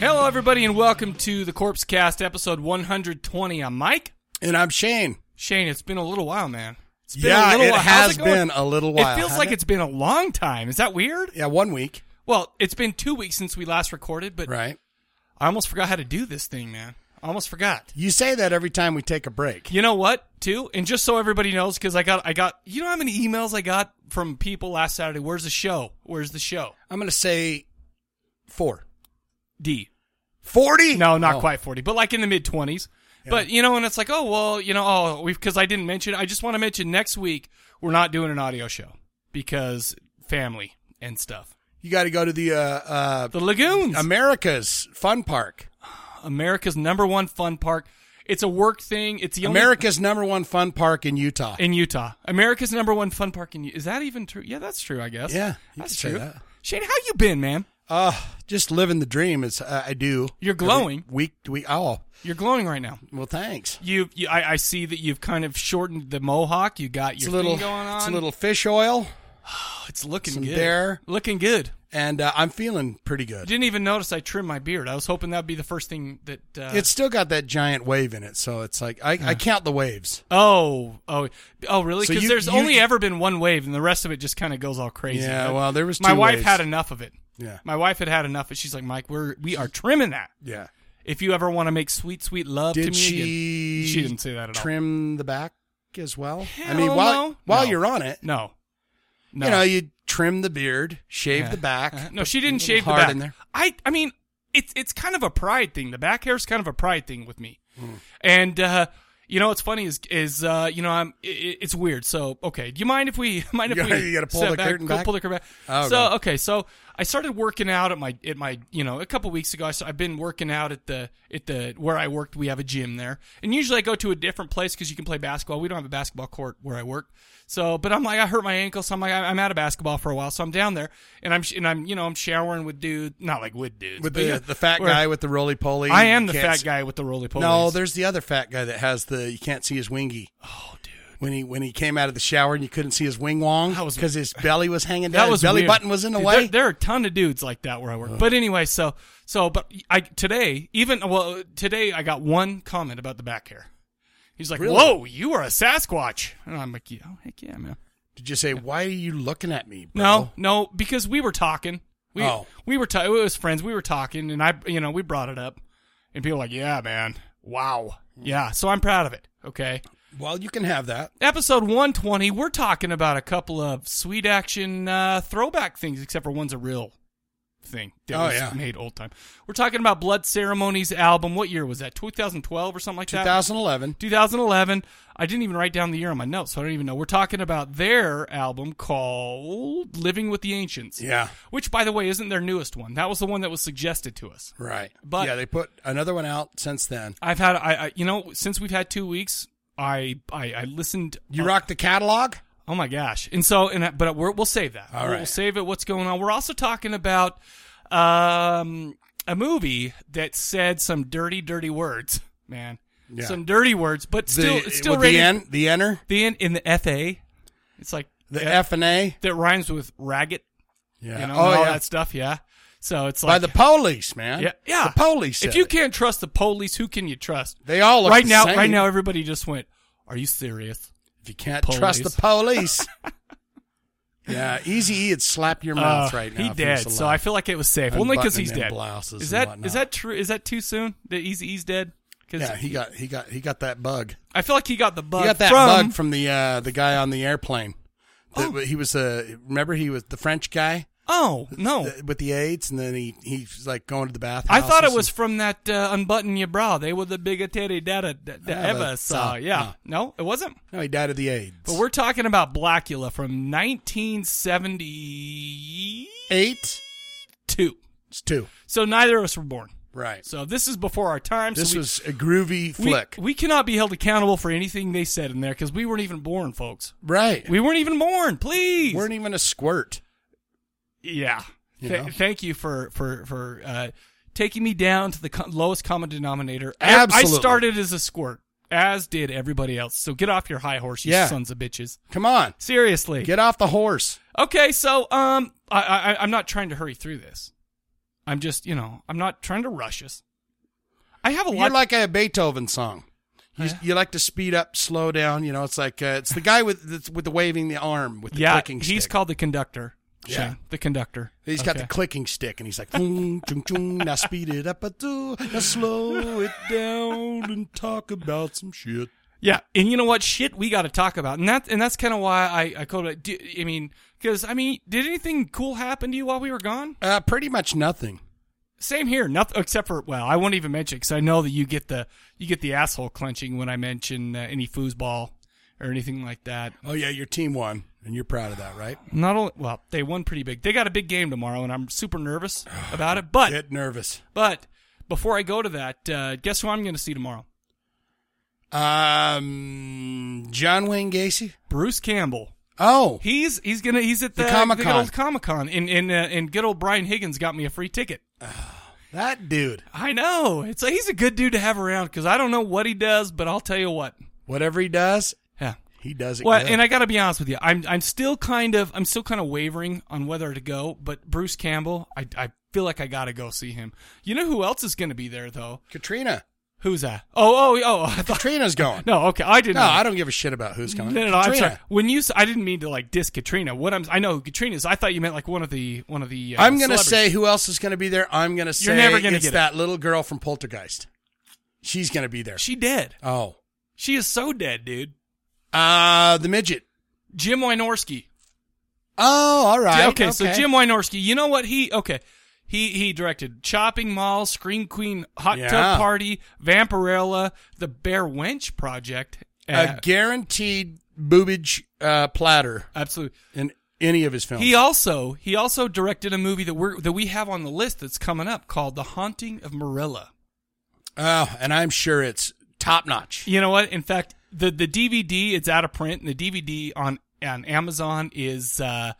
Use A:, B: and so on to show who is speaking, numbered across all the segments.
A: Hello, everybody, and welcome to the Corpse Cast, episode 120. I'm Mike.
B: And I'm Shane.
A: Shane, it's been a little while, man. It's been
B: Yeah,
A: a little
B: it
A: while. How's
B: has
A: it going?
B: been a little while.
A: It feels
B: hasn't
A: like it's been a long time. Is that weird?
B: yeah, one week,
A: Well, it's been two weeks since we last recorded, but
B: right?
A: I almost forgot how to do this thing, man. I almost forgot.
B: You say that every time we take a break.
A: You know what, too? And just so everybody knows, because I got, I got, you know how many emails I got from people last Saturday? Where's the show? Where's the show?
B: I'm going to say four.
A: D.
B: 40?
A: No, not
B: Oh.
A: quite 40, but like in the mid 20s. But, you know, and it's like, oh, well, you know, oh, we've, cause I didn't mention, I just want to mention next week, we're not doing an audio show because family and stuff.
B: You got to go to the uh, uh,
A: The Lagoons,
B: America's Fun Park.
A: America's number one fun park. It's a work thing. It's the only
B: America's number one fun park in Utah.
A: in Utah. America's number one fun park in Utah. Is that even true? Yeah, that's true, I guess.
B: Yeah, you
A: That's
B: could say
A: true.
B: that.
A: Shane, how you been, man?
B: Uh, just living the dream is uh, I do.
A: You're glowing.
B: Every week to week. Oh,
A: You're glowing right now.
B: well, thanks.
A: You've, you, I, I see that you've kind of shortened the mohawk. You got
B: It's
A: your
B: a little,
A: thing going on.
B: it's a little fish oil,
A: Oh, it's looking
B: some
A: good.
B: there.
A: Looking good.
B: and uh, I'm feeling pretty
A: I
B: good.
A: didn't even notice I trimmed my beard. I was hoping that'd be the first thing that. Uh,
B: It's still got that giant wave in it, so it's like I, I count the waves.
A: oh oh oh really?
B: So
A: Because
B: you-
A: there's
B: you-
A: only ever been one wave, and the rest of it just kind of goes all crazy.
B: Yeah,
A: I-
B: well, there was
A: my
B: two
A: wife
B: waves.
A: had enough of it.
B: Yeah.
A: My wife had had enough, and she's like, Mike, we're we are trimming that.
B: Yeah.
A: If you ever want to make sweet sweet love to
B: Did
A: me,
B: she?
A: again. she didn't say that at all.
B: Trim the back as well.
A: Hell
B: I mean, while
A: no.
B: while
A: No.
B: you're on it,
A: No, no,
B: you know, you trim the beard, shave
A: Yeah.
B: the back.
A: Uh, no, she
B: put a
A: didn't
B: little
A: shave the
B: heart
A: back.
B: in there.
A: I I mean, it's it's kind of a pride thing. The back hair is kind of a pride thing with me. And uh, you know what's funny is is uh, you know I'm i i- it's weird. So okay, do you mind if we mind if
B: You gotta-
A: we
B: you gotta pull
A: step
B: the
A: back,
B: curtain
A: go
B: back?
A: pull the curtain back?
B: Oh,
A: so
B: okay.
A: okay, so I started working out at my at my you know a couple weeks ago. I sta- I've been working out at the at the where I worked. We have a gym there, and usually I go to a different place because you can play basketball. We don't have a basketball court where I work. So, but I'm like I hurt my ankle, so I'm like I- I'm out of basketball for a while. So I'm down there, and I'm sh- and I'm you know I'm showering with dude, not like with dudes,
B: With
A: but,
B: the,
A: you know,
B: the fat
A: where-
B: guy with the roly poly.
A: I am the fat guy with the roly poly.
B: No, there's the other fat guy that has the you can't see his wingy.
A: oh, dude.
B: When he when he came out of the shower and you couldn't see his wing wong
A: That was-
B: because his belly was hanging down,
A: That was
B: his belly
A: weird.
B: button was in the
A: Dude,
B: way.
A: There, there are a ton of dudes like that where I work. But anyway, so so but I today even well today I got one comment about the back hair. He's like,
B: Really?
A: "Whoa, you are a Sasquatch," and I'm like, "Yeah, oh, heck yeah, man."
B: Did you say why are you looking at me? Bro?
A: No, no, because we were talking. We
B: Oh.
A: we were ta- it was friends. We were talking, and I you know we brought it up, and people were like, "Yeah, man, wow, yeah." So I'm proud of it. Okay.
B: Well, you can have that.
A: episode 120 we're talking about a couple of sweet action uh, throwback things except for one's a real thing that
B: Oh,
A: was
B: yeah.
A: made old time we're talking about blood ceremonies album what year was that 2012 or something like that
B: 2011.
A: 2011 i didn't even write down the year on my notes so i don't even know we're talking about their album called living with the ancients
B: Yeah.
A: which by the way isn't their newest one that was the one that was suggested to us
B: Right.
A: But-
B: yeah, they put another one out since then.
A: i've had i, I you know since we've had two weeks i i, I listened uh,
B: You rock the catalog?
A: Oh my gosh! And so, and I- but we're, we'll save that.
B: All
A: We'll-
B: right.
A: we'll save it. What's going on? We're also talking about um, a movie that said some dirty, dirty words, man.
B: Yeah.
A: Some dirty words, but still,
B: the,
A: it's still
B: with
A: rated
B: the N, the Enter,
A: the N in the FA. It's like
B: the
A: yeah,
B: F and A.
A: that rhymes with ragged,
B: Yeah.
A: you know,
B: oh
A: and all
B: yeah.
A: that stuff. Yeah. So it's
B: By
A: like
B: the police, man.
A: yeah, yeah.
B: The police.
A: If
B: said
A: you
B: it.
A: can't trust the police, who can you trust?
B: they all look
A: right
B: the
A: now,
B: same.
A: right now, everybody just went. Are you serious?
B: If you can't
A: Police.
B: trust the police. yeah, Easy E would slap your mouth
A: Uh,
B: right now.
A: He
B: if
A: dead,
B: was
A: so I
B: alive.
A: feel like it was safe. Only because
B: Unbuttoning
A: he's
B: them
A: dead.
B: blouses
A: is
B: and
A: that
B: whatnot.
A: is that true? Is that too soon? That Easy E's dead? Because
B: Yeah, he got he got he got that bug.
A: I feel like he got the bug.
B: he got that
A: from,
B: bug from the uh, the guy on the airplane. The, He was uh, remember he was the French guy
A: Oh no,
B: th- with the AIDS, and then he he's like going to the bathroom.
A: I thought it was from that uh, unbutton your bra. They were the biggest titty data that
B: Yeah,
A: ever
B: that's,
A: saw.
B: uh,
A: yeah,
B: uh.
A: no, it wasn't.
B: no, he died of the E AIDS.
A: But we're talking about Blackula from 1972.
B: eight. It's two.
A: So neither of us were born.
B: Right.
A: So this is before our time.
B: This
A: so we,
B: was a groovy
A: we-
B: flick.
A: We, cannot be held accountable for anything they said in there because we weren't even born, folks.
B: right.
A: We weren't even born. Please.
B: weren't even a squirt.
A: Yeah.
B: You
A: Th-
B: know?
A: Thank you for for for uh, taking me down to the co- lowest common denominator. I- I
B: Absolutely.
A: started as a squirt, as did everybody else. So get off your high horse, you
B: Yeah.
A: sons of bitches.
B: Come on,
A: Seriously.
B: get off the horse.
A: okay, so um, I, I I'm not trying to hurry through this. I'm just you know I'm not trying to rush us. I have a
B: You're
A: lot.
B: like a Beethoven song. You, you like to speed up, slow down. You know, it's like uh, it's the guy with the, with the waving the arm with the
A: yeah,
B: clicking stick.
A: he's called the conductor.
B: Yeah.
A: Shane, the conductor.
B: He's got the
A: Okay.
B: clicking stick, and he's like, "Boom, chung, chung, now speed it up a do, now slow it down, and talk about some shit."
A: Yeah, and you know what? Shit, we got to talk about, and that and that's kind of why I I called it. do- I mean, because I mean, did anything cool happen to you while we were gone?
B: Uh, pretty much nothing.
A: Same here, nothing except for well, I won't even mention because I know that you get the you get the asshole clenching when I mention uh, any foosball or anything like that.
B: Oh yeah, your team won, and you're proud of that, right?
A: Not only well, they won pretty big. They got a big game tomorrow, and I'm super nervous about it. But
B: Get nervous.
A: but before I go to that, uh, guess who I'm going to see tomorrow?
B: Um, John Wayne Gacy.
A: Bruce Campbell.
B: Oh,
A: He's he's gonna he's at the,
B: The Comic-Con.
A: good old Comic Con and and uh, and good old Brian Higgins got me a free ticket.
B: Ah, that dude.
A: I know it's a, he's a good dude to have around because I don't know what he does, but I'll tell you what,
B: Whatever he does,
A: yeah.
B: he does it.
A: Well,
B: good.
A: and I got to be honest with you, I'm I'm still kind of I'm still kind of wavering on whether to go, but Bruce Campbell, I I feel like I gotta go see him. You know who else is gonna be there though?
B: Katrina.
A: Who's that? Oh oh oh! I thought
B: Katrina's going.
A: no, okay, I didn't.
B: No, I don't give a shit about who's coming.
A: No, no, no I'm
B: Katrina.
A: sorry. When you, s- I didn't mean to like diss Katrina. What I'm, I know who Katrina is. I thought you meant like one of the, one of the. Uh,
B: I'm gonna
A: celebrities.
B: say who else is gonna be there. I'm gonna say
A: never gonna
B: it's
A: get it.
B: that little girl from Poltergeist. She's gonna be there.
A: She dead.
B: Oh,
A: She is so dead, dude.
B: uh, the midget.
A: Jim Wynorski.
B: Oh, all right.
A: okay, so Jim Wynorski. You know what he? Okay, he he directed Chopping Mall, Scream Queen, Hot
B: Yeah.
A: Tub Party, Vampirella, The Bear Wench Project. Uh,
B: a guaranteed boobage uh, platter
A: absolutely.
B: in any of his films.
A: He also he also directed a movie that we that we have on the list that's coming up called The Haunting of Marilla.
B: oh, and I'm sure it's top notch.
A: You know what? In fact, the the DVD it's out of print, and the DVD on on Amazon is uh,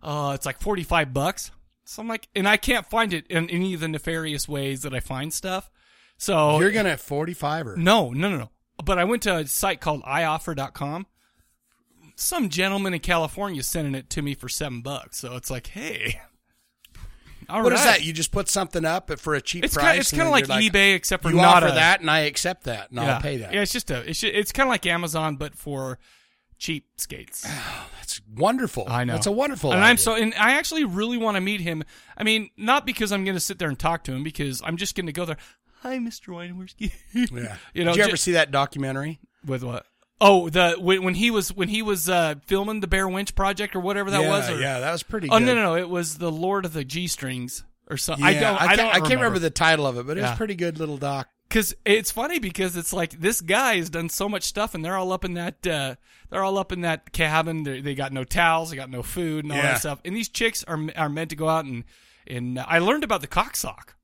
A: uh it's like forty five bucks. So I'm like, and I can't find it in any of the nefarious ways that I find stuff. So
B: You're gonna 45 or
A: no, no, no, no. But I went to a site called ioffer.com. Some gentleman in California sending it to me for seven bucks. So it's like, hey, all right.
B: What is that? You just put something up for a cheap
A: It's
B: price.
A: kind of, it's
B: and
A: kind of
B: then
A: like,
B: you're
A: eBay, except for
B: you
A: not
B: offer
A: a-
B: that, and I accept that, and
A: yeah.
B: I'll pay that.
A: Yeah, it's just a it's, ju- it's kind of like Amazon, but for cheap skates.
B: That's wonderful.
A: I know
B: That's a wonderful.
A: And I'm
B: idea.
A: so and I actually really want to meet him. I mean, not because I'm going to sit there and talk to him, because I'm just going to go there. Hi, Mr. Weinerski.
B: Yeah.
A: You know,
B: Did you
A: ju-
B: ever see that documentary?
A: with what? Oh, the when, when he was when he was uh, filming the Bear Winch project or whatever that
B: yeah,
A: was. Or,
B: yeah, that was pretty.
A: Oh
B: good.
A: no no no! It was the Lord of the G strings or something. I
B: Yeah,
A: don't. I,
B: can't,
A: don't
B: I can't remember the title of it, but it was
A: Yeah.
B: a pretty good little doc.
A: because it's funny because it's like this guy has done so much stuff and they're all up in that uh, they're all up in that cabin they they got no towels they got no food and all
B: Yeah.
A: that stuff and these chicks are are meant to go out and and uh, I learned about the cock sock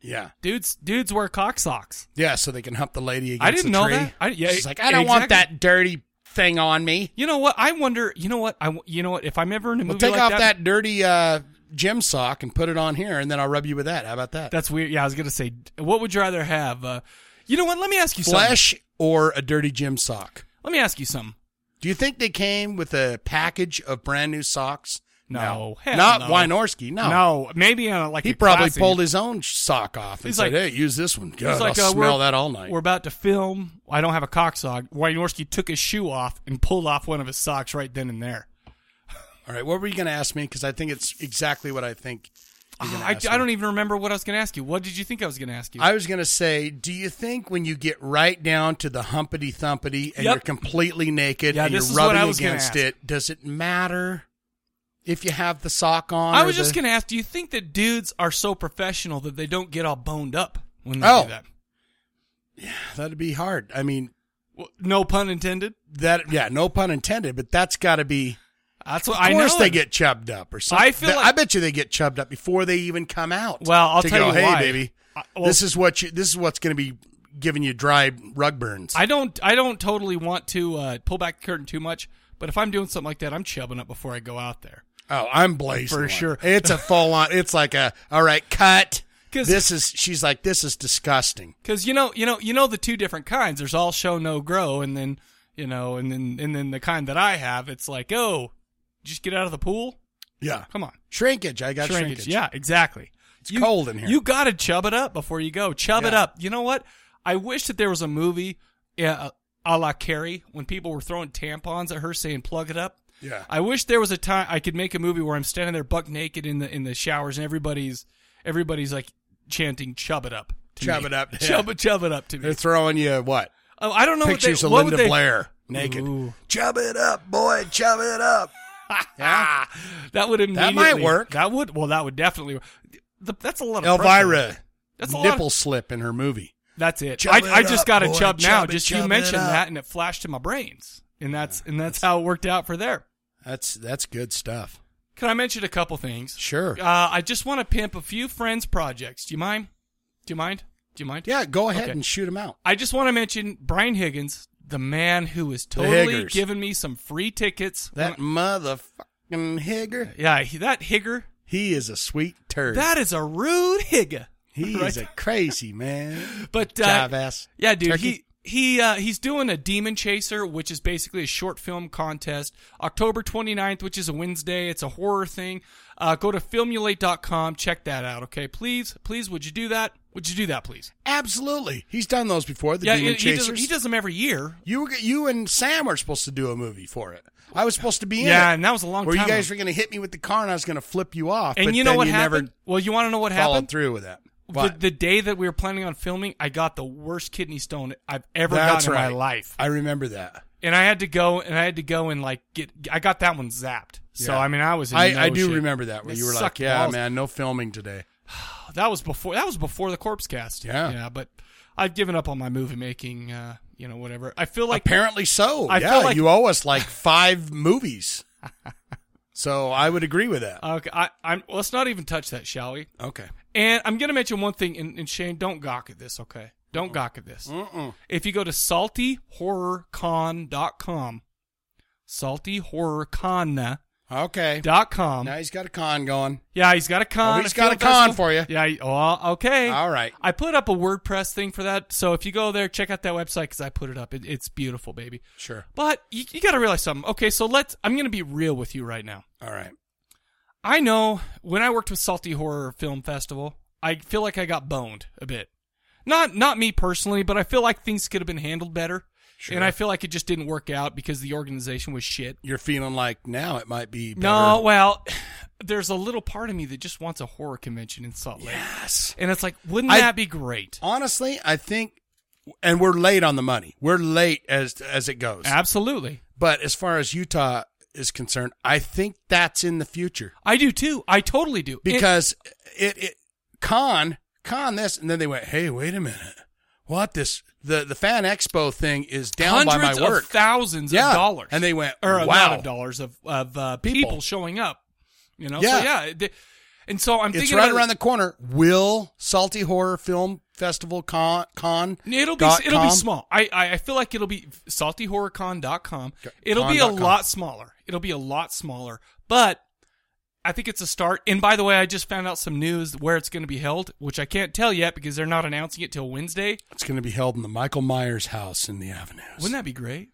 B: Yeah,
A: dudes dudes wear cock socks
B: yeah, so they can hump the lady against
A: I didn't
B: the
A: know
B: tree.
A: that. I- yeah,
B: she's like, I don't want
A: exactly.
B: that dirty thing on me.
A: you know what I wonder you know what I w- you know what if I'm ever in a
B: Well,
A: movie
B: take
A: like
B: off that, dirty uh, gym sock and put it on here, and then I'll rub you with that. How about that?
A: that's weird yeah I was gonna say what would you rather have uh, you know what let me ask you something
B: Flesh or a dirty gym sock?
A: let me ask you something
B: Do you think they came with a package of brand new socks?
A: No. Hell
B: not
A: no.
B: Wynorski. No,
A: no maybe on a, like
B: He
A: a
B: probably
A: classy-
B: pulled his own sock off and
A: He's
B: said,
A: like-
B: "Hey, use this one. God,
A: It's like,
B: I'll
A: uh,
B: smell
A: we're-
B: that all night."
A: We're about to film. I don't have a cock sock. Wynorski took his shoe off and pulled off one of his socks right then and there.
B: All right, what were you going to ask me? Because I think it's exactly what I think. You're gonna
A: I,
B: ask
A: I
B: me.
A: don't even remember what I was going to ask you. What did you think I was going to ask you?
B: I was going to say, do you think when you get right down to the humpity thumpity and
A: Yep.
B: you're completely naked
A: Yeah,
B: and
A: this
B: you're
A: is what I
B: rubbing
A: was gonna
B: against
A: ask.
B: it, does it matter? if you have the sock on.
A: I
B: or
A: was just
B: the-
A: gonna ask, do you think that dudes are so professional that they don't get all boned up when they
B: Oh.
A: do that?
B: That'd be hard. I mean,
A: Well, no pun intended.
B: that yeah, no pun intended. But that's got to be.
A: That's what
B: Of
A: I know.
B: course, they
A: it.
B: get chubbed up or something.
A: I feel
B: They-
A: like-
B: I bet you they get chubbed up before they even come out.
A: Well, I'll
B: to
A: tell
B: go,
A: you
B: hey,
A: why.
B: baby,
A: I- well-
B: this is what you. This is what's going to be giving you dry rug burns.
A: I don't. I don't totally want to uh, pull back the curtain too much. But if I'm doing something like that, I'm chubbing up before I go out there.
B: oh, I'm blazing
A: For
B: one.
A: sure.
B: It's a full on. It's like a all right cut.
A: 'Cause-
B: This is. She's like this is disgusting.
A: Because you know, you know, you know the two different kinds. There's all show no grow, and then you know, and then and then the kind that I have, it's like, oh, just get out of the pool.
B: Yeah,
A: Come on,
B: shrinkage. I got shrinkage.
A: Yeah, exactly. It's
B: cold in here.
A: You gotta chub it up before you go. Chub it
B: Yeah.
A: up. You know what? I wish that there was a movie, uh, a la Carrie, when people were throwing tampons at her, saying "plug it up."
B: Yeah.
A: I wish there was a time I could make a movie where I'm standing there buck naked in the in the showers and everybody's everybody's like chanting "chub it up." to
B: Chub
A: me.
B: it up, yeah.
A: Chub it. Chub it up to me.
B: They're throwing you what?
A: Oh, I don't know
B: Pictures
A: what
B: of
A: they, what
B: Linda
A: would they,
B: Blair naked.
A: Ooh.
B: Chub it up, boy. Chub it up. yeah.
A: That would immediately
B: might work.
A: That would well. That would definitely. work. Th- That's a lot of pressure.
B: Elvira.
A: That's a lot of-
B: nipple slip in her movie.
A: That's it.
B: Chub
A: I,
B: it
A: I just
B: up,
A: got a
B: boy.
A: chub now.
B: Chub it,
A: just
B: chub
A: you
B: it
A: mentioned
B: up.
A: that, and it flashed to my brains, and that's and that's how it worked out for there.
B: That's that's good stuff.
A: Can I mention a couple things?
B: Sure.
A: Uh, I just want to pimp a few friends' projects. Do you mind? Do you mind? Do you mind?
B: Yeah, go ahead
A: Okay.
B: and shoot them out.
A: I just want to mention Brian Higgins, the man who has
B: The
A: totally
B: Higgers.
A: given me some free tickets.
B: That motherfucking Higger,
A: yeah, he, that Higger.
B: he is a sweet turd.
A: That is a rude Higger.
B: he
A: right?
B: is a crazy man.
A: But uh,
B: Jive ass.
A: Yeah, dude.
B: Turkey.
A: He he uh, he's doing a Demon Chaser, which is basically a short film contest. October 29th, which is a Wednesday. It's a horror thing. Uh, go to filmulate.com. Check that out, okay? Please, please, would you do that? Would you do that, please?
B: Absolutely. He's done those before. The
A: yeah,
B: Demon
A: he, he does,
B: Chasers.
A: he does them every year.
B: you were, you and Sam were supposed to do a movie for it. I was supposed to be in
A: Yeah,
B: it.
A: and that was a long
B: Where
A: time
B: you guys
A: ago.
B: were going to hit me with the car and I was going to flip you off.
A: And
B: Oh, but
A: you know
B: then
A: what
B: you
A: happened?
B: Never
A: Well, you want to know what
B: followed
A: happened?
B: through with that.
A: The,
B: What?
A: the day that we were planning on filming, I got the worst kidney stone I've ever
B: That's
A: gotten
B: right.
A: in my life.
B: I remember that.
A: And I had to go and I had to go and like get I got that one zapped. So
B: Yeah.
A: I mean, I was in
B: I,
A: no
B: I do
A: shape.
B: remember that where
A: That
B: you were like,
A: sucked
B: "Yeah,
A: balls.
B: man, no filming today."
A: That was before. That was before the corpse cast.
B: Yeah.
A: yeah. But I've given up on my movie making. Uh, you know, whatever. I feel like
B: Apparently so.
A: I
B: yeah,
A: feel like-
B: you owe us like five movies. So I would agree with that.
A: okay. I, I'm. Let's not even touch that, shall we?
B: okay.
A: And I'm gonna mention one thing. And, and Shane, don't gawk at this. Okay, don't gawk at this.
B: Mm-mm.
A: If you go to saltyhorrorcon.com, saltyhorrorcon.com.
B: Okay. Now he's got a con going.
A: Yeah, he's got a con.
B: Oh, he's
A: a
B: got a
A: film
B: con
A: festival.
B: for you.
A: Yeah. he- Oh, okay.
B: All right.
A: I put up a WordPress thing for that. So if you go there, check out that website because I put it up. It, it's beautiful, baby.
B: Sure.
A: But you, you got to realize something. Okay, so let's. I'm going to be real with you right now.
B: All right.
A: I know when I worked with Salty Horror Film Festival, I feel like I got boned a bit. Not not me personally, but I feel like things could have been handled better.
B: Sure.
A: And I feel like it just didn't work out because the organization was shit.
B: You're feeling like now it might be better.
A: No, well, there's a little part of me that just wants a horror convention in Salt Lake.
B: Yes.
A: And it's like, wouldn't
B: I-
A: that be great?
B: Honestly, I think, and we're late on the money. We're late as as it goes.
A: Absolutely.
B: But as far as Utah is concerned, I think that's in the future.
A: I do too. I totally do. And-
B: because it, it con con this and then they went hey wait a minute what this the the fan expo thing is down by my
A: hundreds
B: work
A: of thousands
B: Yeah.
A: of dollars.
B: And they went,
A: or a
B: "Wow."
A: lot of dollars of of uh, people.
B: People.
A: showing up. You know,
B: Yeah.
A: so yeah. it- and so I'm
B: it's
A: thinking
B: right
A: about-
B: around the corner will salty horror film festival con con
A: It'll be
B: dot
A: it'll
B: com?
A: be small. I, I I feel like it'll be saltyhorrorcon.com.
B: Go-
A: It'll be a
B: con.com.
A: lot smaller. It'll be a lot smaller, but I think it's a start. And by the way, I just found out some news where it's going to be held, which I can't tell yet because they're not announcing it till Wednesday.
B: it's going to be held in the michael myers house in the avenues
A: Wouldn't that be great?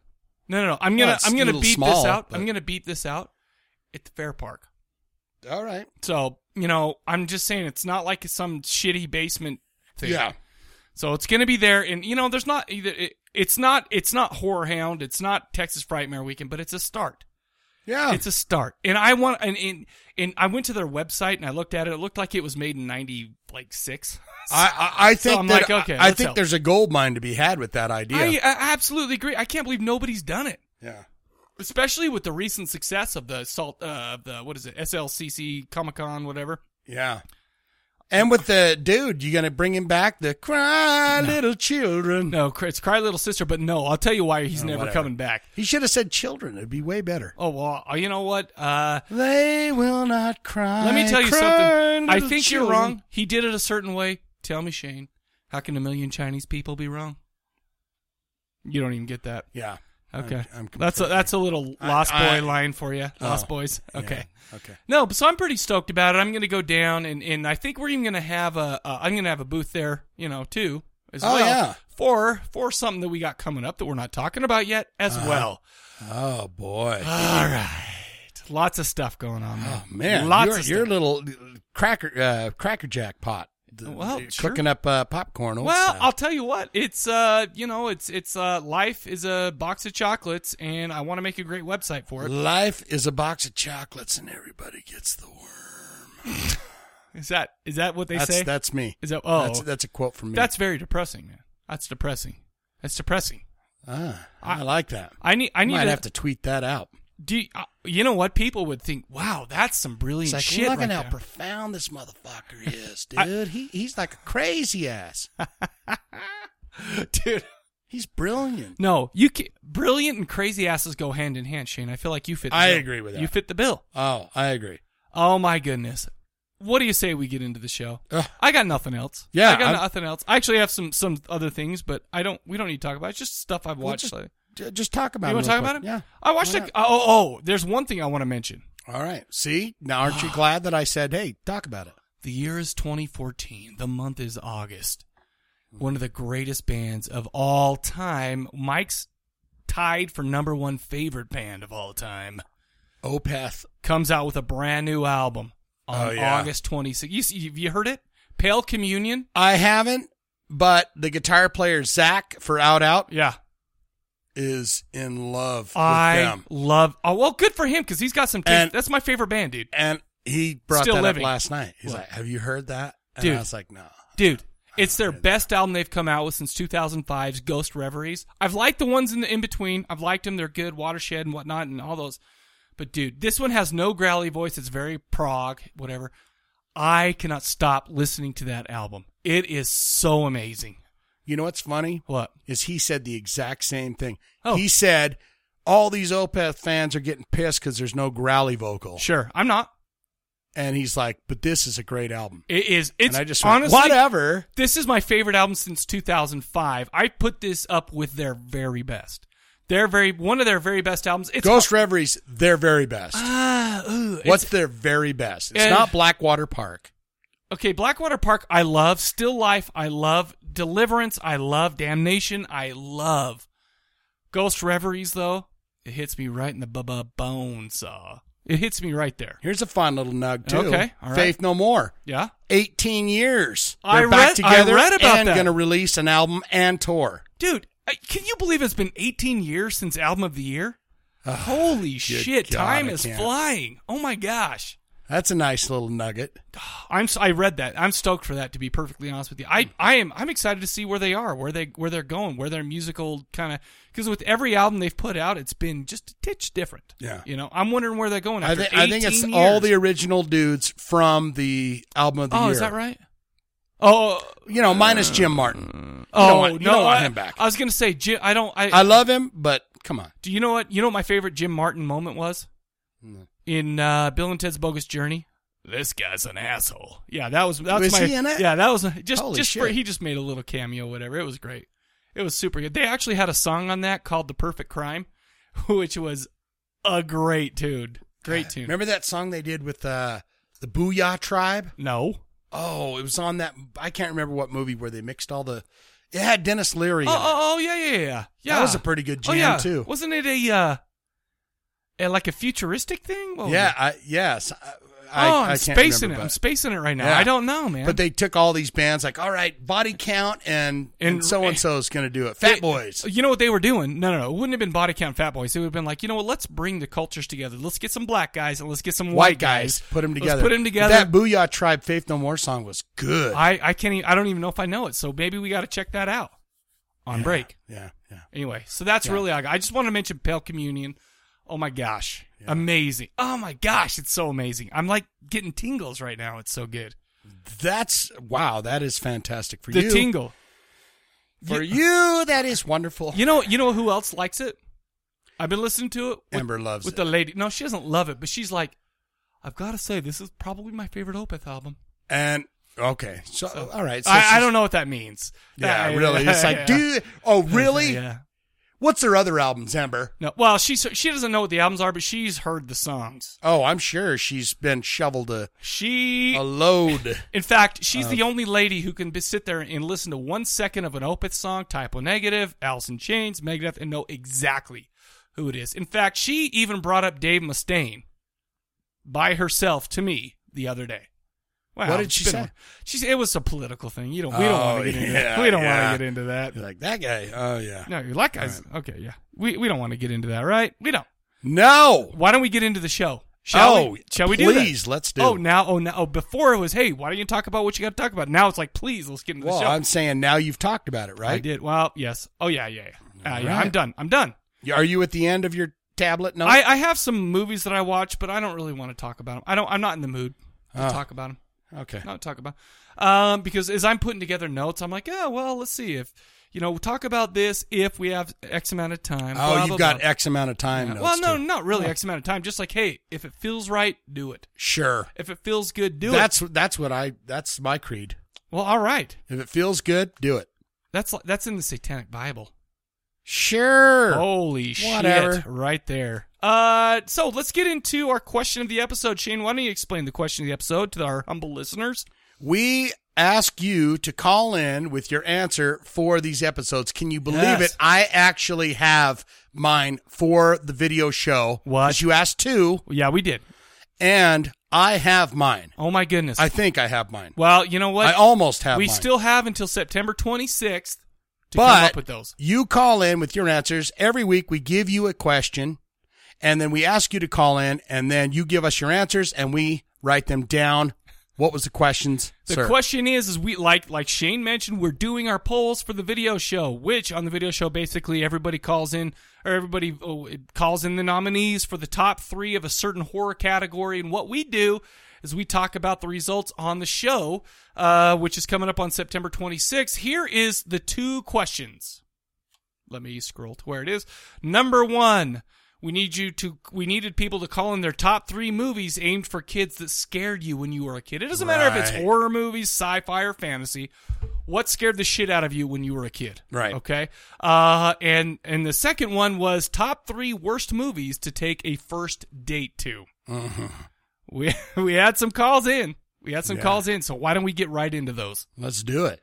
A: No, no, no. I'm
B: Well,
A: gonna
B: it's
A: I'm
B: a
A: gonna
B: little
A: beep
B: small,
A: this out.
B: but-
A: I'm gonna beep this out at the fair park.
B: all right
A: So, you know, I'm just saying it's not like some shitty basement thing.
B: yeah
A: So it's going to be there and you know, there's not either it, it's not it's not Horror Hound, it's not Texas Frightmare Weekend, but it's a start.
B: yeah
A: It's a start. And I want and, and and I went to their website and I looked at it. It looked like it was made in 90 like 6.
B: I, I I think
A: I'm
B: that
A: like, okay,
B: I, I
A: let's
B: think
A: help.
B: there's a gold mine to be had with that idea.
A: I, I absolutely agree. I can't believe nobody's done it.
B: yeah,
A: especially with the recent success of the salt uh, of the what is it SLCC Comic Con whatever.
B: Yeah. And with the dude, you gonna bring him back? The cry little children.
A: No, cr- it's Cry Little Sister, but no, I'll tell you why he's
B: Oh,
A: never
B: whatever.
A: coming back.
B: He should have said children. It'd be way better.
A: Oh well, uh, you know what? Uh,
B: They will not cry.
A: let me tell you
B: Cry,
A: something. I
B: little
A: think you're
B: children.
A: wrong. He did it a certain way. Tell me, Shane, how can a million Chinese people be wrong? You don't even get that.
B: Yeah.
A: Okay,
B: I'm
A: that's a, that's a little
B: I-
A: Lost
B: I-
A: Boy line for you, Lost
B: Oh,
A: Boys. Okay.
B: Yeah, Okay.
A: No, but so I'm pretty stoked about it. I'm going to go down, and, and I think we're even going to have a uh, I'm going to have a booth there, you know, too, as
B: Oh,
A: well,
B: yeah.
A: for for something that we got coming up that we're not talking about yet, as
B: Uh-huh.
A: well.
B: Oh boy.
A: All right, lots of stuff going on. Man.
B: Oh man.
A: lots
B: your,
A: of
B: your
A: stuff.
B: little cracker uh, cracker jack pot. The-
A: Well,
B: the-
A: sure.
B: cooking up uh, popcorn. old
A: Well,
B: style.
A: I'll tell you what. It's uh, you know, it's it's uh, life is a box of chocolates, and I want to make a great website for it.
B: life is a box of chocolates, and everybody gets the worm.
A: Is that is that what they
B: that's
A: say?
B: that's me.
A: Is that oh
B: that's, that's a quote from me.
A: that's very depressing, man. That's depressing. That's depressing.
B: ah, I, like that.
A: I need I
B: I
A: need
B: might
A: to,
B: have to tweet that out.
A: Do you, uh, you know what people would think? Wow, that's some brilliant
B: It's like,
A: shit.
B: look
A: right
B: at how
A: there.
B: profound this motherfucker is,
A: I-
B: dude. he he's like a crazy ass.
A: dude.
B: He's brilliant.
A: No, you can, brilliant and crazy asses go hand in hand, Shane. I feel like you fit. The
B: I
A: bill.
B: agree with
A: You
B: that.
A: fit the bill.
B: Oh, I agree.
A: Oh my goodness. What do you say we get into the show?
B: Ugh.
A: I got nothing else.
B: Yeah,
A: I got
B: I'm-
A: nothing else. I actually have some some other things, but I don't. We don't need to talk about. it. It's just stuff I've
B: We'll
A: watched.
B: just-
A: lately.
B: J- Just talk about.
A: you
B: want to
A: talk about it?
B: Yeah.
A: I watched.
B: Why
A: A, oh, oh, there's one thing I want to mention.
B: All right. See, now aren't you glad that I said, "Hey, talk about it"?
A: The year is 2014. The month is August. One of the greatest bands of all time. Mike's tied for number one favorite band of all time.
B: Opeth.
A: Comes out with a brand new album on
B: Oh, yeah.
A: August 26th. You, see- you heard it? Pale Communion?
B: I haven't, but the guitar player Zach for Out Out
A: Yeah.
B: is in love
A: I
B: with them,
A: love. Oh, well, good for him because he's got some. taste.
B: And-
A: that's my favorite band, dude.
B: and he brought
A: Still
B: that
A: living.
B: up last night. He's
A: What?
B: like, "Have you heard that?" And
A: Dude.
B: I was like, "No."
A: Dude, it's their best album they've come out with since 2005's Ghost Reveries. I've liked the ones in the in between. I've liked them. They're good, Watershed and whatnot, and all those. But dude, this one has no growly voice. It's very prog, whatever. I cannot stop listening to that album. It is so amazing.
B: You know what's funny?
A: What?
B: is he said the exact same thing.
A: Oh.
B: He said all these Opeth fans are getting pissed because there's no growly vocal,
A: Sure, I'm not.
B: and he's like, "But this is a great album."
A: It is. It's
B: and I just
A: honestly.
B: went, whatever.
A: This is my favorite album since 2005. I put this up with their very best. Their very one of their very best albums. It's
B: Ghost Reveries, their very best.
A: Ah, ooh, it's-
B: What's their very best? It's
A: And-
B: not Blackwater Park.
A: Okay, Blackwater Park, I love. Still Life, I love. Deliverance, I love. Damnation, I love. Ghost Reveries, though, it hits me right in the bubba bone saw. uh, It hits me right there.
B: Here's a fun little nug too.
A: Okay, all right.
B: Faith No More.
A: Yeah?
B: 18 years. They're back
A: I read- I
B: together
A: read about
B: and
A: that.
B: going to release an album and tour.
A: Dude, I- can you believe it's been 18 years since Album of the Year? Holy shit,
B: God,
A: time
B: I
A: is
B: can't.
A: flying. Oh my gosh.
B: That's a nice little nugget.
A: I'm s- I read that. I'm stoked for that to be perfectly honest with you. I I am I'm excited to see where they are, where they where they're going, where their musical kind of cuz with every album they've put out it's been just a titch different.
B: Yeah.
A: You know, I'm wondering where they're going
B: I,
A: after
B: thi- I think it's
A: 18
B: all the
A: years.
B: original dudes from the album of the
A: Oh,
B: year.
A: is that right? Oh,
B: You know, minus Jim Martin.
A: oh
B: want- you
A: no!
B: don't want
A: I,
B: him back.
A: I was gonna say, Jim, I don't. I,
B: I love him, but come on.
A: do. You know what? You know what my favorite Jim Martin moment was in uh, Bill and Ted's Bogus Journey. This guy's an asshole. Yeah, that was that's
B: Was
A: my
B: he in it?
A: yeah that was just
B: Holy
A: just
B: shit.
A: for, he just made a little cameo whatever. It was great. It was super good. They actually had a song on that called "The Perfect Crime," which was a great tune. Great tune.
B: Remember that song they did with uh, the Booyah Tribe?
A: No.
B: Oh, it was on that. I can't remember what movie where they mixed all the. It had Dennis Leary.
A: Oh,
B: in it.
A: oh, oh, yeah, yeah, yeah, yeah.
B: That was a pretty good jam,
A: oh, yeah.
B: too.
A: Wasn't it a uh, a- like a futuristic thing? What was
B: yeah,
A: it?
B: I, yes. I,
A: oh,
B: I,
A: am
B: I can't
A: spacing
B: remember,
A: it. I'm
B: but-
A: spacing it right now.
B: Yeah.
A: I don't know, man.
B: But they took all these bands, like, all right, body count, and
A: And-
B: and so and so is going to do it. Fat
A: They-
B: Boys.
A: You know what they were doing? No, no, no. It wouldn't have been body count fat boys. It would have been like, you know what? Let's bring the cultures together. Let's get some black guys and let's get some white,
B: White guys, put them
A: Let's
B: together.
A: put 'em together.
B: That Booyah Tribe Faith No More song was good.
A: I, I can't. Even, I don't even know if I know it. So maybe we got to check that out on break.
B: yeah, yeah.
A: Anyway, so that's
B: Yeah.
A: really all I got. I just want to mention Pale Communion. Oh my gosh. Amazing. Oh my gosh, it's so amazing. I'm like getting tingles right now. It's so good.
B: That's wow. That is fantastic for
A: the
B: you.
A: tingle.
B: for you, that is wonderful.
A: You know, you know who else likes it? I've been listening to it. With,
B: Amber loves
A: with
B: it.
A: the lady. No, she doesn't love it, but she's like, I've got to say, this is probably my favorite Opeth album.
B: and okay, so, all right. So
A: I, I
B: she's-
A: don't know what that means.
B: Yeah,
A: That-
B: really. It's like,
A: yeah.
B: dude. Oh, really?
A: Yeah.
B: What's their other albums, Amber?
A: No. Well, she she doesn't know what the albums are, but she's heard the songs.
B: Oh, I'm sure she's been shoveled a,
A: She,
B: a load.
A: in fact, she's
B: Oh.
A: the only lady who can be, sit there and listen to one second of an Opeth song, Typo Negative, Alice in Chains, Megadeth, and know exactly who it is. In fact, she even brought up Dave Mustaine by herself to me the other day. Wow,
B: What did
A: it's
B: she
A: been
B: say?
A: a- She said it was a political thing. You don't. We don't
B: Oh,
A: want to get into that.
B: yeah,
A: We don't
B: yeah.
A: want to get into that.
B: You're like that guy. Oh yeah.
A: No, you're like guys. Okay, yeah. We we don't want to get into that, right? We don't.
B: No.
A: Why don't we get into the show? Shall
B: Oh,
A: we? Shall we do that?
B: please, let's do
A: Oh,
B: it.
A: now, oh, now, oh, before it was, hey, why don't you talk about what you got to talk about? Now it's like, please, let's get into
B: Well,
A: the show.
B: I'm saying now you've talked about it,
A: I
B: right?
A: did. Well, yes. Oh, yeah, yeah, yeah. Uh, yeah
B: right.
A: I'm done. I'm done.
B: Are you at the end of your tablet? No.
A: I, I have some movies that I watch, but I don't really want to talk about them. I don't. I'm not in the mood to
B: Oh.
A: talk about them.
B: okay.
A: Not talk about. 'em. Um, because as I'm putting together notes, I'm like, oh, well, let's see if you know, we'll talk about this if we have X amount of time.
B: Oh,
A: blah,
B: you've
A: blah,
B: got
A: blah.
B: X amount of time.
A: Yeah.
B: notes,
A: Well, no,
B: too. Oh.
A: not really X amount of time. Just like, hey, if it feels right, do it.
B: Sure.
A: If it feels good, do it.
B: that's that's what I that's my creed.
A: Well, all right.
B: If it feels good, do it.
A: That's li- that's in the Satanic Bible.
B: Sure.
A: Holy
B: Whatever.
A: shit! Right there. Uh, so let's get into our question of the episode. Shane, why don't you explain the question of the episode to our humble listeners?
B: We ask you to call in with your answer for these episodes. Can you believe
A: Yes.
B: it? I actually have mine for the video show.
A: What?
B: 'Cause You asked two,
A: Well, yeah, we did.
B: and I have mine.
A: Oh my goodness.
B: I think I have mine.
A: well, you know what?
B: I almost have
A: we
B: mine.
A: still have until September 26th to come
B: but
A: up with those.
B: you call in with your answers. Every week we give you a question and then we ask you to call in and then you give us your answers and we write them down. What was the questions?
A: The
B: sir?
A: question is, is we like like Shane mentioned, we're doing our polls for the video show, which on the video show basically everybody calls in or everybody oh, it calls in the nominees for the top three of a certain horror category, and what we do is we talk about the results on the show, uh, which is coming up on September 26th. Here is the two questions. Let me scroll to where it is. Number one. We need you to. We needed people to call in their top three movies aimed for kids that scared you when you were a kid. It doesn't matter if it's
B: Right.
A: horror horror movies, sci-fi, or fantasy. What scared the shit out of you when you were a kid?
B: Right.
A: Okay. Uh, and and the second one was top three worst movies to take a first date to. We we had some calls in. We had some
B: Mm-hmm. Yeah.
A: calls in. So why don't we get right into those?
B: Let's do it.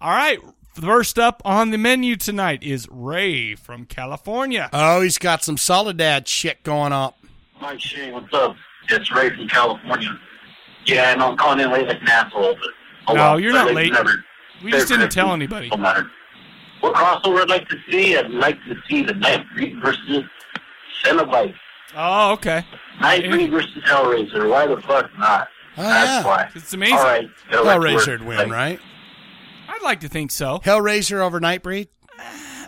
A: All right. First up on the menu tonight is Ray from California.
B: Oh, he's got some solid dad shit going up.
C: Mike Shane, what's up? It's Ray from California. Yeah, and I'm calling in late like an asshole, but oh
A: No,
C: well.
A: you're not
C: They've
A: late.
C: never-
A: We just
C: they're
A: didn't tell
C: crazy.
A: anybody.
C: Don't matter. What crossover I'd like to see? I'd like to see the Night Breed versus Cenobite.
A: Oh, okay.
C: Night Breed versus Hellraiser. Why the fuck not?
B: Oh,
C: That's
B: yeah.
C: why.
A: It's amazing.
C: All right, go back to work.
B: Hellraiser'd win,
C: Thanks.
B: right?
A: I'd like to think so. Uh,
B: Hellraiser over Nightbreed?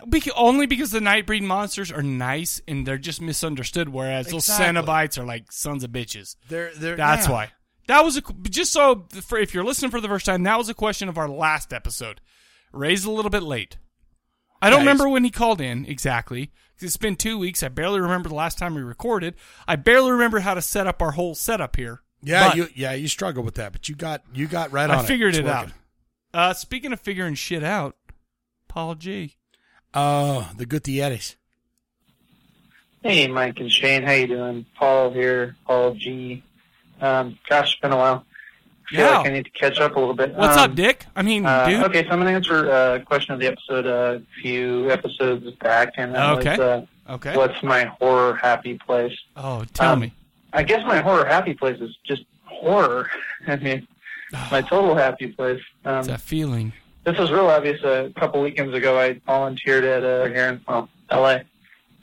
A: Beca- only because the Nightbreed monsters are nice and they're just misunderstood, whereas
B: Exactly.
A: those Cenobites are like sons of bitches.
B: They're, they're,
A: That's
B: yeah.
A: why. That was a qu- just so for if you're listening for the first time, that was a question of our last episode. Raised a little bit late. I don't
B: Yeah,
A: remember when he called in exactly. 'cause It's been two weeks. I barely remember the last time we recorded. I barely remember how to set up our whole setup here.
B: Yeah,
A: But-
B: you yeah, you struggle with that, but you got you got right on
A: I figured
B: It's
A: it, out.
B: working.
A: Uh, speaking of figuring shit out, Paul G.
B: Oh, the Gutierrez.
D: Hey, Mike and Shane, how you doing? Paul here, Paul G. Um, gosh, it's been a while. I feel
A: Yeah.
D: like I need to catch up a little bit.
A: What's
D: Um,
A: up, Dick? I mean,
D: uh,
A: dude.
D: Okay, so I'm going to answer uh, a question of the episode uh, a few episodes back, and that was,
A: Okay.
D: uh,
A: Okay.
D: what's my horror happy place?
A: Oh, tell
D: Um,
A: me.
D: I guess my horror happy place is just horror. I mean, my total happy place. Um,
A: It's that feeling.
D: this was real obvious. A couple weekends ago, I volunteered at uh, here in well, L.A.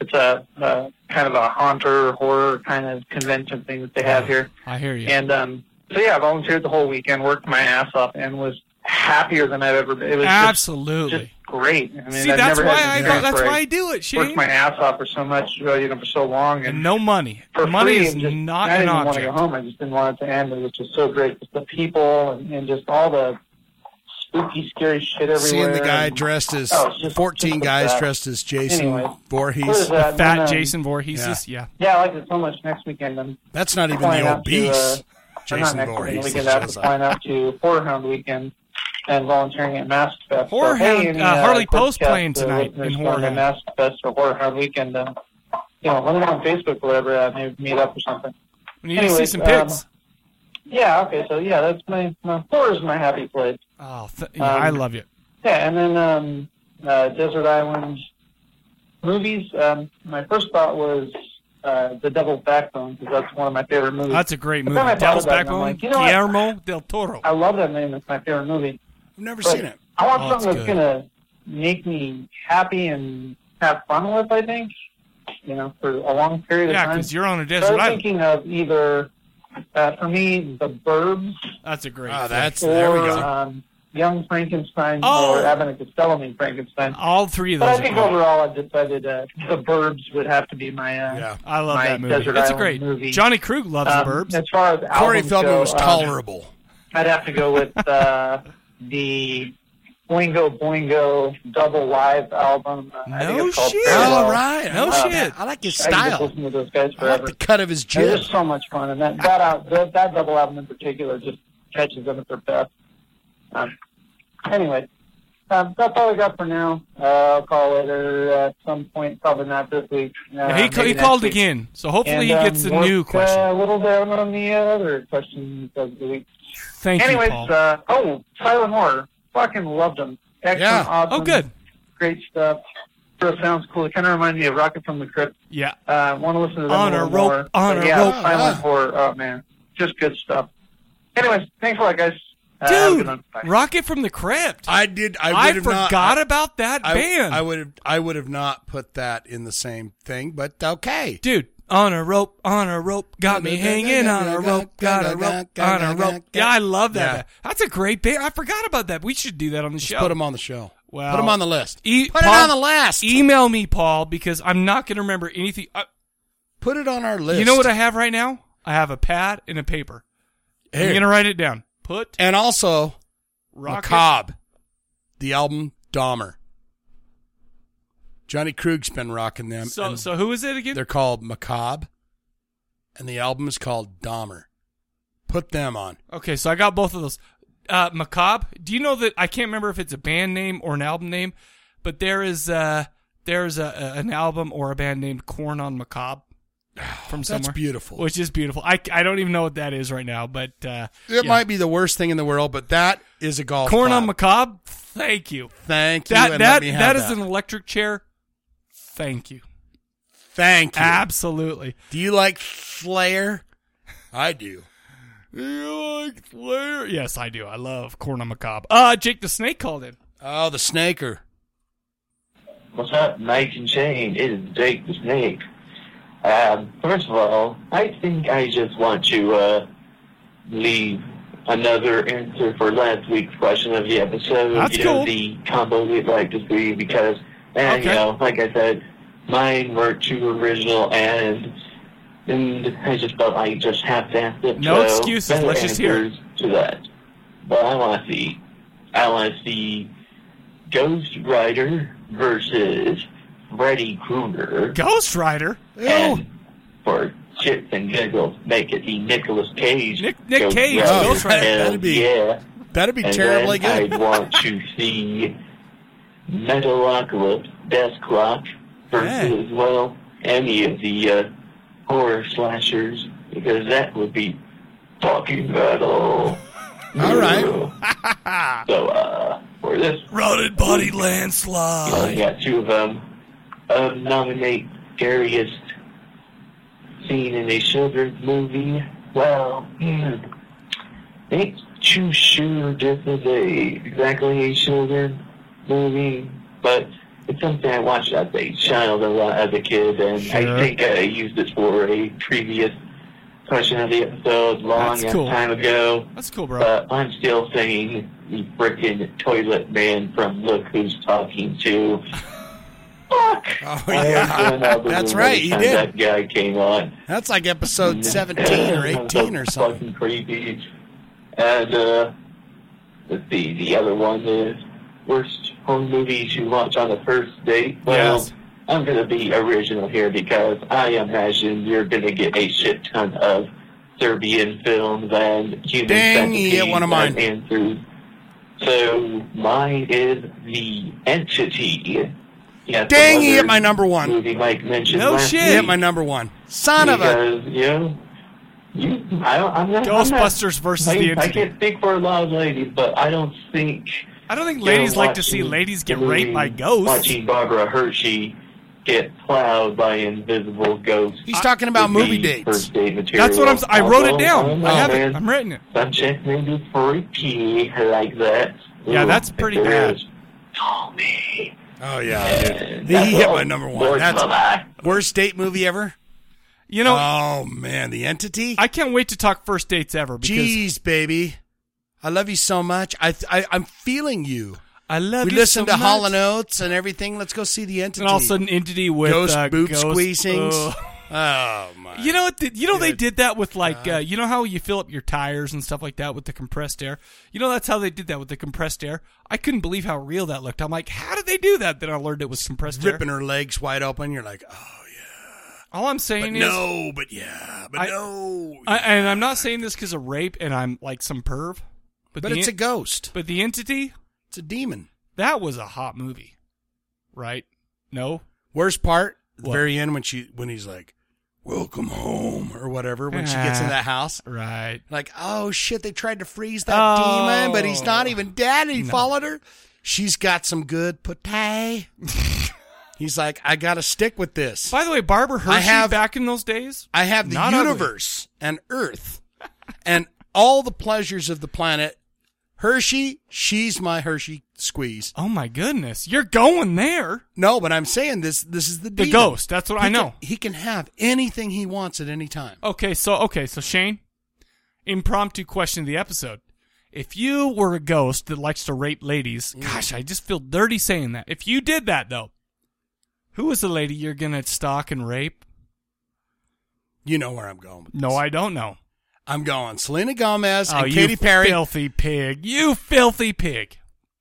D: It's a, a kind of a haunter horror kind of convention thing that they have here. uh,
A: I hear you.
D: And um, so yeah, I volunteered the whole weekend, worked my ass off, and was happier than I've ever been. It was just,
A: Absolutely.
D: just great. I mean,
A: See,
D: I've
A: that's
D: never
A: why
D: had an
A: I
D: experience
A: that's
D: where
A: why I do it, Shane.
D: worked my ass off for so much, uh, you know, for so long,
A: And
D: and
A: no money.
D: for
A: money
D: free,
A: is
D: and just,
A: not
D: I
A: an
D: didn't want to go
A: object.
D: home. I just didn't want it to end. It was just so great, just the people and, and just all the spooky, scary shit everywhere.
B: Seeing the guy
D: and-
B: dressed as
D: Oh, it's just-
B: 14
D: just
B: guys
D: that.
B: dressed as Jason
D: Anyway, What is
B: Voorhees.
D: that?
A: Fat
D: And, um,
A: Jason Voorhees.
B: yeah.
A: is- Yeah.
D: Yeah, I like it so much. Next weekend, I'm
B: That's not even
D: flying
B: the
D: out to, uh,
B: obese
D: I'm not
B: Jason
D: next weekend,
B: Voorhees.
D: the weekend after
B: It's
D: flying out to Horror Hound weekend and volunteering at Mask Fest. So,
A: Horror
D: hey,
A: Hound,
D: any,
A: uh, Harley
D: quick
A: Post
D: cast,
A: playing
D: uh,
A: tonight
D: listeners
A: in
D: from
A: Horror
D: the
A: Hound.
D: Mask Fest or Horror Hound weekend. Uh, you know, let me know on Facebook or whatever. Uh, maybe meet up or something.
A: We need to see
D: anyways,
A: some
D: um,
A: pics.
D: Yeah, okay, so yeah, that's my, my horror is my happy place.
A: oh, th- yeah, I
D: um,
A: love you.
D: Yeah, and then um, uh, Desert Island movies. Um, my first thought was uh, The Devil's Backbone because that's one of my favorite movies.
A: That's a great
D: But
A: movie.
D: then I thought
A: Devil's
D: about it, and I'm
A: Backbone,
D: like, you know what?
A: Guillermo del Toro.
D: I love that name. It's my favorite movie.
B: I've never
D: But
B: seen it.
D: I want
A: Oh, it's
D: something that's
A: good.
D: gonna make me happy and have fun with. I think, you know, for a long period
A: Yeah,
D: of
A: because
D: time.
A: you're on a
D: So I
A: desert
D: was
A: island.
D: thinking of either, uh, for me, The Burbs
A: That's a great.
B: Ah,
A: flick.
B: that's
D: or
B: there we go.
D: um, Young Frankenstein
A: Oh.
D: or Abbott and Costello Meet Frankenstein.
A: All three of
D: But
A: those.
D: I
A: are
D: think
A: great.
D: overall, I decided uh, The Burbs would have to be my uh,
B: Yeah.
A: I love
D: my
A: that movie.
D: Desert
A: That's a
D: Island
A: great
D: movie.
A: Johnny Krug loves
D: um,
A: the Burbs.
D: As far as
B: Corey
D: albums
B: Feldman
D: go,
B: was
D: um,
B: tolerable.
D: I'd have to go with uh, the Boingo Boingo Double Live album. Uh, I think
A: No
D: it's called
A: shit.
D: Farewell. Um,
B: All right.
A: No
B: I like
A: shit.
B: that. I like his
D: I can just
B: style.
D: listen to those guys
B: I like
D: forever.
B: the cut of his
D: They're
B: jib.
D: just so much fun, and that that, out, that that double album in particular just catches them at their best. Um, anyway, um, that's all I got for now. Uh, I'll call later at some point, probably not this week. Uh,
A: Yeah, he, ca-
D: maybe
A: he
D: next
A: called
D: week.
A: again, so hopefully
D: And,
A: he gets
D: um,
A: the new
D: worked,
A: question.
D: Uh, a little down on the other questions of the week.
A: Thank
D: Anyways,
A: you, Paul.
D: uh, oh, Silent Horror. Fucking loved them. Excellent,
B: Yeah.
D: awesome,
A: oh, good.
D: Great stuff. Sure sounds cool. It kind of reminds me of Rocket from the Crypt.
A: Yeah,
D: Uh, want to listen to them
A: On
D: a
A: a
D: little
A: rope,
D: more.
A: on
D: But
A: a
D: yeah,
A: rope.
D: Silent
B: Ah.
D: Horror. Oh, man. Just good stuff. Anyways, thanks a lot, guys. Uh, have a good
A: dude.
D: one. Bye.
A: Rocket from the Crypt.
B: I did. I,
A: I,
B: would have
A: forgot
B: not,
A: about that
B: I,
A: band,
B: I would have. I would have not put that in the same thing. But okay.
A: dude. On a rope, on a rope, got me hanging on a rope, got a rope, on a rope. Yeah, I love that.
B: Yeah.
A: band. That's a great band. I forgot about that. We should do that on the show.
B: Put him on the show.
A: Well,
B: put him on the list.
A: E-
B: put
A: Paul-
B: it on the list.
A: Email me, Paul, because I'm not going to remember anything. I,
B: put it on our list.
A: you know what I have right now? I have a pad and a paper.
B: Here.
A: I'm going to write it down. Put
B: and also
A: rocket.
B: Macabre, the album Dahmer. Johnny Krug's been rocking them.
A: So,
B: and
A: so who is it again?
B: they're called Macabre, and the album is called Dahmer. Put them on.
A: Okay, so I got both of those. Uh, Macabre. Do you know that I can't remember if it's a band name or an album name, but there is uh there's a, a an album or a band named Corn on Macabre from somewhere.
B: That's beautiful.
A: Which is beautiful. I, I don't even know what that is right now, but uh,
B: It
A: yeah.
B: might be the worst thing in the world, but that is a golf.
A: Corn
B: clap.
A: on Macabre. Thank you.
B: Thank you.
A: That
B: and
A: that
B: let me have
A: that is an electric chair. Thank you.
B: thank you.
A: Absolutely.
B: do you like Flair? I do.
A: You like Flair? Yes, I do. I love Corn on Macabre. Uh, Jake the Snake called in.
B: Oh, the snaker.
C: What's up, Mike and Shane? It is Jake the Snake. Um, first of all, I think I just want to uh, leave another answer for last week's question of the episode.
A: That's
C: you know,
A: cool.
C: the combo we'd like to see because, and, you
A: Okay.
C: know, like I said, mine were too original and and I just felt I just have to ask it.
A: No
C: so
A: excuses.
C: better
A: Let's just hear it.
C: answers to that. But I want to see. I want to see Ghost Rider versus Freddy Krueger.
A: Ghost Rider.
C: And for shits and giggles, make it the Nicolas Cage.
A: Nick- Nick Cage, Ghost Rider.
C: Hell
B: That'd be
C: yeah.
B: That'd be
C: And
B: terribly
C: then
B: good.
C: I'd want to see Metalocalypse, Death Clock versus well any of the uh, horror slashers because that would be fucking metal.
B: All right.
C: So uh, for this
A: Routed body
C: I
A: landslide.
C: got two of them. Um, nominate scariest scene in a children's movie. Well, hmm. Ain't too sure this is a exactly a children's movie, but it's something I watched as a child a lot as a kid, and I
A: Sure.
C: think I used it for a previous question of the episode long
A: That's
C: ass
A: cool.
C: time ago,
A: That's cool, bro.
C: but I'm still singing the frickin' toilet man from Look Who's Talking To. Fuck!
B: Oh,
C: I
B: yeah.
C: opened up the
B: That's
C: room every
B: right, he
C: time
B: did.
C: That guy came on.
B: That's like episode 17 or 18 or something.
C: Fucking creepy. And uh, let's see, the other one is worst home movies you watch on the first date. Well,
B: Yes.
C: I'm gonna be original here because I imagine you're gonna get a shit ton of Serbian films and human
B: Dang, you get
C: centipedes
B: one of mine.
C: and answers. So mine is the entity. Yes,
B: Dang, he
C: another
B: hit my number one.
C: Movie Mike mentioned
A: No
C: last
A: shit.
B: He hit my number one. Son of a.
C: because, you know, you, I don't, I'm not, I'm not-
A: Ghostbusters versus the
C: I, I
A: entity.
C: can't speak for a lot of ladies, but I don't think
A: I don't think
C: you
A: ladies
C: know,
A: like to see
C: watching
A: ladies get
C: the
A: raped
C: movie,
A: by ghosts.
C: Watching Barbara Hershey get plowed by invisible ghosts.
B: He's talking about
C: would be
B: movie dates.
C: First date material.
A: That's what I'm. s- I wrote it
C: Although,
A: down.
C: don't
A: I
C: know,
A: have it.
C: man.
A: I'm writing it.
C: Some chicks may be freaky like that.
A: Yeah,
C: Ooh,
A: that's
C: if
A: pretty
C: there
A: bad.
C: is, Call me.
B: Oh, yeah. dude.
C: And
B: He
C: that's
B: hit
C: all.
B: my number one.
C: Lord,
B: That's-
C: bye-bye.
B: Worst date movie ever?
A: You know,
B: Oh, man. The Entity?
A: I can't wait to talk first dates ever because
B: Jeez, baby. I love you so much. I, I, I'm feeling you.
A: I love
B: we
A: you
B: listened
A: so
B: to
A: much.
B: Hall and Oates and everything. Let's go see the entity.
A: and all of a sudden entity with
B: ghost
A: uh,
B: boob
A: ghost-
B: squeezings.
A: Ugh.
B: Oh my! Uh-huh.
A: You know what? the- You know they
B: Good
A: did that with like uh, you know how you fill up your tires and stuff like that with the compressed air. You know that's how they did that with the compressed air. I couldn't believe how real that looked. I'm like, how did they do that? Then I learned it was compressed
B: ripping
A: air.
B: her legs wide open. You're like, oh,
A: All I'm saying is
B: no, but yeah, but
A: I-
B: no.
A: I, and I'm not saying this because of rape, and I'm like some perv. But,
B: but
A: the
B: it's a
A: en-
B: ghost.
A: but the entity
B: It's a demon.
A: that was a hot movie, right? No,
B: Worst part, the
A: What?
B: very end when she when he's like, "Welcome home" or whatever when she gets in
A: Ah.
B: that house.
A: right?
B: Like, oh shit, they tried to freeze that
A: Oh.
B: demon, but he's not even dead. and He followed her. She's got some good pate. he's like, I gotta stick with this.
A: By the way, Barbara Hershey
B: I have-
A: back Oh. in those days.
B: I have the
A: Not ugly.
B: universe and Earth and all the pleasures of the planet. Hershey, she's my Hershey squeeze.
A: Oh my goodness, you're going there.
B: No, but I'm saying this. This is the
A: The
B: demon.
A: ghost. That's what
B: He
A: I know.
B: Can, he can have anything he wants at any time.
A: Okay, so okay, so Shane, impromptu question of the episode. If you were a ghost that likes to rape ladies,
B: Mm.
A: gosh, I just feel dirty saying that. If you did that though, who is the lady you're gonna stalk and rape?
B: You know where I'm going. With
A: No,
B: this.
A: I don't know.
B: I'm going Selena Gomez
A: oh,
B: and
A: you
B: Katy Perry.
A: filthy pig! You filthy pig!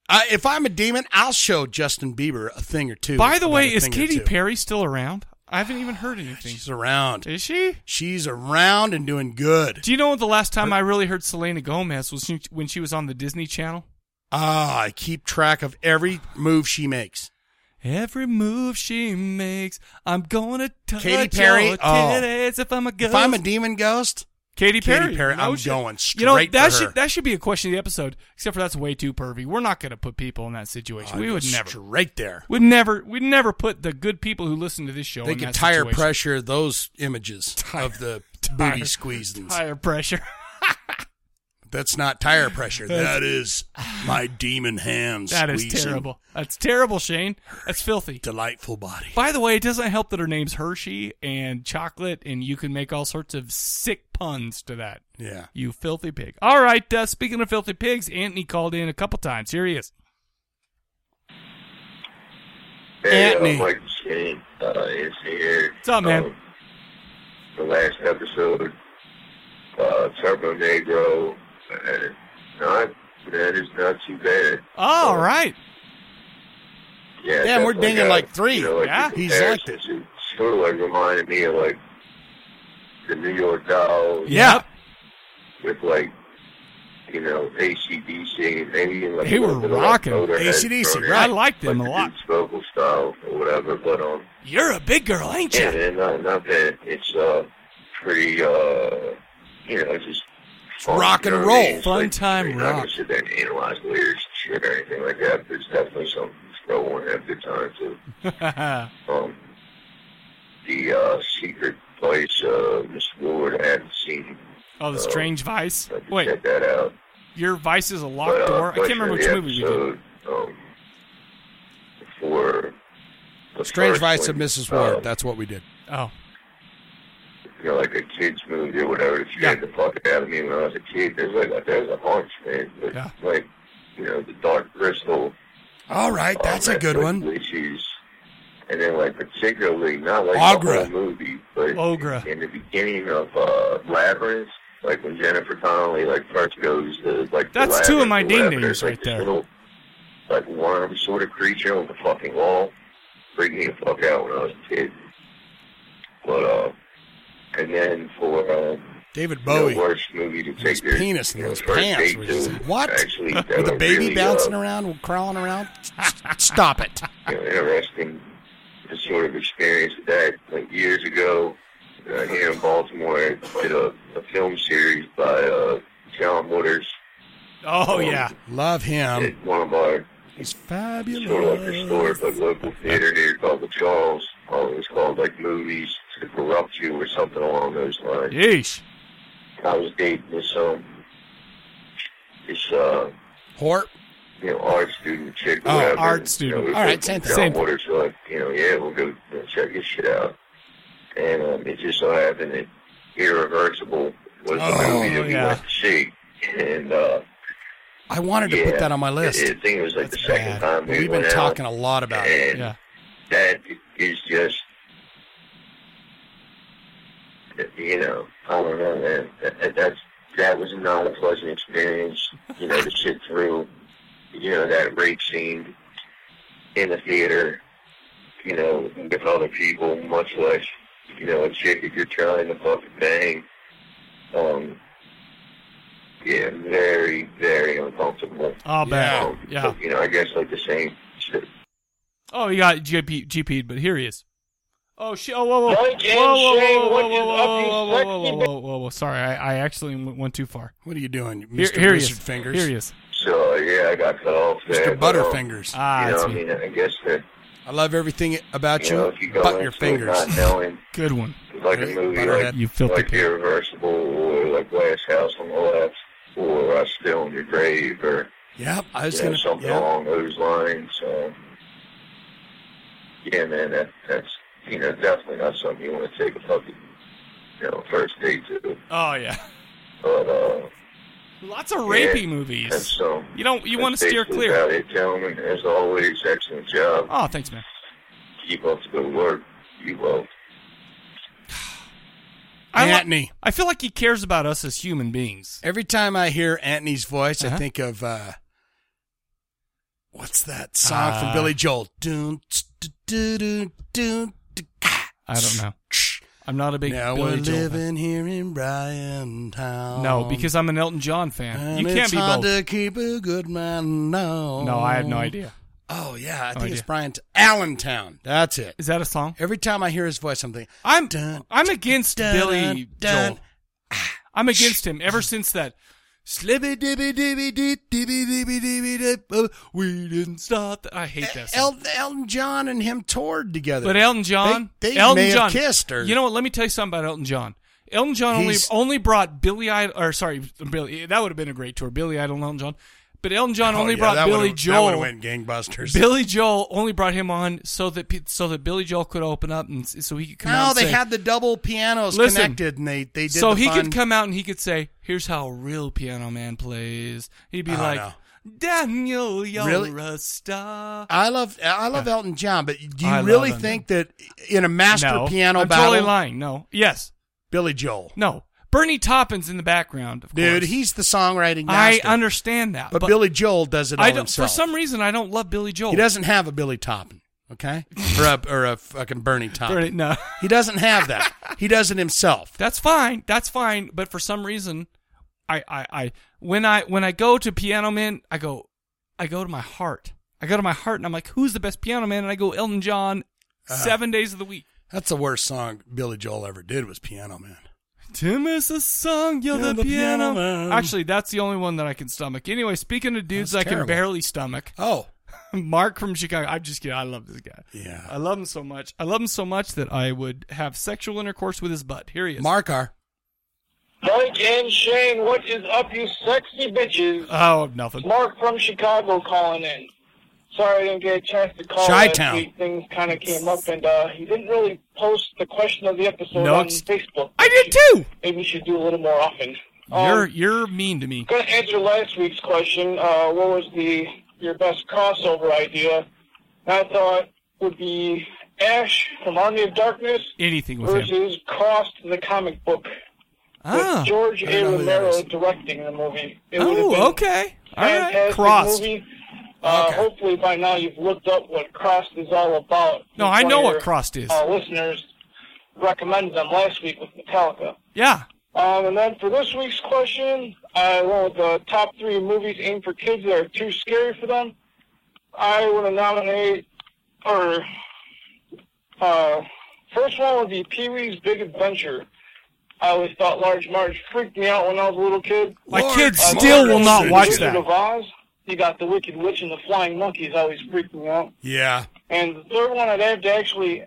B: Uh, if I'm a demon, I'll show Justin Bieber a thing or two.
A: By the
B: about
A: way,
B: a
A: is
B: thing or
A: Katy
B: two.
A: Perry still around? I haven't even heard anything.
B: She's around.
A: Is she?
B: She's around and doing good.
A: Do you know the last time I really heard Selena Gomez was she- when she was on the Disney Channel?
B: Ah, I keep track of every move she makes.
A: Every move she makes, I'm gonna touch
B: Katy Perry?
A: your
B: Oh.
A: titties if I'm a ghost.
B: If I'm a demon ghost,
A: Katy
B: Katy
A: Perry,
B: Perry,
A: no
B: I'm
A: shit.
B: going
A: You know
B: straight
A: that
B: for
A: should
B: her.
A: that should be a question of the episode. Except for that's way too pervy. We're not gonna put people in that situation.
B: I'd
A: we
B: go
A: would never.
B: Oh, straight there.
A: Would never. We'd never put the good people who listen to this show.
B: They
A: in
B: could
A: that
B: tire
A: situation.
B: pressure those images of the booty squeezings.
A: Tire pressure.
B: That's not tire pressure.
A: That's-
B: That is my demon hands.
A: that is
B: squeezing
A: terrible. That's terrible, Shane. That's filthy.
B: Delightful body.
A: By the way, it doesn't help that her name's Hershey and chocolate, and you can make all sorts of sick puns to that.
B: Yeah.
A: You filthy pig. All right. Uh, speaking of filthy pigs, Anthony called in a couple times. Here he is.
E: Hey,
B: Anthony.
E: uh, Mike Shane uh, is here.
A: What's up, man?
E: Um, the last episode, uh, Turbo Negro, and not that is not too bad.
A: All
E: Uh,
A: right.
E: Yeah,
B: Damn, we're
E: definitely
B: dinging
E: got,
B: like three.
E: You know, like
A: Yeah.
E: the
B: He's like
E: comparisons, It sort of like reminded me of like the New York Dolls
B: Yeah.
E: with like. You know, ACDC and maybe like
A: They
E: a
A: were
E: little bit of,
A: rocking.
E: Like Motorhead
B: AC/DC,
E: thrown in,
B: right.
A: I liked them
E: like
A: a
E: the
A: lot.
E: dude's vocal style or whatever, but um,
A: You're a big girl, ain't
E: Yeah,
A: you?
E: man, not, not bad. It's uh, pretty, uh, you know, just fun,
B: rock and
E: you know what I mean?
B: roll.
E: It's
A: Fun
E: like,
A: time
E: you're not gonna
A: rock.
E: sit there and analyze lyrics and shit or anything like that. But it's definitely something to throw on at the time too. Um, the uh, secret place, uh, Miss Ward, I haven't seen.
A: oh, the strange vice.
E: I could
A: Wait,
E: check that out.
A: your vice is a
E: But,
A: locked
E: uh,
A: door. I can't
E: question
A: remember
E: of
A: which
E: the
A: movie we did.
E: episode, Um, for the
B: Strange
E: first
B: Vice of
E: one,
B: Mrs. Ward.
E: um,
B: That's what we did.
A: Oh,
E: you know, like a kids movie or whatever. It scared the fuck out of me when I was a kid. There's like there's a haunch, man. But
A: Yeah.
E: like, you know, the Dark Crystal.
B: All right,
E: um,
B: that's a
E: that
B: good
E: took
B: one.
E: Issues. And then, like particularly not like
B: Agra.
E: the whole movie, but
A: Ogra.
E: in the beginning of uh, Labyrinth, like when Jennifer Connelly like first goes to like the
A: That's two
E: Labyrinth
A: of my
E: or
A: ding
E: whatever,
A: dings
E: there's,
A: right
E: like, this
A: there.
E: Little, like worm sort of creature on the fucking wall, freaked me the fuck out when I was a kid. But uh, and then for uh,
B: David
E: you know,
B: Bowie.
E: worst movie to take
B: His
E: their
B: penis in
E: you know,
B: those
E: first
B: pants
E: date
B: was just-
E: to,
B: what?
E: Actually, that
B: With the
E: was
B: baby
E: really,
B: bouncing
E: uh,
B: around, crawling around. Stop it.
E: you know, interesting to sort of experience that. Like years ago, uh, here in Baltimore, I did a, a film series by uh, John Waters.
A: Oh yeah.
B: Love him.
E: at one of our
B: He's
E: sort of like a store,
B: fabulous.
E: but local theater here called the Charles. Oh, it was called like movies to corrupt you or something along those lines.
A: Yeesh.
E: I was dating this um this uh
B: Hort.
E: you know, art student chick.
B: Oh,
E: whatever.
A: art
E: You
A: student.
E: know,
B: All right, same thing.
E: John
A: Same thing.
E: Waters, so like, you know, yeah, we'll go you know, check this shit out. And um, it just so happened that Irreversible was the
B: Oh,
E: movie that we
A: yeah.
E: went to see. And uh,
B: I wanted to
E: yeah,
B: put that on my list.
E: I, I think it was like
B: That's
E: the second
B: bad.
E: time
B: But
E: we
B: We've been
E: went
B: talking
E: out,
B: a lot about it.
E: and
A: Yeah.
E: that is just. You know, I don't know, man. That, that- that's that was not a pleasant experience. You know, to sit through, you know, that rape scene in the theater. You know, with other people, much less, you know, a chick that you're trying to fucking bang. Um, yeah, very, very uncomfortable.
A: Oh bad.
E: Um,
A: Yeah.
E: You know, I guess like the same shit.
A: Oh, he got GP GP'd, but here he is. Oh shit! Oh whoa whoa whoa
F: Hey, Jim, Shane,
A: whoa whoa
F: what
A: whoa whoa
F: is up, you
A: whoa whoa whoa
F: sexy
A: whoa whoa whoa whoa! Sorry, I I actually went went too far.
B: What are you doing,
A: Here,
B: Mr.
A: here he is.
B: Wizard Fingers?
A: Here he is.
E: So yeah, I got cut off there.
B: Mr.
E: but, um,
B: Butterfingers.
A: Ah,
E: you know,
A: that's
E: I
A: me.
E: mean, I guess that
B: I love everything about
E: you know,
B: you,
E: if you go
B: but
E: into
B: your
E: it
B: fingers.
E: not knowing,
A: Good one.
E: like a
B: Hey,
E: movie
B: Butterhead.
E: like
A: You filthy
E: like
A: pig.
E: Irreversible or like Glass House on the Left or I Still in Your Grave or
B: Yep, I was
E: you know,
B: gonna.
E: something
B: yep.
E: along those lines. So yeah, man, that that's you know definitely not something you want to take a fucking you know first date to.
A: Oh yeah.
E: But uh,
A: Lots of rapey
E: Yeah. that's
A: movies.
E: so.
A: You don't. You want
E: that's
A: to steer
E: basically
A: clear.
E: About it, gentlemen. As always, excellent job.
A: Oh, thanks, man.
E: Keep up the good work. You will.
A: I, li-
B: Antony.
A: I feel like he cares about us as human beings.
B: Every time I hear Antony's voice, I
A: Uh-huh.
B: think of uh, what's that song
A: Uh,
B: from Billy Joel? Doon, tss, doo, doo, doo, doo, doo, ah,
A: I don't know.
B: tsh.
A: I'm not a big
B: Now we're
A: Billy Joel fan.
B: living here in Bryan Town.
A: No, because I'm an Elton John fan.
B: and
A: You can't
B: it's
A: be
B: hard
A: both.
B: to keep a good man now.
A: No, I had no idea.
B: Oh yeah, I
A: No
B: think it's
A: idea.
B: Bryan T- Allentown. That's it.
A: Is that a song?
B: Every time I hear his voice, I'm thinking,
A: I'm
B: Dun,
A: I'm against
B: dun,
A: Billy
B: dun.
A: Joel. I'm against him ever since that. Slibby dibby dibby dip dibby dibby dibby dip.
B: oh,
A: uh, We didn't stop. th- I hate that. Song.
B: E, El- Elton John and him toured together.
A: But Elton John,
B: They- they
A: Elton
B: may have
A: John
B: kissed her.
A: You know what? Let me tell you something about Elton John. Elton John only
B: He's-
A: only brought Billy Idol, or sorry, Billy. That would have been a great tour, Billy Idol and Elton John. But Elton John
B: Oh,
A: only
B: yeah,
A: brought
B: that
A: Billy
B: would've-
A: Joel.
B: That would have went gangbusters.
A: Billy Joel only brought him on so that pe- so that Billy Joel could open up and s- so he could come out.
B: no,
A: and
B: they
A: say-
B: had the double pianos
A: Listen,
B: connected, and they they did.
A: so
B: the
A: he
B: fun-
A: could come out and he could say, "Here's how a real piano man plays." He'd be
B: Oh,
A: like,
B: no.
A: "Daniel, you're
B: Really?
A: a star."
B: I love I love Elton John, but do you
A: I love
B: really
A: Elton
B: think that in a master
A: no,
B: piano
A: I'm
B: battle,
A: totally lying. No, yes,
B: Billy Joel,
A: no. Bernie Taupin's in the background, of
B: dude,
A: course.
B: he's the songwriting
A: I
B: master.
A: understand that,
B: but, Billy Joel does it all
A: I don't,
B: himself.
A: for some reason, I don't love Billy Joel.
B: he doesn't have a Billy Toppin, okay, or a or a fucking Bernie Toppin.
A: Bernie- no,
B: He doesn't have that. he does it himself.
A: that's fine. That's fine. But for some reason, I, I, I, when I, when I go to Piano Man, I go, I go to my heart. I go to my heart, and I'm like, who's the best piano man? And I go Elton John,
B: Ah.
A: seven days of the week.
B: That's the worst song Billy Joel ever did was Piano Man.
A: Tim is a song, you're,
B: You're
A: the,
B: the piano
A: piano.
B: man.
A: Actually, that's the only one that I can stomach. Anyway, speaking of dudes
B: That's
A: I can
B: terrible.
A: barely stomach,
B: Oh,
A: Mark from Chicago. I'm just kidding. I love this guy.
B: Yeah.
A: I love him so much. I love him so much that I would have sexual intercourse with his butt. Here he is.
B: Mark R.
F: Mike and Shane, what is up, you sexy bitches?
A: Oh, nothing.
F: Mark from Chicago calling in. Sorry, I didn't get a chance to call.
B: Chi
F: last
B: Town.
F: week. Things kind of came up, and uh, he didn't really post the question of the episode
A: No
F: on
A: ex-
F: Facebook.
A: I did too.
F: Maybe you should do a little more often.
A: You're
F: Um,
A: you're mean to me.
F: going to answer last week's question. Uh, what was the your best crossover idea? I thought would be Ash from Army of Darkness
A: Anything with him.
F: versus Cross the comic book
A: Ah.
F: with George
B: I don't know
F: A.
B: who that
F: Romero
B: is.
F: directing the movie. It would have been
A: Oh, okay. All right.
F: fantastic
A: Crossed.
F: movie. Uh,
B: Okay.
F: Hopefully by now you've looked up what Crossed is all about.
A: No, I know
F: One of
A: what
F: your,
A: Crossed is.
F: Uh, listeners recommended them last week with Metallica.
A: Yeah.
F: Um, and then for this week's question, I went with the top three movies aimed for kids that are too scary for them. I would nominate, or uh, first one would be Pee Wee's Big Adventure. I always thought Large Marge freaked me out when I was a little kid.
A: My
B: Lord,
A: kids
F: Uh,
A: still will
F: Marge
A: not
F: and
A: watch
F: Wizard
A: that.
F: Of Oz, you got the Wicked Witch and the Flying Monkeys always freaked me out.
B: Yeah.
F: And the third one, I'd have to actually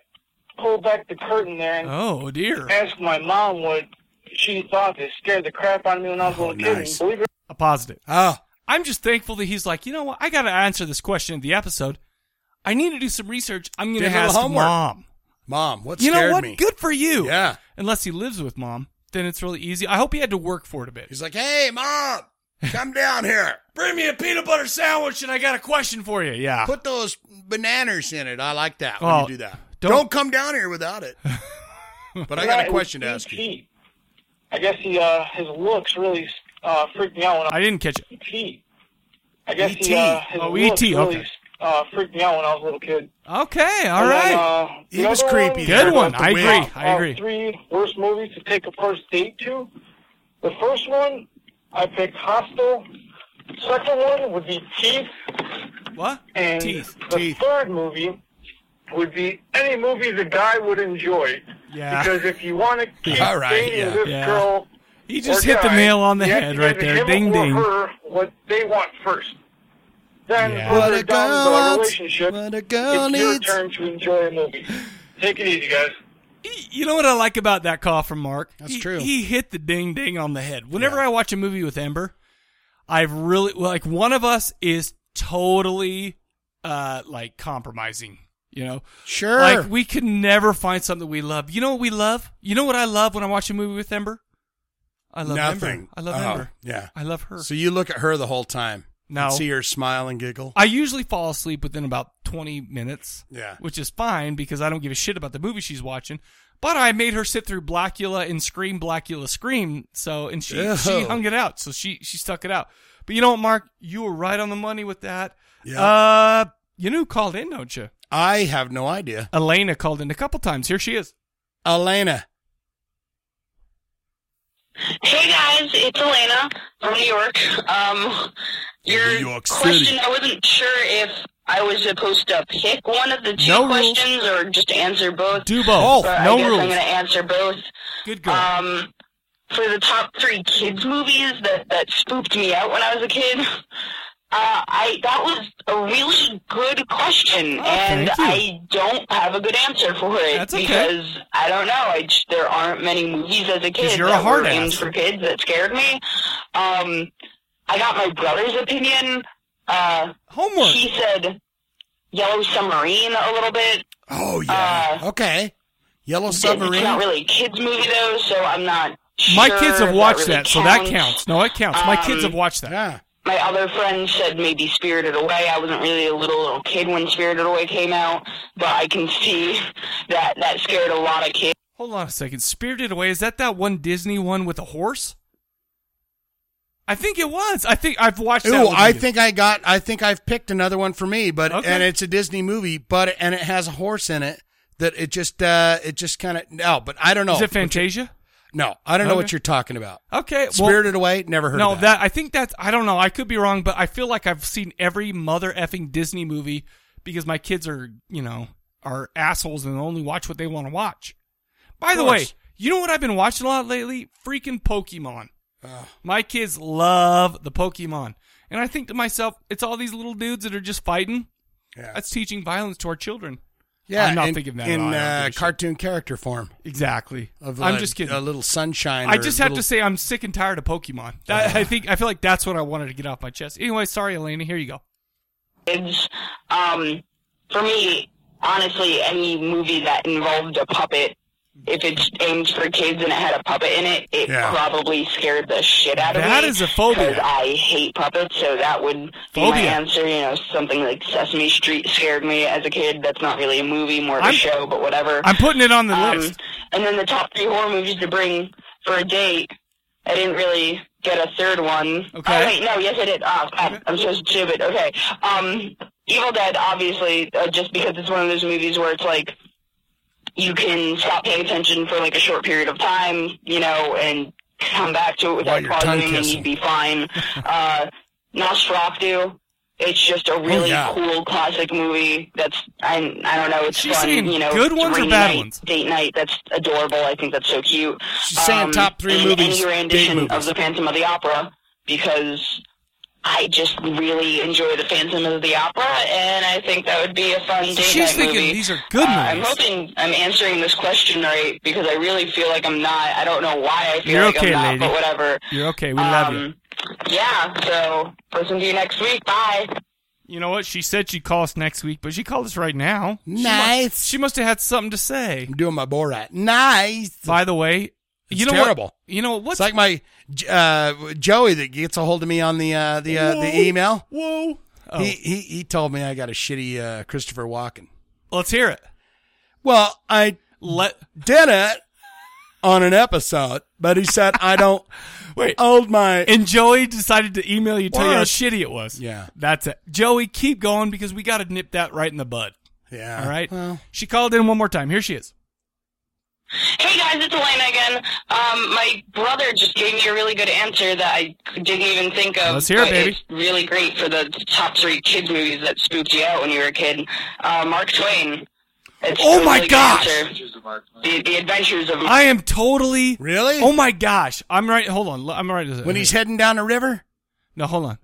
F: pull back the curtain there and
A: Oh dear.
F: ask my mom what she thought that scared the crap out of me when I was a little kid.
B: Oh, nice.
F: And believe it,
A: I paused it.
B: Oh,
A: Ah. I'm just thankful that he's like, you know what? I got to answer this question in the episode. I need to do some research. I'm going
B: Did
A: to
B: a little
A: ask
B: homework.
A: mom.
B: mom, what
A: you
B: scared
A: know what?
B: me?
A: Good for you.
B: Yeah.
A: Unless he lives with mom, then it's really easy. I hope he had to work for it a bit.
B: He's like, hey, mom, come down here.
A: Bring me a peanut butter sandwich, and I got a question for you. Yeah.
B: Put those bananas in it. I like that when
A: Oh,
B: you do that.
A: don't-
B: Don't, come down here without it. But I got
F: right,
B: a
F: it
B: question to
F: was
B: ask you.
F: E.T.. I guess he, uh, his looks really uh, freaked me out when I
A: I didn't catch it.
F: was E.T. E I guess
B: E.T..
F: he, uh, his
A: Oh,
F: looks
A: E.T.,
F: really
A: okay.
F: uh, freaked me out when I was a little kid.
A: Okay. All
F: And then,
A: right.
F: uh,
B: He
F: the
B: was
F: other
B: creepy.
F: one-
B: there
A: Good
B: about
A: one.
B: the
A: I
B: wig.
A: agree. I
F: uh,
A: agree.
F: Three worst movies to take a first date to. The first one, I picked Hostel. Second one would be Teeth.
A: What?
F: And
A: Teeth.
F: the
B: Teeth.
F: third movie would be any movie the guy would enjoy.
A: Yeah.
F: Because if you want to keep
B: All right,
F: dating
B: yeah.
F: this
A: Yeah.
F: girl,
A: He
F: or
A: just hit the
F: guy,
A: nail on the
F: you have
A: head
F: to
A: right
F: give
A: there.
F: him
A: Ding
F: or
A: ding.
F: Her what they want first. Then
A: Yeah.
F: further
B: What a
F: down
B: girl
F: the
B: wants,
F: relationship,
B: what a girl
F: it's
B: needs.
F: your turn to enjoy a movie. Take it easy, guys.
A: You know what I like about that call from Mark?
B: That's
A: He-
B: true.
A: He hit the ding ding on the head. Whenever I watch a movie with Ember, I've really like one of us is totally uh like compromising. You know,
B: Sure.
A: like we could never find something we love. You know what we love? You know what I love when I watch a movie with Ember? I love Ember.
B: Nothing.
A: I love
B: Oh,
A: Ember.
B: yeah.
A: I love her.
B: So you look at her the whole time.
A: No.
B: And see her smile and giggle.
A: I usually fall asleep within about 20 minutes.
B: Yeah.
A: Which is fine because I don't give a shit about the movie she's watching. But I made her sit through Blackula and scream Blackula scream. So and she
B: Ew.
A: she hung it out. So she she stuck it out. But you know what, Mark? You were right on the money with that.
B: Yeah.
A: Uh, you know who called in, don't you?
B: I have no idea.
A: Elena called in a couple times. Here she is.
B: Elena.
G: Hey guys, it's Elena from New York. Um, your
B: New York City.
G: question, I wasn't sure if I was supposed to pick one of the two
A: No rules.
G: questions or just answer both.
A: Dubo.
B: Oh,
G: but I
A: no
G: guess
A: rules.
G: I'm going to answer both.
A: Good girl.
G: Um, for the top three kids movies that that spooked me out when I was a kid, uh, I that was a really good question,
A: Oh,
G: and
A: thank you.
G: I don't have a good answer for it
A: That's okay.
G: because I don't know. I just, there aren't many movies as a kid
A: you're a
G: that
A: hard
G: were
A: ass.
G: aimed for kids that scared me. Um, I got my brother's opinion. Uh,
A: Homework.
G: he said Yellow Submarine a little bit. Uh,
B: Oh, yeah. okay. Yellow
G: It's
B: Submarine.
G: not really a kids movie though, so I'm not.
A: My
G: sure
A: kids
G: if
A: have watched
G: really
A: that, so that counts. No, it counts. My kids
G: Um,
A: have watched that.
B: yeah.
G: My other friend said maybe Spirited Away. I wasn't really a little little kid when Spirited Away came out, but I can see that that scared a lot of kids.
A: Hold on a second. Spirited Away is that that one Disney one with a horse? I think it was. I think I've watched. that
B: Ooh,
A: with
B: I
A: you.
B: think I got. I think I've picked another one for me, but
A: Okay.
B: and it's a Disney movie, but and it has a horse in it that it just uh it just kind of no, but I don't know.
A: is it Fantasia?
B: no, I don't know
A: Okay.
B: what you're talking about.
A: Okay, well,
B: Spirited Away, never heard
A: No,
B: of
A: that.
B: that.
A: I think that's. I don't know. I could be wrong, but I feel like I've seen every mother effing Disney movie because my kids are, you know, are assholes and only watch what they want to watch. By
B: Of
A: the way,
B: course.
A: you know what I've been watching a lot lately? Freaking Pokemon. My kids love the Pokemon, and I think to myself, it's all these little dudes that are just fighting.
B: Yeah.
A: That's teaching violence to our children.
B: yeah,
A: I'm not
B: in,
A: thinking that at
B: in
A: all. I don't give
B: uh,
A: a shit.
B: cartoon character form.
A: Exactly.
B: Of
A: I'm
B: uh,
A: just kidding.
B: A little sunshine.
A: I
B: or
A: just have
B: little-
A: to say I'm sick and tired of Pokemon. That, I think I feel like that's what I wanted to get off my chest. Anyway, sorry, Elena. Here you go.
G: kids. Um, for me, honestly, any movie that involved a puppet, if it's aimed for kids and it had a puppet in it, it
B: Yeah.
G: probably scared the shit out of me.
A: That is a phobia.
G: 'cause I hate puppets, so that would be my
A: Phobia.
G: answer. You know, something like Sesame Street scared me as a kid. That's not really a movie, more of a
A: I'm-
G: show, but whatever.
A: I'm putting it on the
G: Um,
A: list.
G: And then the top three horror movies to bring for a date. I didn't really get a third one.
A: Okay.
G: Oh, wait, no, yes, I did. Oh, God, I'm so stupid. Okay. Um, Evil Dead, obviously, uh, just because it's one of those movies where it's like you can stop paying attention for like a short period of time, you know, and come back to it
B: While
G: without
B: you're
G: pausing,
B: tongue
G: and
B: kissing.
G: you'd be fine. uh, Nosferatu. It's just a really
B: Oh, yeah.
G: cool classic movie. That's I I don't know. It's
A: She's
G: fun,
A: saying
G: you know.
A: good ones or
G: rainy
A: bad
G: night,
A: ones?
G: Date night. That's adorable. I think that's so cute. Um,
B: She's saying top three
G: and
B: movies,
G: Any
B: date
G: rendition
B: movies.
G: of the Phantom of the Opera because I just really enjoy the Phantom of the Opera, and I think that would be a fun date
A: she's
G: night
A: thinking
G: movie.
A: these are good
G: Uh, I'm
A: movies.
G: hoping I'm answering this question right because I really feel like I'm not. I don't know why I feel
A: You're
G: like I'm
A: okay,
G: not,
A: lady.
G: but whatever.
A: You're okay. We love
H: Um,
A: you.
G: Yeah. So listen to you next week. Bye.
A: You know what? She said she'd call us next week, but she called us right now. She mu-
B: Nice.
A: She must have had something to say.
B: I'm doing my Borat. Nice.
A: By the way,
B: It's
A: you know
B: terrible.
A: What, you know
B: It's
A: what's
B: like my uh, Joey that gets a hold of me on the uh, the uh,
A: Whoa.
B: the email.
A: Whoa. Oh,
B: He, he he told me I got a shitty uh, Christopher Walken.
A: let's hear it.
B: Well, I
A: Let
B: did it on an episode, but he said I don't
A: wait.
B: hold my.
A: And Joey decided to email you, tell you how
B: What?
A: shitty it was.
B: Yeah.
A: that's it. Joey, keep going because we got to nip that right in the bud.
B: yeah.
A: All right.
B: Well,
A: she called in one more time. Here she is.
G: Hey guys, it's Elena again. Um, my brother just gave me a really good answer that I didn't even think of.
A: Let's hear it,
G: but
A: baby.
G: It's really great for the top three kids movies that spooked you out when you were a kid. Uh, Mark Twain. It's
A: Oh
G: a
A: my
G: really good
A: gosh!
G: answer. The, the Adventures of Mark.
A: I am totally
B: Really?
A: Oh my gosh! I'm right. Hold on. I'm right.
B: when he's heading down the river,
A: no, hold on.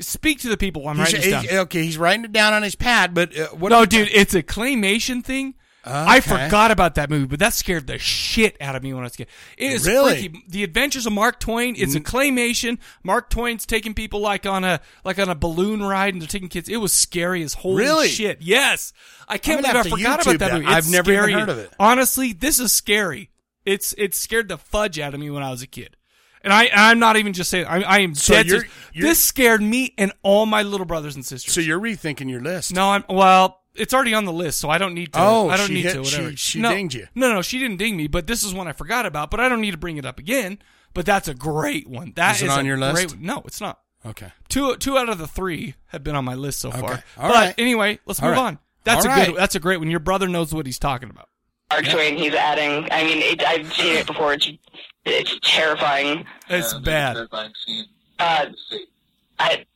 A: Speak to the people. I'm
B: he's,
A: writing this down.
B: he's- okay, he's writing it down on his pad. But uh, what?
A: no, dude, it's a claymation thing. I
B: Okay.
A: forgot about that movie, but that scared the shit out of me when I was a kid. It is
B: Really? Mm.
A: freaky. The Adventures of Mark Twain. It's a claymation. Mark Twain's taking people like on a like on a balloon ride, and they're taking kids. It was scary as holy
B: Really?
A: shit. Yes, I can't
B: I'm gonna
A: believe I
B: have to
A: forgot
B: YouTube
A: about that
B: that.
A: movie. It's
B: I've never even
A: scary.
B: heard of it.
A: Honestly, this is scary. It's it scared the fudge out of me when I was a kid. And I, I'm not even just saying. I, I am
B: So
A: dead
B: you're-
A: serious.
B: you're-
A: this scared me and all my little brothers and sisters.
B: So you're rethinking your list.
A: No, I'm well. It's already on the list, so I don't need to.
B: Oh,
A: I don't
B: she
A: need
B: hit-
A: to. Whatever.
B: she- she
A: no,
B: dinged you.
A: No, no, she didn't ding me. But this is one I forgot about. But I don't need to bring it up again. But that's a great one. That
B: Is it
A: a
B: on your list?
A: great one. No, it's not.
B: Okay.
A: Two two out of the three have been on my list so far.
B: All
A: but
B: right.
A: anyway, let's
B: All
A: move
B: right.
A: on. That's
B: All
A: a good.
B: right.
A: That's a great one. Your brother knows what he's talking about.
G: Mark Twain. He's adding. I mean, it, I've seen it before. It's it's terrifying.
A: It's bad.
G: Uh, I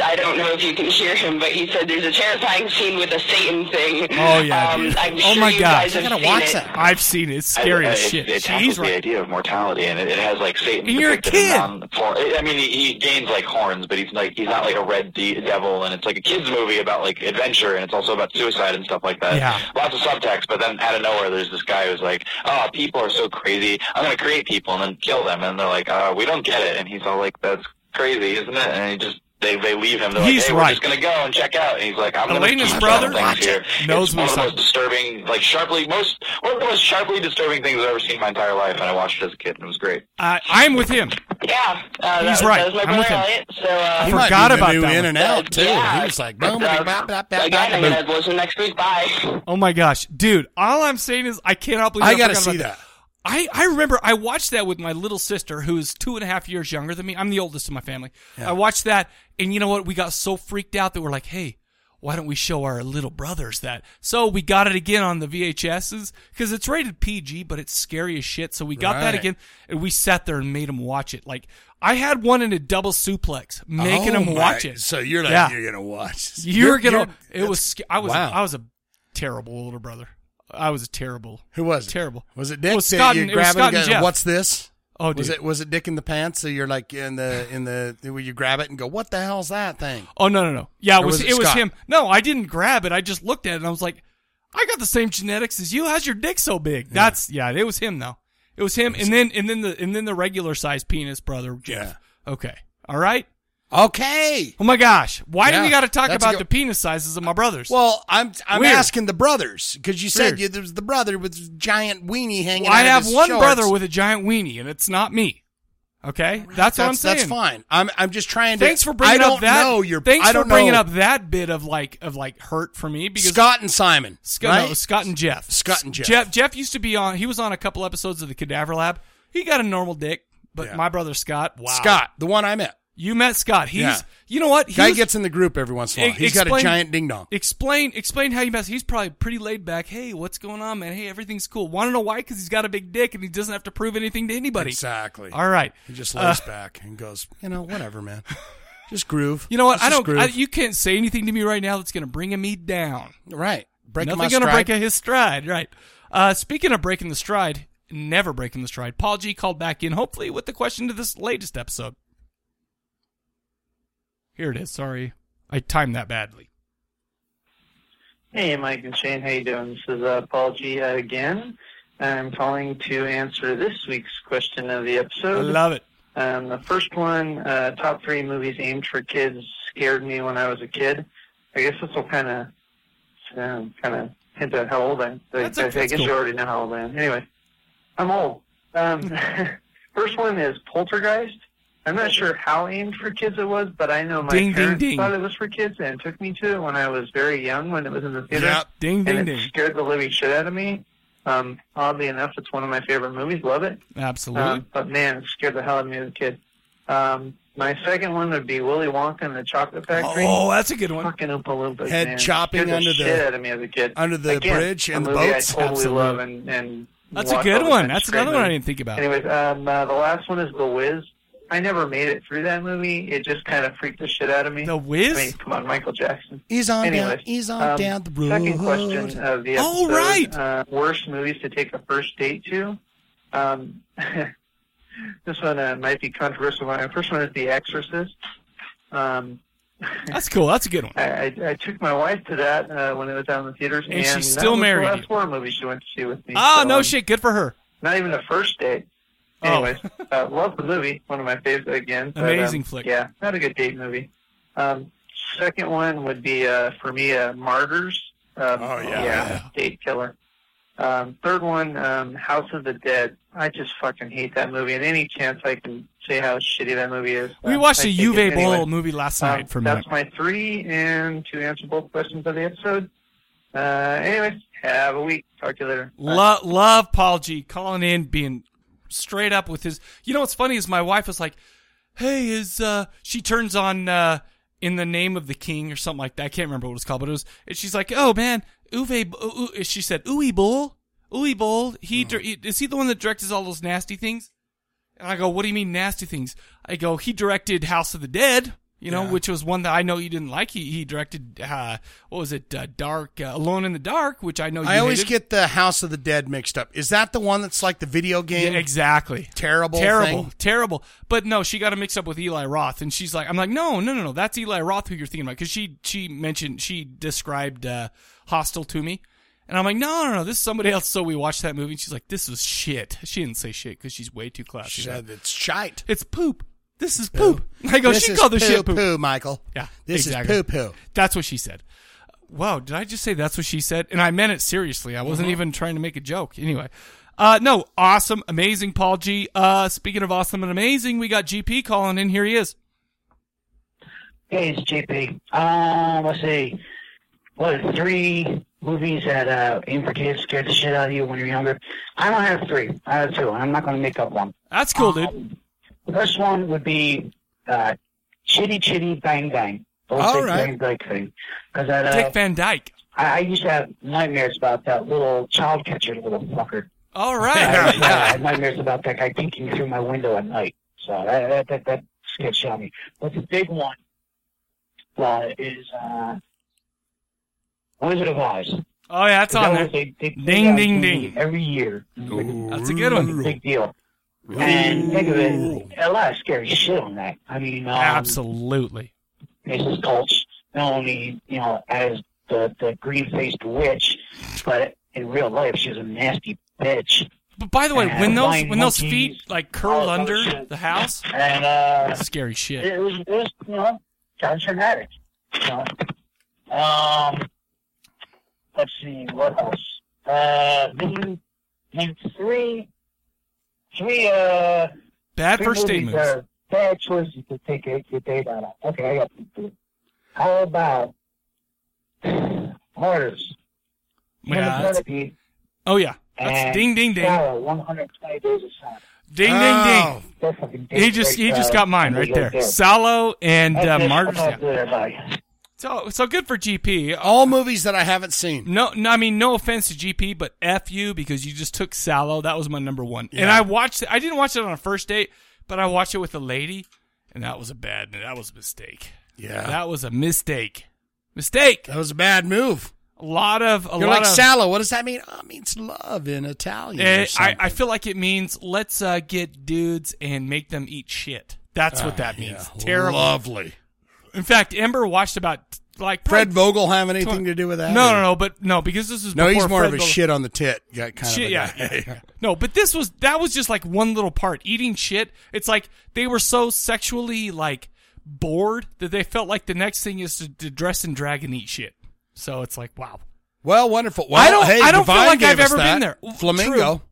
G: I don't know if you can hear him, but he said there's a terrifying scene with a Satan thing.
A: Oh yeah.
G: Um,
A: dude.
G: I'm
A: oh
G: sure
A: my
G: you
A: gosh.
G: guys have seen it.
A: I've seen it. It's scary
E: I- I-
A: as
E: it-
A: shit.
E: It,
A: She-
E: tackles
A: He's
E: the
A: right.
E: idea of mortality, and it, it has like Satan.
A: And you're a
E: depicted in
A: kid.
E: non-form- I mean, he, he gains like horns, but he's like he's not like a red de- devil, and it's like a kids movie about like adventure, and it's also about suicide and stuff like that.
A: Yeah.
E: lots of subtext. But then out of nowhere, there's this guy who's like, "Oh, people are so crazy. I'm gonna create people and then kill them." And they're like, uh, "We don't get it," and he's all like, "That's crazy, isn't it?" And he just. They, they leave him. They're
A: He's
E: like, hey,
A: right.
E: we're just gonna go and check out. And he's like, I'm gonna
A: Elena's
E: keep
A: brother
E: doing things here.
A: knows
E: it's
A: what
E: one
A: he's
E: of the most
A: talking
E: disturbing, like sharply most one of the most sharply disturbing things I've ever seen in my entire life, and I watched it as a kid, and it was great.
A: I, Uh, I'm with him.
G: Yeah, uh,
A: He's
G: that,
A: right.
G: That was my
A: I'm
G: brother
A: with him.
G: Elliot. So uh,
B: He
A: I
B: might
A: forgot
B: be the
A: about
B: new
A: that
B: in
A: one.
B: and out too.
G: Yeah.
B: He was like,
G: uh,
B: boom, bop, bop, bop, bop,
G: again, I'm
B: bop.
G: gonna listen next week. Bye.
A: Oh my gosh, dude! All I'm saying is I cannot believe
B: I
A: forgot
B: gotta see
A: about
B: that.
A: I, I remember I watched that with my little sister who is two and a half years younger than me. I'm the oldest in my family. I watched that, and you know what? We got so freaked out that we're like, "Hey, why don't we show our little brothers that?" So we got it again on the VHSs because it's rated PG, but it's scary as shit. So we got that
B: Right.
A: again, and we sat there and made them watch it. Like I had one in a double suplex, making
B: Oh
A: them watch
B: my-
A: it.
B: So you're like,
A: Yeah.
B: you're gonna watch. this.
A: You're, gonna. it
B: that's-
A: was. sc- I was.
B: wow.
A: I was a terrible older brother. I was a terrible.
B: Who was it?
A: Terrible.
B: Was it Dick?
A: It was
B: that
A: Scott
B: you
A: and- it was
B: grab
A: Scott
B: go,
A: and Jeff.
B: What's this?
A: Oh, dude.
B: was it was it Dick in the pants? So you're like in the in the where you grab it and go, what the hell's that thing?
A: Oh no no no. Yeah, it
B: Or
A: was,
B: was
A: it,
B: it
A: was
B: Scott?
A: him. No, I didn't grab it. I just looked at it and I was like, I got the same genetics as you. How's your dick so big? That's yeah. It was him though. It was him. And then and then the and then the regular size penis brother. Jeff. Okay. All right.
B: Okay.
A: Oh my gosh. Why do
B: Yeah,
A: we got to talk
B: that's a
A: about
B: good-
A: the penis sizes of my brothers?
B: Well, I'm I'm
A: Weird.
B: asking the brothers because you said
A: Weird.
B: you, there was the brother with his giant weenie hanging.
A: Well, I
B: out of
A: have
B: his
A: one
B: shorts.
A: brother with a giant weenie, and it's not me. Okay, that's, what I'm
B: That's-
A: saying.
B: that's fine. I'm I'm just trying to.
A: Thanks for bringing
B: I don't
A: up that.
B: Know your,
A: thanks
B: I don't
A: for bringing
B: know.
A: up that bit of like of like hurt for me because
B: Scott and Simon.
A: Scott,
B: right?
A: no, Scott and Jeff.
B: Scott and Jeff.
A: Jeff. Jeff used to be on. He was on a couple episodes of the Cadaver Lab. He got a normal dick, but my brother Scott. Wow.
B: Scott, the one I met.
A: you met Scott. He's.
B: Yeah.
A: You know what? He
B: Guy
A: was-
B: gets in the group every once in a while.
A: E-
B: He's got a
A: explain-
B: giant ding dong.
A: Explain, explain how you mess. He's probably pretty laid back. Hey, what's going on, man? Hey, everything's cool. Want to know why? Because he's got a big dick and he doesn't have to prove anything to anybody.
B: Exactly.
A: All right.
B: He just
A: Uh,
B: lays back and goes, you know, whatever, man. Just groove.
A: You know what?
B: Let's
A: I
B: just
A: don't. I,
B: groove.
A: you can't say anything to me right now that's going to bring me down.
B: right. Breaking
A: Nothing
B: my
A: gonna
B: stride.
A: break his stride. Right. Uh, speaking of breaking the stride, never breaking the stride. Paul G called back in, hopefully with the question to this latest episode. Here it is. Sorry, I timed that badly.
D: Hey, Mike and Shane, how you doing? This is uh, Paul G uh, again. I'm calling to answer this week's question of the
A: I
D: episode.
A: love it.
D: Um, the first one, uh, top three movies aimed for kids, scared me when I was a kid. I guess this will kind of um, kind of hint at how old I am. I,
A: That's-
D: I,
A: that's
D: guess
A: cool.
D: you already know how old I am. Anyway, I'm old. Um,
A: Hmm.
D: first one is Poltergeist. I'm not sure how aimed for kids it was, but I know my
A: Ding, ding,
D: parents
A: ding.
D: thought it was for kids and took me to it when I was very young when it was in the theater
A: Ding ding
D: and it
A: ding.
D: scared the living shit out of me. Um, oddly enough, it's one of my favorite movies. Love it.
A: Absolutely.
D: Um, but man, it scared the hell out of me as a kid. Um, my second one would be Willy Wonka and the Chocolate Factory.
A: oh, that's a good one.
D: Fucking Oompa Loompas,
B: Head
D: man.
B: chopping
D: scared
B: under
D: the
B: the-
D: shit out of me as a kid.
B: under the
D: Again,
B: bridge
D: a
B: and the
D: movie
B: boats?
D: I totally
B: Absolutely.
D: love and, and
A: That's a
D: watch
A: good
D: all the
A: one.
D: time.
A: That's
D: It's a great
A: another one I
D: movie.
A: didn't think about.
D: Anyways, um, uh, the last one is The Wiz. I never made it through that movie. It just kind of freaked the shit out of me.
A: The
D: I
A: Wiz.
D: mean, come on, Michael Jackson.
B: He's on down.
D: Anyways,
B: He's on
D: um,
B: down the road.
D: Second question of the episode.
A: Oh, right.
D: Uh, worst movies to take a first date to. Um, this one uh, might be controversial. My first one is The Exorcist. Um,
A: That's cool. That's a good one.
D: I, I, I took my wife to that uh, when it was out in the theaters,
A: And she's
D: that
A: still
D: was
A: married
D: The
A: you.
D: last horror movie she went to see with me.
A: Oh,
D: so,
A: no
D: um,
A: shit. Good for her.
D: Not even a first date.
A: Oh.
D: Anyways, uh, love the movie. One of my favorites again. but, um,
A: Amazing flick.
D: Yeah, not a good date movie. Um, second one would be uh, for me, uh, Martyrs. Um,
B: Oh, yeah.
D: date killer. Um, third one, um, House of the Dead. I just fucking hate that movie. And any chance I can say how shitty that movie is.
A: We
D: um,
A: watched
D: I
A: a
D: take it
A: Juve
D: anyway.
A: Bowl movie last
D: Um,
A: night for me.
D: That's my three, and to answer both questions of the episode. Uh, anyways, have a week. Talk to you later. Bye.
A: Lo- love Paul G calling in, being straight up with his. You know what's funny is my wife was like, "Hey, is uh?" She turns on uh, in the name of the king or something like that. I can't remember what it was called, but it was. And she's like, "Oh man, Uwe." B- U- U-" she said, "Uwe Boll, Uwe Boll. He
B: Mm-hmm.
A: dir- is he the one that directs all those nasty things?" And I go, "What do you mean nasty things?" I go, "He directed House of the Dead." You know, which was one that I know you didn't like. He he directed uh, what was it? Uh, Dark uh, Alone in the Dark, which I know you
B: I always
A: hated.
B: get the House of the Dead mixed up. Is that the one that's like the video game?
A: Yeah, exactly.
B: Terrible.
A: terrible,
B: thing?
A: terrible. But no, she got a mix up with Eli Roth, and she's like, "I'm like, no, no, no, no, that's Eli Roth who you're thinking about." Because she she mentioned she described uh, Hostel to me, and I'm like, no, no, no, this is somebody else. So we watched that movie, and she's like, "This was shit." She didn't say shit because she's way too classy.
B: Shit, It's shite.
A: It's poop. This is poop. I go,
B: This
A: she
B: is
A: called this shit
B: poo
A: poop.
B: poo, Michael.
A: Yeah,
B: This
A: exactly.
B: is poo poo.
A: That's what she said. Wow, did I just say that's what she said? And I meant it seriously. I wasn't even trying to make a joke. Anyway, uh, no, awesome, amazing, Paul G. Uh, speaking of awesome and amazing, we got GP calling in. Here he is.
C: Hey, it's JP. Um, let's see. What are three movies that uh, aim for kids scared the shit out of you when you're younger? I don't have three. I have two. and I'm not going to make up one.
A: That's cool, dude.
C: Um, the first one would be uh, Chitty Chitty Bang Bang. The whole
B: All
C: Dick
B: right.
C: Van Dyke thing. Because I, uh,
A: Dick Van Dyke.
C: I, I used to have nightmares about that little child catcher little fucker.
A: All right.
C: I, used to have nightmares about that guy peeking through my window at night. So that that that, that scared shit out of me. But the big one uh, is uh, Wizard of Oz.
A: oh yeah, that's
C: That
A: on there.
C: was- They, they put
A: Ding,
C: it on
A: ding,
C: TV
A: ding.
C: Every year,
A: That's a good one.
C: big deal. And think of it, a lot of scary shit on that. I mean, um,
A: Absolutely.
C: Mrs. Colts, not only, you know, as the, the green faced witch, but in real life, she's a nasty bitch.
A: But by the way,
D: And
A: when those
D: flying
A: when those
D: monkeys,
A: feet like
D: all
A: curl
D: Oh, that other
A: under
D: shit.
A: the house,
D: And uh,
A: scary shit.
D: it was, it was you know, kind of traumatic. You know? Um, let's see, what else? Uh, the, the three, three, uh,
A: Bad
D: three
A: first aid
D: movies
A: moves.
D: are bad choices to take a your date out of. Okay, I got two. for you. How about Martyrs?
A: Yeah, that's-
D: Centipede,
A: oh yeah, that's
D: and
A: ding ding ding,
D: Shallow, 120 Days of Silence.
A: ding ding ding.
B: Oh,
D: They're fucking
A: He
D: dates
A: just
D: right
C: uh,
A: he just
D: there.
A: got mine right there. Salo and
D: That's
A: uh,
D: it.
A: Martyrs.
D: I'm
A: Yeah.
D: not good at life.
A: So so good for GP.
B: All movies that I haven't seen.
A: No, no, I mean no offense to GP, but f you because you just took Sallow. That was my number one, and I watched. it- I didn't watch it on a first date, but I watched it with a lady, and that was a bad. That was a mistake.
B: Yeah.
A: that was a mistake. Mistake.
B: That was a bad move.
A: A lot of a
B: You're
A: lot
B: like
A: of.
B: sallow. What does that mean? Oh, it means love in Italian. or
A: Eh, I, I
B: something.
A: feel like it means let's uh, get dudes and make them eat shit. That's what that means. Terrible.
B: Ah, Lovely.
A: In fact, Ember watched about like
B: Fred
A: probably-
B: Vogel have anything to do with that?
A: No,
B: Or-
A: no, no. But no, because this is
B: No, he's
A: before
B: more
A: Fred
B: of a
A: Vogel-
B: shit on the tit guy kind of
A: Shit,
B: a
A: yeah,
B: guy.
A: yeah. No, but this was that was just like one little part. Eating shit. It's like they were so sexually like bored that they felt like the next thing is to, to dress in drag and eat shit. So it's like wow.
B: Well, wonderful. Well,
A: I don't-
B: Hey,
A: I don't feel
B: Divine
A: like
B: gave
A: I've
B: us
A: ever
B: that.
A: been there.
B: Flamingo.
A: True.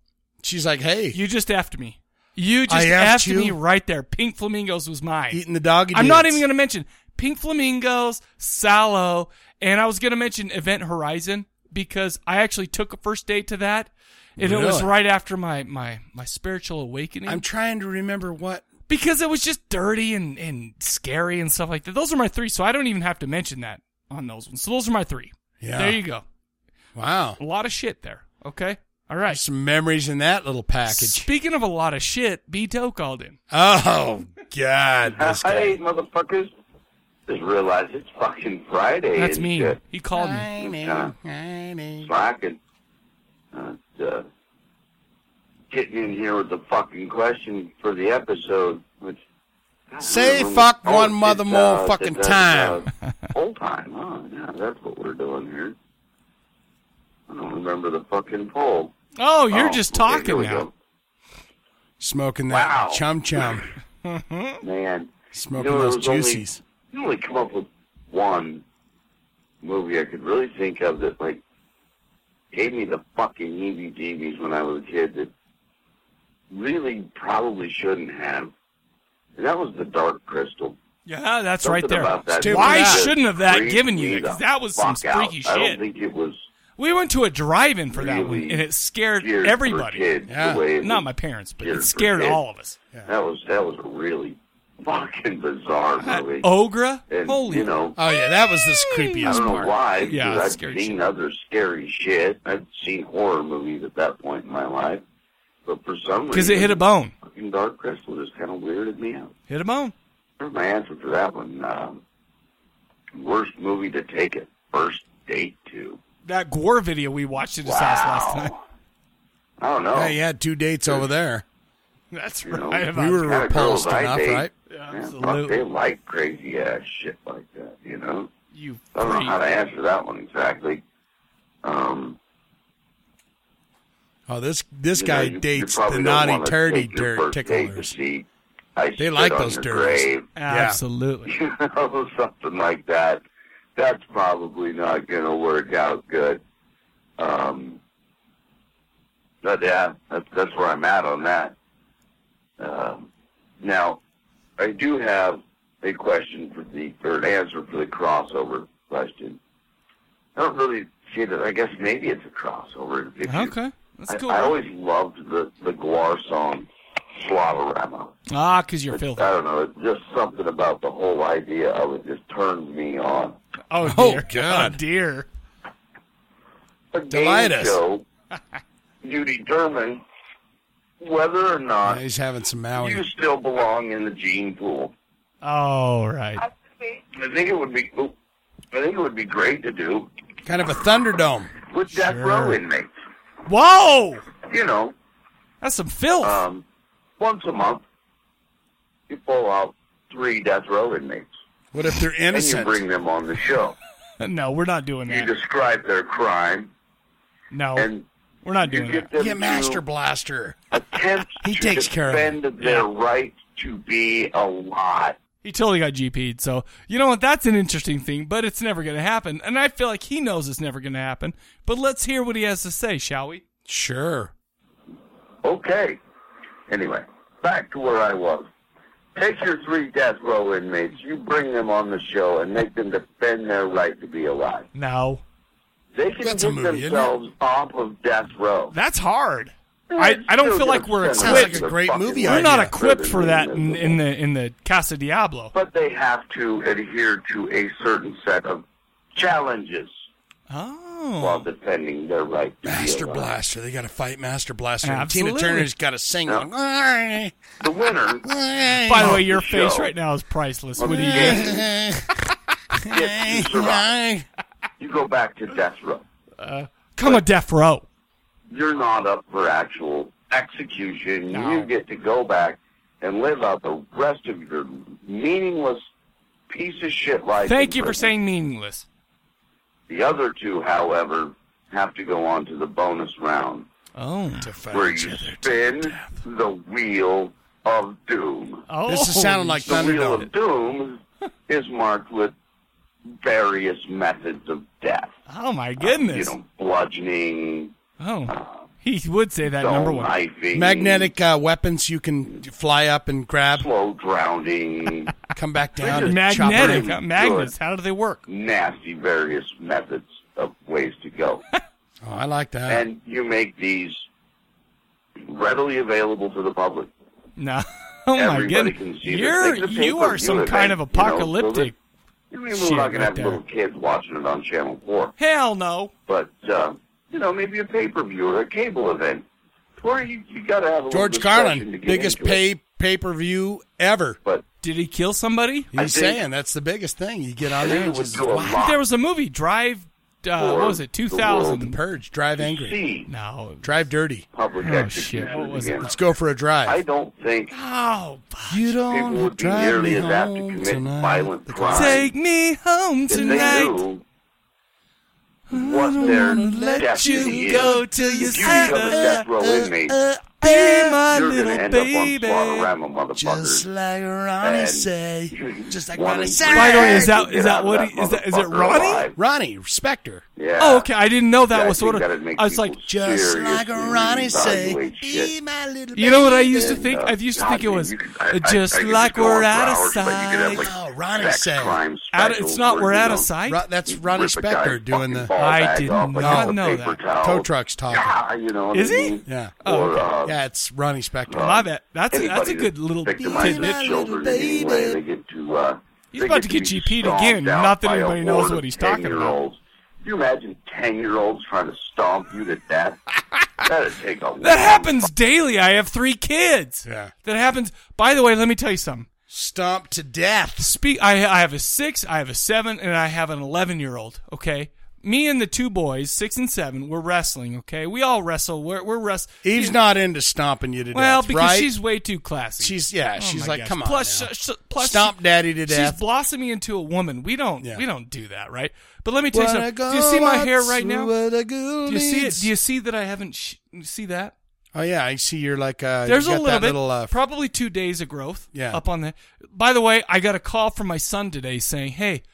B: She's like, hey,
A: You just effed me. You just
B: I effed
A: effed me
B: you.
A: right there. Pink flamingos was mine.
B: eating the doggy.
A: I'm not
B: dudes.
A: even going to mention Pink Flamingos, Sallow, and I was going to mention Event Horizon because I actually took a first date to that. And it was
B: Really?
A: right after my, my, my spiritual awakening
B: I'm trying to remember what.
A: because it was just dirty and, and scary and stuff like that. Those are my three, so I don't even have to mention that on those ones. So those are my three.
B: Yeah.
A: There you go.
B: Wow.
A: A lot of shit there. Okay. All right.
B: Some memories in that little package.
A: Speaking of a lot of shit, B Toe called in.
B: Oh God, this
E: Hey,
B: guy.
E: motherfuckers. Just realized it's fucking Friday.
A: That's
E: and
A: me.
E: shit.
A: He called me.
E: Uh, slacking. Uh, uh, getting in here with the fucking question for the episode, which.
B: Say
E: Um,
B: fuck
E: oh,
B: one mother
E: it's,
B: more
E: uh,
B: fucking
E: it's, uh,
B: time.
E: uh, Whole time, huh? Yeah, that's what we're doing here. I don't remember the fucking poll.
A: Oh, you're
E: Oh,
A: just
E: okay,
A: talking
E: here we
A: now.
B: Smoking that
E: Wow.
B: chum chum.
E: go. Man.
B: Smoking
E: You know,
B: those
E: it was only-
B: juicies.
E: you only come up with one movie I could really think of that like gave me the fucking heebie jeebies when I was a kid that really probably shouldn't have. And that was the Dark Crystal.
A: Yeah, that's
E: Something
A: right there.
E: about that
B: Dude,
E: movie
B: why
E: just
A: shouldn't have that
E: freaked
A: given you
E: me
A: that? 'Cause
E: the
A: that was some
E: fuck out.
A: freaky
E: I
A: shit.
E: don't think it was
A: We went to a drive-in for that
E: Really
A: one, and it scared
E: geared for
A: everybody.
E: kids
B: Yeah.
E: The way it
A: Not
E: was
A: my parents, but
E: geared
A: it
E: for
A: scared
E: kids.
A: all of us.
E: That was that was a really fucking bizarre movie.
A: Ogra,
E: and,
A: Oh, holy,
E: you know,
B: Oh yeah, that was this
E: I
B: creepiest
E: don't know
B: part.
E: why.
A: Yeah,
E: because
A: that's
E: I've
A: scary
E: seen
A: shit.
E: other scary shit. I've seen horror movies at that point in my life, but for some reason,
A: because it hit a bone,
E: Fucking Dark Crystal just kind of weirded me out.
A: hit a bone.
E: Here's my answer for that one. Um, worst movie to take a first date to.
A: That Gore video we watched at his
E: Wow.
A: house last time.
E: I don't know.
B: Yeah, you had two dates over there.
A: That's
E: You know,
A: right.
B: We
A: about
B: were
A: that.
E: Kinda
B: repulsed
E: girls I
B: enough,
E: date.
B: right?
E: Yeah, fuck,
A: Absolutely.
E: they like crazy ass shit like that, you know.
A: You
E: I don't know how to
A: freak.
E: answer that one exactly. Um,
B: Oh, this this
E: you
B: guy
E: know, you- you
B: dates
E: probably
B: the
E: don't
B: naughty
E: wanna
B: turdy
E: take your
B: dirt
E: first date to
B: ticklers.
E: see I Spit
B: like
E: on
B: those
E: Your
B: dirties.
E: Grave,
A: Absolutely.
E: you know, something like that. That's probably not going to work out good. Um, but yeah, that's, that's where I'm at on that. Um, now, I do have a question for the, or an answer for the crossover question. I don't really see that. I guess maybe it's a crossover. If you-
A: Okay, that's
E: I,
A: cool.
E: I
A: bro.
E: always loved the, the Guar song, Slava
A: Ah, because you're filthy.
E: I don't know. It's just something about the whole idea of it just turns me on.
A: Oh
B: Oh,
A: dear.
B: God.
A: Oh dear.
E: A
B: Delight
E: game
B: us.
E: show, you determine whether or
B: Yeah,
E: not
B: he's having some
E: you
B: Maui.
E: still belong in the gene pool.
A: Oh right.
E: I think it would be. oop, I think it would be great to do
B: Kind of a Thunderdome.
E: with death row inmates.
A: Whoa,
E: You know,
A: that's some filth.
E: um, once a month, you pull out three death row inmates
B: What if they're
E: and you
B: innocent?
E: bring them on the show.
A: no, we're not doing
E: You
A: that.
E: describe their crime
A: No,
E: and
A: We're not
E: You
A: doing
E: get
A: that.
E: them
B: You master
E: to
B: blaster.
E: attempt
B: He
E: to
B: takes care of
E: defend their right to be alive.
A: He totally got GP'd. So, you know what? That's an interesting thing, but it's never going to happen. And I feel like he knows it's never going to happen. But let's hear what he has to say, shall we?
B: Sure.
E: Okay. Anyway, back to where I was. Take your three death row inmates, you bring them on the show and make them defend their right to be alive.
A: No.
E: They can
B: That's a
E: get
B: movie, isn't it?
E: themselves off of death row.
A: That's hard. I, I don't feel like we're
E: Sounds like
A: equipped.
E: a-
B: Great movie.
A: We're
B: idea.
A: not equipped for that in, in the in the Casa Diablo.
E: But they have to adhere to a certain set of challenges while
A: Oh.
E: defending their right to
B: Master
E: be alive.
B: Blaster. They got to fight Master Blaster. And Tina
A: Absolutely.
B: Turner's got to sing.
E: Yeah.
B: along. By
E: The winner
A: By the way, your
E: the
A: face
E: show.
A: right now is priceless.
E: On
A: What do
E: the
A: you
E: game,
B: Yes,
E: you survive. you go back to death row.
A: Come a death row.
E: you're not up for actual execution. You get to go back and live out the rest of your meaningless piece of shit life.
A: Thank
E: in
A: you for
E: prison.
A: saying meaningless.
E: The other two, however, have to go on to the bonus round
A: Oh.
B: to fight
E: where
B: each
E: you
B: other.
E: spin the wheel of doom.
A: Oh.
B: This is sounding like
E: The wheel
B: Thunderdome.
E: of doom is marked with various methods of death.
A: Oh
E: Uh,
A: my
E: You
A: goodness.
E: know, bludgeoning,
A: Oh. He would say that number
E: stone
A: one.
E: knifing,
B: Magnetic uh, weapons you can fly up and grab,
E: slow drowning.
B: come back down.
E: just
B: and chop her
A: Magnetic
B: in.
A: uh, magnets. How do they work?
E: nasty various methods of ways to go.
B: Oh, I like that.
E: and you make these readily available to the public.
A: No. Oh my
E: Everybody
A: goodness.
E: can see this.
A: You're
E: It's a
A: you are
E: pay-per-view
A: some
E: event,
A: kind of
E: you know, so
A: apocalyptic.
E: I mean,
A: Shit,
E: we're not going
A: right
E: to have
A: there.
E: little kids watching it on Channel 4,
A: Hell no.
E: but, uh, you know, maybe a pay-per-view or a cable event where you, you got to have a little
B: George
E: discussion
B: Carlin,
E: to get
B: biggest
E: into it.
B: pay pay per view ever.
E: But
A: Did he kill somebody?
B: He's
E: think-
B: saying that's the biggest thing. You get on
E: I
B: there
E: think
B: and
E: it would
B: just
E: do a
B: wow,
E: lot
A: There was a movie, Drive. Uh,
E: Or
A: what was it?
E: the
A: Two
E: world.
B: the
A: thousand.
B: purge, drive angry,
E: see
A: No.
B: drive dirty.
E: public
A: Oh, shit.
E: executions
A: What was it?
E: again.
B: Let's go for a
E: I
B: drive.
E: don't think
A: Oh, fuck.
B: You
E: people
B: don't
E: would be
B: drive me
E: nearly as apt to
B: home
E: commit
B: tonight.
E: violent crimes.
A: take me home
E: if they
A: tonight.
E: knew what their
A: Let
E: destiny
A: you
E: is.
A: go till you
E: If
A: see
E: you become a
A: the
E: death row inmate,
A: be my
E: you're going to
A: little
E: end up on
A: baby.
E: Slaughterama, motherfucker.
B: Just like Ronnie
E: And
B: say,
E: you
B: just like
E: wanna
B: Ronnie
E: get
B: say.
A: By the way, is
E: out
A: that-
E: of
A: is that what he- is that- is it
E: motherfucker
A: Ronnie?
E: alive.
B: Ronnie Specter.
E: Yeah.
A: Oh, okay. I didn't know that
E: Yeah,
A: was sort of.
E: think that'd make
A: I was like,
E: people
B: Just like
E: seriously
B: Ronnie say,
E: reevaluate
B: be
E: shit.
B: my little
A: you know what I used to
E: And,
A: think?
E: uh,
A: I used to
E: God,
A: think it
E: man,
A: was
E: you could- I- I-
A: just
E: I could
A: like
E: go on
A: we're
E: for
A: out of
E: hours, but you could have,
A: sight.
E: like,
B: Oh, Ronnie
E: sex
B: say.
E: crime
A: Out of-
E: specials
A: It's not
E: where,
A: we're
E: you
A: out of
E: know,
A: sight.
B: Ro- that's
E: you
B: Ronnie
E: rip a guy's
B: Spector doing
E: fucking
B: the
E: ball
A: I
E: bag
A: did
E: off, like,
A: not
E: with a
A: know
E: paper
A: that.
E: towel.
B: tow trucks talking.
E: Yeah, you know what
A: Is
E: I
A: he?
E: mean?
B: Yeah.
E: Or, uh,
B: Yeah, it's Ronnie Spector.
A: I love it. That's a, that's a
E: Anybody
A: good little
E: that victimizes
A: tidbit.
E: children in any way, they get to, uh,
A: He's
E: they
A: about to
E: be
A: get GP'd
E: stomped
A: again.
E: out
A: Not that
E: by a
A: anybody knows
E: horde
A: what
E: of
A: he's talking about.
E: 10-year-olds. Can you imagine 10 year olds trying to stomp you to death? That'd take a
A: That happens daily. I have three kids.
B: Yeah.
A: That happens. By the way, let me tell you something.
B: Stomped to death.
A: Speak. I, I have a six, I have a seven, and I have an eleven-year-old. Okay. Me and the two boys, six and seven, we're wrestling. Okay. We all wrestle. We're we're wrestling.
B: Eve's not into stomping you to
A: Well,
B: death,
A: because
B: right?
A: she's way too classy.
B: she's yeah,
A: Oh
B: she's
A: my
B: like,
A: gosh.
B: come on,
A: Plus,
B: now.
A: sh- sh- plus
B: stomp daddy to
A: She's
B: death.
A: blossoming into a woman. We don't.
B: Yeah.
A: We don't do that, right? But let me tell you something. Do you see my hair right now? Do you see it? Do you see that I haven't? Sh- you see that?
B: oh yeah, I see you're like uh, you
A: There's a
B: got
A: little
B: that
A: bit.
B: little, uh,
A: probably two days of growth.
B: Yeah.
A: Up on the. By the way, I got a call from my son today saying, "Hey."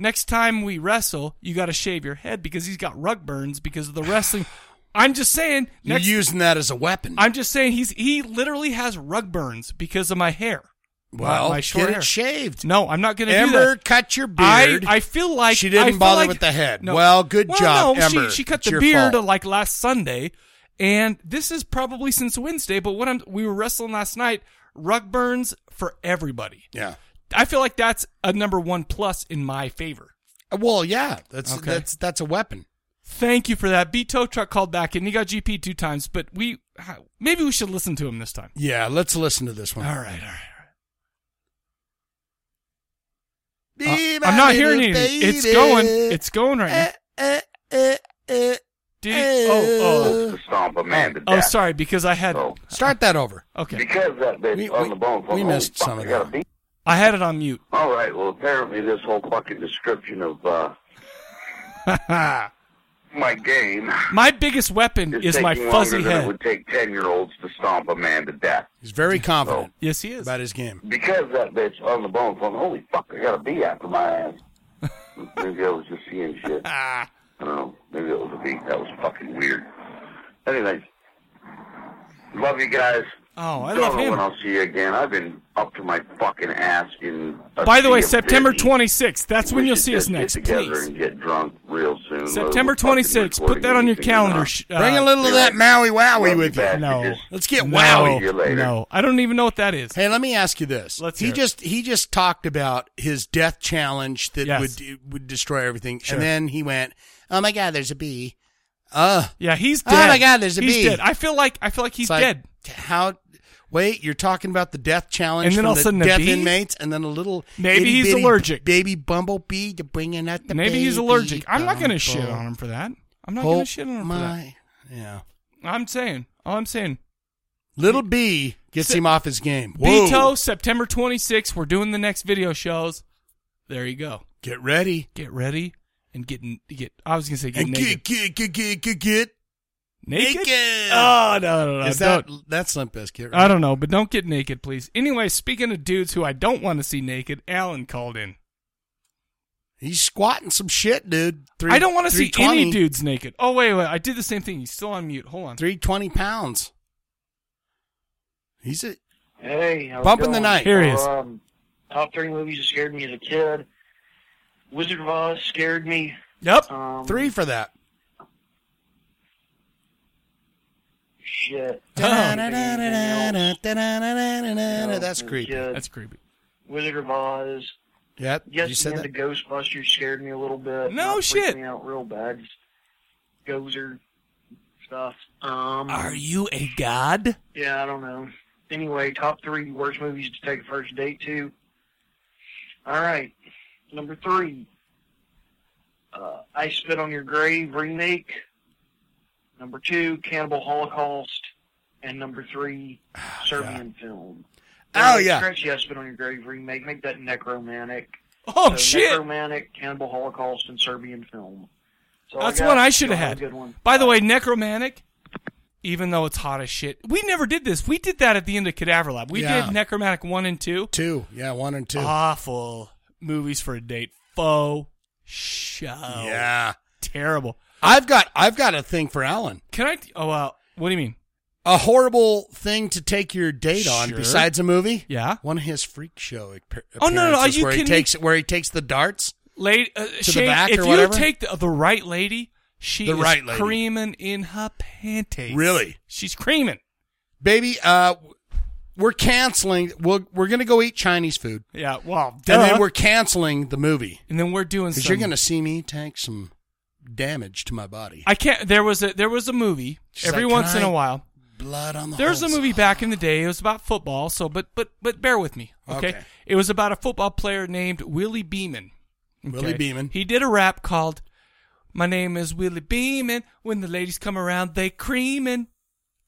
A: Next time we wrestle, you got to shave your head because he's got rug burns because of the wrestling. I'm just saying.
B: you're
A: Next,
B: using that as a weapon.
A: I'm just saying he's he literally has rug burns because of my hair.
B: well,
A: my short
B: get
A: hair.
B: it shaved.
A: No, I'm not going to do that.
B: Ember cut your beard.
A: I, I feel like
B: She didn't
A: I feel
B: bother
A: like-
B: with the head. Well, good job,
A: no,
B: Ember.
A: She, she cut
B: It's
A: the
B: your
A: beard uh,
B: fault.
A: like last Sunday, and this is probably since Wednesday. But what I'm we were wrestling last night, rug burns for everybody.
B: yeah.
A: I feel like that's a number one plus in my favor.
B: Uh, Well, yeah, that's
A: Okay.
B: that's that's a weapon.
A: Thank you for that. B tow truck called back and he got GP two times, but we maybe we should listen to him this time.
B: Yeah, let's listen to this
A: All
B: one.
A: right, all right. all right. Uh, I'm not hearing anything. It's going. It's going right
B: Uh,
A: now.
B: eh,
A: Did he- oh, oh,
E: to stomp a man to death.
A: oh, sorry, because I had
E: So,
B: uh. Start that over.
A: okay.
E: because that bitch
B: We-
E: on
B: we-
E: the bone phone,
B: we
E: oh,
B: missed
E: fuck,
B: some of
E: I gotta
B: that.
E: beat-
A: I had it on mute.
E: All right, well, apparently this whole fucking description of uh, my game.
A: My biggest weapon
E: It's
A: is, my
E: taking
A: fuzzy
E: longer Than it
A: head.
E: would take ten year olds to stomp a man to death
B: He's very confident
A: Yes, he is.
B: about his game.
E: because that bitch on the bone going, "Holy fuck, I got a bee after my ass." maybe I was just seeing shit. I don't know. Maybe it was a bee. That was fucking weird. Anyways, love you guys.
A: Oh, I
E: don't
A: love
E: know when
A: him.
E: I'll see you again. I've been up to my fucking ass in. a
A: By the way,
E: sea of
A: September
E: busy.
A: 26th. That's when
E: We
A: you'll
E: should
A: see us
E: just get
A: next,
E: together
A: please.
E: And get drunk real soon. whether
A: September
E: we're fucking
A: 26th. Put
E: recording
A: that on your
E: anything or
A: calendar.
E: not.
A: sh-
B: Bring
A: uh,
B: a little of that Maui Wowie
E: Love
B: with you.
E: back.
A: No.
E: Just-
B: Let's get
A: no,
B: wowie.
E: See you later.
A: No, I don't even know what that is.
B: Hey, let me ask you this.
A: Let's
B: he
A: hear it.
B: just he just talked about his death challenge that
A: Yes.
B: would it would destroy everything,
A: Sure.
B: and then he went, "Oh my God, there's a bee." Uh,
A: Yeah, he's
B: Oh
A: dead.
B: my God, there's a
A: he's
B: bee.
A: Dead. I feel like I feel like he's
B: it's like,
A: dead.
B: How? Wait, you're talking about the death challenge
A: And then
B: from
A: all of a
B: the
A: sudden a
B: death
A: bee?
B: inmates, and then a little
A: Maybe
B: itty
A: he's
B: bitty
A: allergic.
B: Baby bumblebee, you're bringing out the
A: Maybe he's
B: baby
A: allergic. I'm not going to shit
B: bumble.
A: on him for that. I'm not going
B: Oh
A: to shit on him for that.
B: my, yeah.
A: I'm saying. All I'm saying.
B: Little bee gets
A: Se-
B: him off his game. Whoa.
A: Beto, September 26th. We're doing the next video shows. There you go.
B: get ready
A: Get ready and get n- get. I was going to say get
B: and
A: naked.
B: get get get get get get.
A: naked.
B: naked.
A: Oh no no no.
B: Is that
A: don't.
B: that's Limp Bizkit? Right?
A: I don't know, but don't get naked, please. Anyway, speaking of dudes who I don't want to see naked, Alan called in.
B: He's squatting some shit, dude. Three,
A: I don't want to see
B: 320
A: any dudes naked. Oh wait, wait. I did the same thing. He's still on mute. Hold on.
B: Three twenty pounds. He's a
C: Hey, how's it
B: Bumping the
C: going?
B: night.
A: Here he is.
C: Um, top three movies that scared me as a kid. Wizard of Oz scared me.
A: Yep.
C: Um,
B: three for that.
C: Shit. No,
B: That's
C: as a
B: creepy.
C: kid.
A: That's creepy.
C: Wizard of Oz.
B: Yep.
C: Yes,
B: You said
C: and
B: that.
C: the Ghostbusters scared me a little bit.
A: No
C: That freaked
A: shit.
C: Me out real bad. Just Gozer stuff. Um,
A: you a god?
C: yeah, I don't know. Anyway, top three worst movies to take a first date to. All right, number three. Uh, I Spit on Your Grave remake. Number two, Cannibal Holocaust, and number three,
A: Oh,
C: Serbian film.
B: Oh,
C: Don't
B: yeah.
C: scratch the I Spit on Your Grave remake. Make that necromantic.
A: Oh
C: So
A: shit!
C: Necromantic, Cannibal Holocaust, and Serbian film. So
A: That's
C: got-
A: one I should have
C: got a
A: had.
C: Good one.
A: By the way, necromantic. Even though it's hot as shit, we never did this. We did that at the end of Cadaver Lab. We
B: Yeah.
A: did necromantic one and two.
B: Two. Yeah, one and two.
A: Awful movies for a date. Faux show.
B: Yeah.
A: Terrible.
B: I've got I've got a thing for Alan.
A: Can I? Oh, uh, what do you mean?
B: A horrible thing to take your date on
A: Sure.
B: besides a movie.
A: Yeah.
B: One of his freak show ap-
A: Oh, no, no,
B: appearances
A: you
B: where he
A: can-
B: takes where he takes the darts.
A: Lady, uh,
B: the
A: Shane,
B: back
A: if
B: or
A: you
B: whatever?
A: take the, the right lady, she
B: The
A: is
B: right lady.
A: creaming in her panties.
B: Really?
A: She's creaming.
B: Baby, uh, we're canceling. We're we're gonna go eat Chinese food,
A: Yeah. Well,
B: and then
A: duh.
B: we're canceling the movie
A: and then we're doing.
B: because
A: Some,
B: you're gonna see me take some damage to my body.
A: I can't. There was a there was a movie
B: She's
A: every
B: like,
A: once
B: "Can
A: in a
B: I
A: while.
B: Blood on the.
A: There's a
B: holes.
A: movie back in the day. It was about football. So, but but but bear with me. Okay.
B: Okay.
A: It was about a football player named Willie Beeman.
B: Willie
A: Okay.
B: Beeman.
A: He did a rap called "My name is Willie Beeman." When the ladies come around, they creamin'.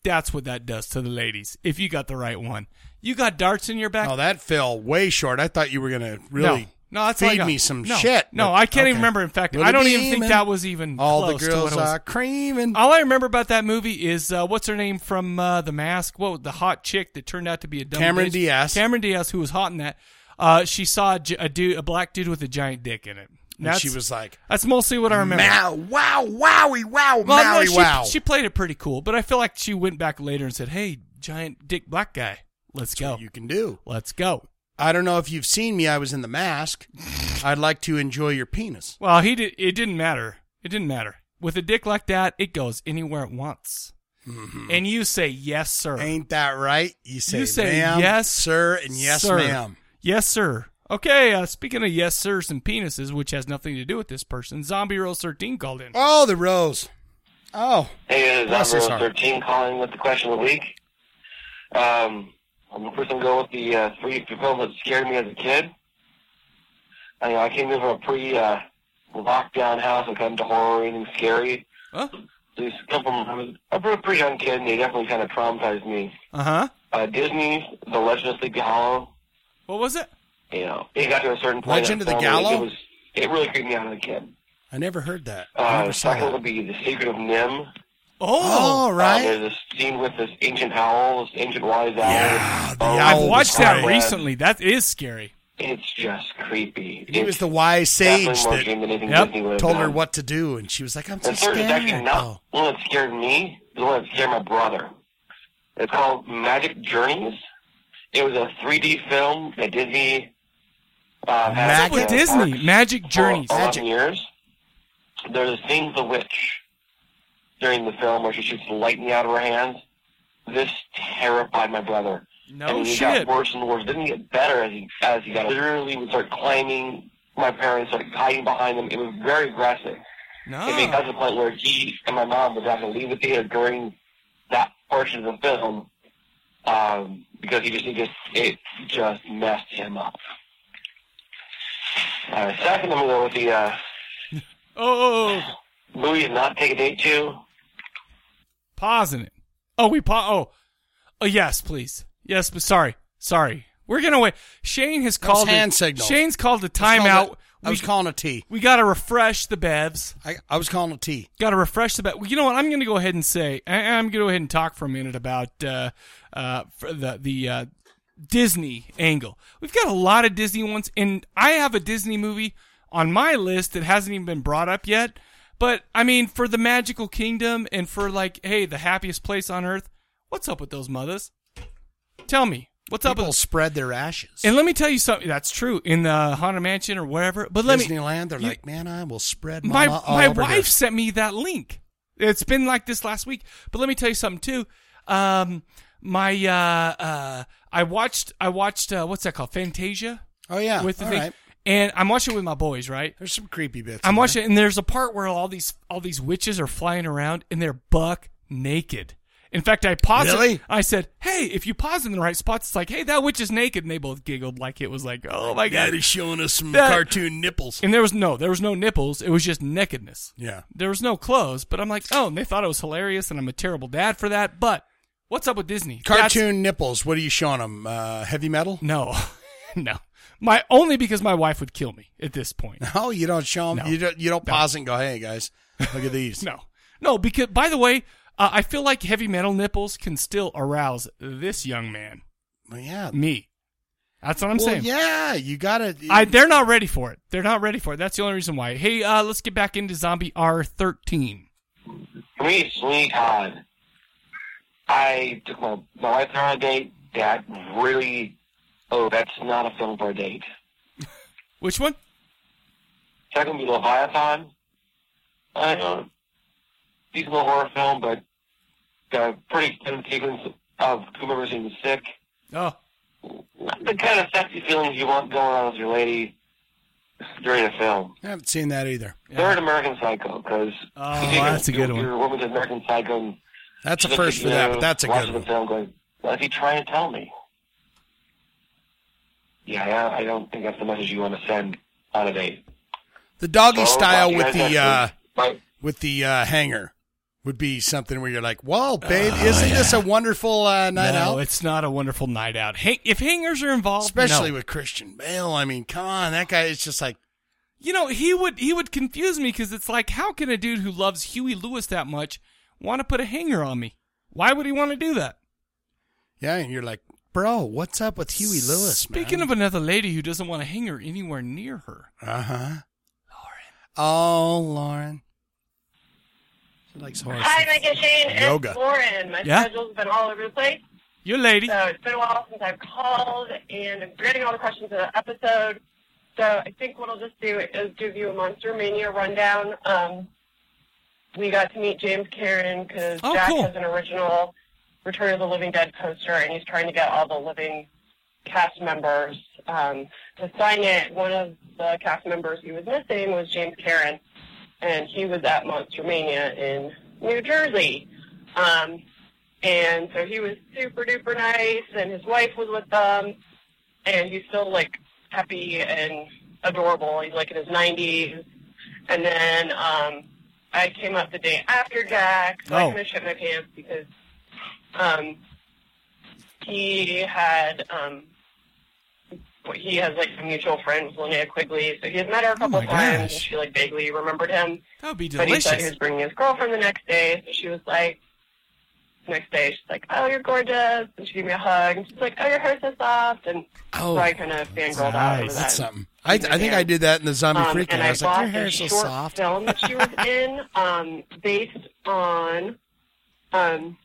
A: That's what that does to the ladies. If you got the right one, you got darts in your back.
B: Oh, that fell way short. I thought you were gonna really
A: no, no, that's all I
B: feed
A: got.
B: me some
A: No,
B: shit.
A: No,
B: but-
A: I can't even
B: okay.
A: remember. In fact,
B: Willie
A: I don't even
B: Beeman.
A: think that was even
B: all
A: close
B: the
A: to what
B: girls
A: it was.
B: are creaming.
A: All I remember about that movie is uh, what's her name from uh, The Mask? What was the hot chick that turned out to be a dumb
B: Cameron
A: bitch?
B: Diaz.
A: Cameron Diaz, who was hot in that. Uh, she saw a, gi- a dude, a black dude with a giant dick in it. And
B: and
A: That's,
B: she was like,
A: That's mostly what I remember.
B: "Wow, wow, wowie, wow,
A: Well, no,
B: Maui,
A: she,
B: wow."
A: she played it pretty cool, but I feel like she went back later and said, "Hey, giant dick black guy, let's go,
B: you can do.
A: let's go."
B: I don't know if you've seen me. I was in the mask. I'd like to enjoy your penis.
A: Well, he did. It didn't matter. It didn't matter. With a dick like that, it goes anywhere it wants, and you say yes, sir.
B: Mm-hmm. Ain't that right? You say,
A: you say
B: ma'am,
A: yes,
B: sir, and yes,
A: sir.
B: ma'am.
A: Yes, sir. Okay, uh, speaking of yes, sirs and penises, which has nothing to do with this person, Zombie Roll 13 called in.
B: Oh, the rose. Oh,
I: Hey,
B: Bless
I: guys,
B: his
I: I'm
B: heart.
I: 13 calling with the question of the week. Um, I'm going to go with the uh, three films that scared me as a kid. I, you know, I came in from a pre uh, lockdown house and come to horror, anything scary.
A: Huh?
I: So these come from, I was a pretty pretty young kid, and they definitely kind of traumatized me.
A: Uh huh.
I: Uh, Disney's The Legend of Sleepy Hollow,
A: What was it?
I: you know, it got to a certain point.
B: Legend of
I: in
B: the
I: that film,
B: Gallows?
I: It, was, it really creeped me out as a kid.
B: I never heard that. I
I: Uh,
B: never saw
I: second
B: that.
I: would be The Secret of Nim.
B: Oh,
I: Uh,
B: right.
I: there's a scene with this ancient owl, this ancient wise owl. Yeah,
B: Oh.
A: I've watched that recently. That is scary.
I: It's just creepy.
B: He
I: It's
B: was the wise sage
I: definitely more
B: that
I: dream than anything Disney lived
B: told her
I: on.
B: what to do, and she was like, "I'm so
I: The third is actually
B: scared." Oh.
I: not the one that scared me. It's The one that scared my brother. It's called Magic Journeys. It was a 3D film that Disney uh, had
A: Magic-
I: at the
A: What's up with
I: parks
A: Disney? Magic
B: Oh.
I: for
A: Journeys.
I: 11
A: Magic.
I: years. There's a scene with the witch during the film where she shoots lightning out of her hands. This terrified my brother.
A: No
I: and he
A: shit.
I: got worse and worse. Didn't get better as he as he got literally would start climbing my parents, started hiding behind them. It was very aggressive. I mean, that's the point where he and my mom would have to leave the theater during that portion of the film um, because he just he just it just messed him up. Uh, second, I'm gonna go with the uh,
A: oh
I: movie "Not Take a Date to."
A: pausing it. Oh, we pa Oh, oh yes, please. Yes, but sorry, sorry. We're gonna wait. Shane has
B: That was
A: called a-
B: hand signals.
A: Shane's
B: I
A: called a
B: was calling
A: timeout.
B: a- I was calling a T.
A: We gotta refresh the bevs.
B: I, I was calling a T.
A: Gotta refresh the bev. You know what? I'm gonna go ahead and say I, I'm gonna go ahead and talk for a minute about uh, uh, for the the uh, Disney angle. We've got a lot of Disney ones, and I have a Disney movie on my list that hasn't even been brought up yet. But I mean, for the Magical Kingdom and for like, hey, the happiest place on earth. What's up with those mothers? Tell me, what's up
B: People
A: with
B: spread their ashes.
A: And let me tell you something. That's true in the Haunted Mansion or wherever. But let
B: Disneyland,
A: me,
B: they're like, "Man, I will spread
A: my
B: mama all
A: my
B: over
A: wife
B: this."
A: sent me that link. It's been like this last week. But let me tell you something too. Um, my uh, uh, I watched I watched uh, what's that called? Fantasia.
B: Oh yeah,
A: with the
B: all
A: thing.
B: right.
A: And I'm watching it with my boys, right?
B: There's some creepy bits.
A: I'm
B: in
A: watching,
B: there.
A: it, and there's a part where all these all these witches are flying around and they're buck naked. In fact, I paused. it.
B: Really?
A: I said, "Hey, if you pause in the right spots, it's like, hey, that witch is naked." And they both giggled like it was like, "Oh my god,
B: Dad is showing us some
A: That-
B: cartoon nipples.
A: And there was no, there was no nipples. It was just nakedness.
B: Yeah.
A: There was no clothes. But I'm like, oh, and they thought it was hilarious, and I'm a terrible dad for that. But what's up with Disney? That's-
B: Cartoon nipples. What are you showing them? Uh, heavy metal?
A: No, no. My only because my wife would kill me at this point.
B: No, Oh, you don't show them.
A: No.
B: You don't. You don't pause and go, "Hey guys, look at these."
A: no, No, because by the way, uh, I feel like heavy metal nipples can still arouse this young man.
B: yeah,
A: me. That's what I'm
B: Well,
A: saying.
B: Yeah, you gotta.
A: I, they're not ready for it. They're not ready for it. That's the only reason why. Hey, uh, let's get back into Zombie R13.
I: For me, it's Sweeney Todd. I took my, my wife and her on a date that really, oh, that's not a film for a date.
A: Which one?
I: Second would be Leviathan. I know, decent little horror film, but got a pretty extended sequence of two members being sick.
A: Oh.
I: Not the kind of sexy feelings you want going on with your lady during a film.
B: I haven't seen that either.
I: Third American Psycho, because
A: Oh, that's a good one.
I: Your woman's American Psycho. And
B: That's a
I: she looks
B: first
I: at
B: for
I: you,
B: that, but that's a
I: watches
B: good
I: the
B: one.
I: film going, what is he trying to tell me? Yeah, yeah, I don't think that's the message you want to send on a date.
B: The doggy
I: Oh,
B: style
I: you
B: with
I: guys
B: the uh,
I: have to- Right.
B: with the uh, hanger would be something where you're like, "Whoa, babe, isn't this a wonderful uh, night
A: no,
B: out?"
A: it's Oh, not a wonderful night out. Hang- if hangers are involved,
B: Especially
A: no.
B: with Christian Bale. I mean, come on, that guy is just like
A: you know he would he would confuse me because it's like how can a dude who loves Huey Lewis that much want to put a hanger on me? Why would he want to do that?
B: Yeah, and you're like, bro, what's up with Huey Lewis?
A: Speaking of another lady who doesn't want a hanger anywhere near her,
B: uh huh, Lauren. Oh, Lauren. She likes horses.
H: Hi, Mike and Shane.
B: Yoga.
H: It's Lauren. My
B: Yeah?
H: schedule's been all over the place.
A: your lady.
H: So it's been a while since I've called, and I'm getting all the questions of the episode. So I think what I'll just do is give you a Monster Mania rundown. Um, we got to meet James Karen because
J: Oh,
H: Jack
J: cool.
H: has an original Return of the Living Dead poster, and he's trying to get all the living cast members um, to sign it. One of the cast members he was missing was James Karen, and he was at Monster Mania in New Jersey. Um, and so he was super duper nice, and his wife was with them, and he's still like happy and adorable. He's like in his 90s. And then um, I came up the day after Jack, so
J: Oh.
H: I kind of shit my pants because um, he had um, he has like a mutual friend with Linnea Quigley, so he has
B: Oh
H: met her a couple
A: my
H: times. And
A: gosh.
H: she like vaguely remembered him.
A: That would be
H: But he said
A: delicious.
H: he was bringing his girlfriend the next day, so she was like, next day she's like, "Oh, you're gorgeous," and she gave me a hug, and she's like, "Oh, your hair's so soft," and
B: oh,
H: so I kind of fangirled out over that.
B: That's something. I, I think I did that in the zombie
H: Um,
B: freaking.
H: and
B: I was like,
H: bought
B: your hair's so
H: the short
B: soft.
H: film that she was in, um, based on um,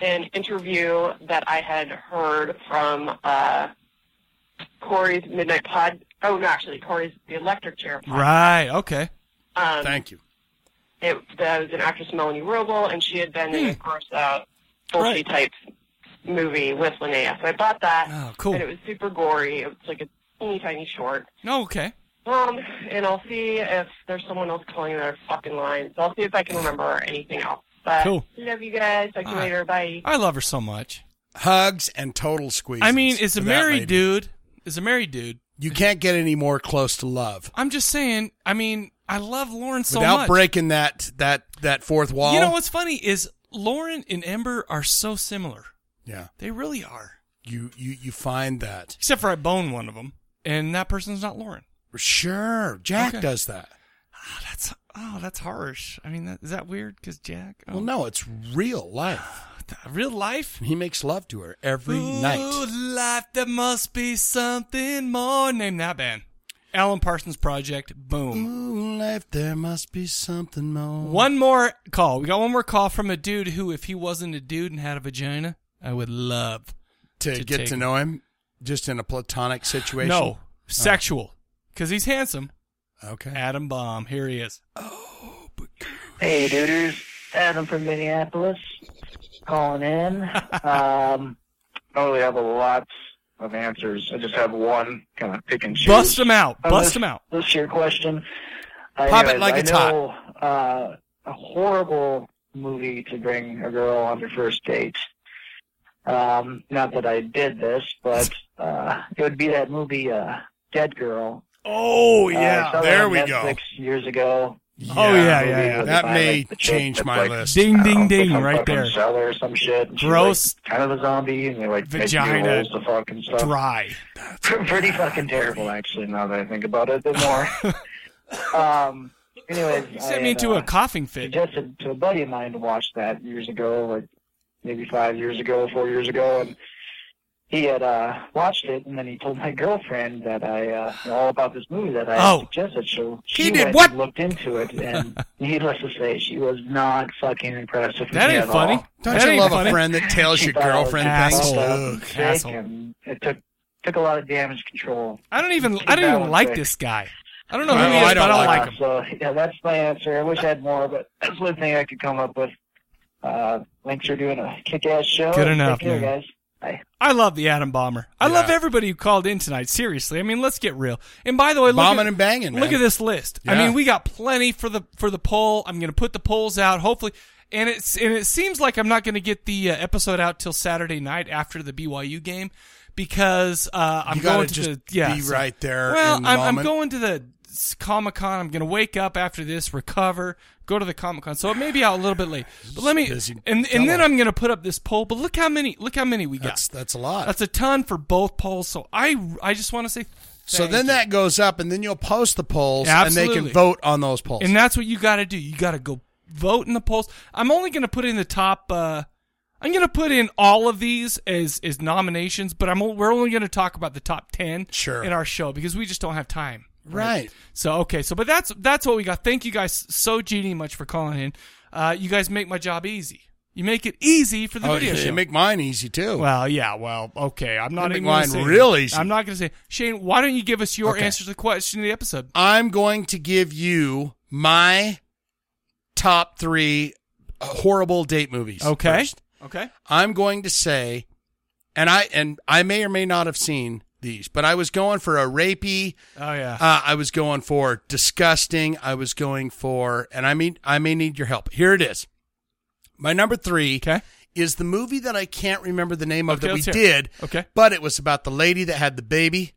H: an interview that I had heard from uh, Corey's Midnight Pod. Oh, no, actually, Corey's The Electric Chair. Pod.
A: Right. Okay.
H: Um,
B: Thank you.
H: It, that was an actress, Melanie Rubel, and she had been in a gross-out, bulky type movie with Linnea. So I bought that.
A: Oh, cool.
H: And it was super gory. It was like a teeny tiny short.
A: No. Okay.
H: Um, and I'll see if there's someone else calling their fucking line. So I'll see if I can remember anything else. But
A: Cool.
H: love you guys. Talk to you
A: All right.
H: later. Bye.
A: I love her so much.
B: Hugs and total squeeze.
A: I mean, it's a
B: for that
A: married
B: lady.
A: dude. It's a married dude.
B: You can't get any more close to love
A: I'm just saying. I mean, I love Lauren so
B: without
A: much.
B: breaking that that that fourth wall.
A: You know what's funny is Lauren and Ember are so similar.
B: Yeah,
A: they really are.
B: You you you find that
A: Except for I bone one of them, and that person's not Lauren.
B: sure Jack
A: Okay.
B: does that.
A: Oh, that's oh, that's harsh. I mean, that, is that weird? Because Jack. Oh.
B: Well, no, it's real life.
A: real life.
B: He makes love to her every
A: Ooh,
B: night.
A: life, there must be something more. Name that band. Alan Parsons Project. Boom.
B: Ooh, life, there must be something more.
A: One more call. We got one more call from a dude who, if he wasn't a dude and had a vagina, I would love
B: to,
A: to
B: get
A: take-
B: to know him, just in a platonic situation. Oh.
A: No, sexual. Because he's handsome.
B: Okay.
A: Adam Bomb. Here he is.
D: Hey, duders. Adam from Minneapolis calling in. Um,
G: I don't really have a lot of answers. I just have one kind of pick and choose.
A: Bust them out.
D: Unless-
A: Bust them out.
D: This is your question. I,
A: Pop it like
D: I
A: it's
D: know, Uh, a horrible movie to bring a girl on your first date. Um, not that I did this, but uh, it would be that movie uh, Dead Girl.
B: Oh
D: Uh, I saw that on Netflix Years ago.
A: oh, yeah,
D: Movie
A: yeah, yeah.
D: with
A: That
D: the guy,
A: may
D: like, the chick
A: change
D: that's,
A: my
D: like,
A: list.
D: I
A: Ding,
D: don't
A: ding,
D: know,
A: ding,
D: some
A: right
D: fucking
A: there.
D: Seller or some shit. She's, like,
A: Gross.
D: kind of a zombie, and they like make new
A: Vagina.
D: holes to fuck and stuff.
A: Dry.
D: pretty fucking terrible, actually. Now that I think about it, a bit more. um. Anyways, uh,
A: He sent me into a coughing fit.
D: suggested to a buddy of mine to watch that years ago, like maybe five years ago, four years ago, and he had uh, watched it, and then he told my girlfriend that I uh, all about this movie that I had
A: Oh.
D: suggested. So
A: He
D: she
A: did
D: went
A: what?
D: and looked into it, and needless to say, she was not fucking impressed with
A: That
D: me
A: ain't
D: at
A: funny.
D: all.
B: Don't you love a friend that tells
D: She
B: your
D: thought I was
B: girlfriend
D: fucked
B: things?
D: up
B: Ugh,
D: and sick, and It took took a lot of damage control.
A: I don't even. I don't even like this guy. I don't know who
B: Well,
A: he is,
B: I don't
A: but I don't
B: like
A: like him.
D: So yeah, that's my answer. I wish I had more, but that's one thing I could come up with. Uh, thanks for doing a kick-ass show.
A: Good enough,
D: Take care,
A: man.
D: guys. Bye.
A: I love the Atom Bomber. I love everybody who called in tonight. Seriously, I mean, let's get real. And by the way, look
B: Bombing
A: at,
B: and banging, man.
A: Look at this list. I
B: Yeah.
A: mean, we got plenty for the for the poll. I'm going to put the polls out hopefully. And it's and it seems like I'm not going to get the uh, episode out till Saturday night after the BYU game because uh, I'm
B: You gotta
A: going to
B: just
A: the yeah
B: be right there
A: Well,
B: in the
A: I'm, I'm
B: moment.
A: going to the Comic Con. I'm going to wake up after this, recover, go to the Comic Con. So it may be out a little bit late. But let me
B: Busy
A: and
B: fellow.
A: and then I'm going to put up this poll. But look how many look how many we got.
B: That's that's a lot.
A: That's a ton for both polls. So I I just want to say
B: so then that goes up, and then you'll post the polls, and they
A: Absolutely.
B: can vote on those polls.
A: And that's what you got to do. You got to go vote in the polls. I'm only going to put in the top. Uh, I'm going to put in all of these as as nominations, but I'm o- we're only going to talk about the top ten
B: Sure.
A: in our show because we just don't have time.
B: Right.
A: So okay. So but that's that's what we got. Thank you guys so genie much for calling in. Uh, you guys make my job easy. You make it easy for the
B: oh,
A: video
B: you
A: show.
B: make mine easy too.
A: Well, yeah. Well, okay. I'm not
B: You make
A: even gonna
B: mine
A: say-
B: real easy.
A: I'm not going to say Shane. Why don't you give us your
B: Okay.
A: answer to the question of the episode?
B: I'm going to give you my top three horrible date movies.
A: Okay.
B: first.
A: Okay.
B: I'm going to say, and I and I may or may not have seen these, but I was going for a rapey.
A: Oh yeah.
B: Uh, I was going for disgusting. I was going for, and I mean, I may need your help. Here it is. My number three is the movie that I can't remember the name of
A: Okay,
B: that we
A: let's hear it.
B: did.
A: Okay.
B: but it was about the lady that had the baby,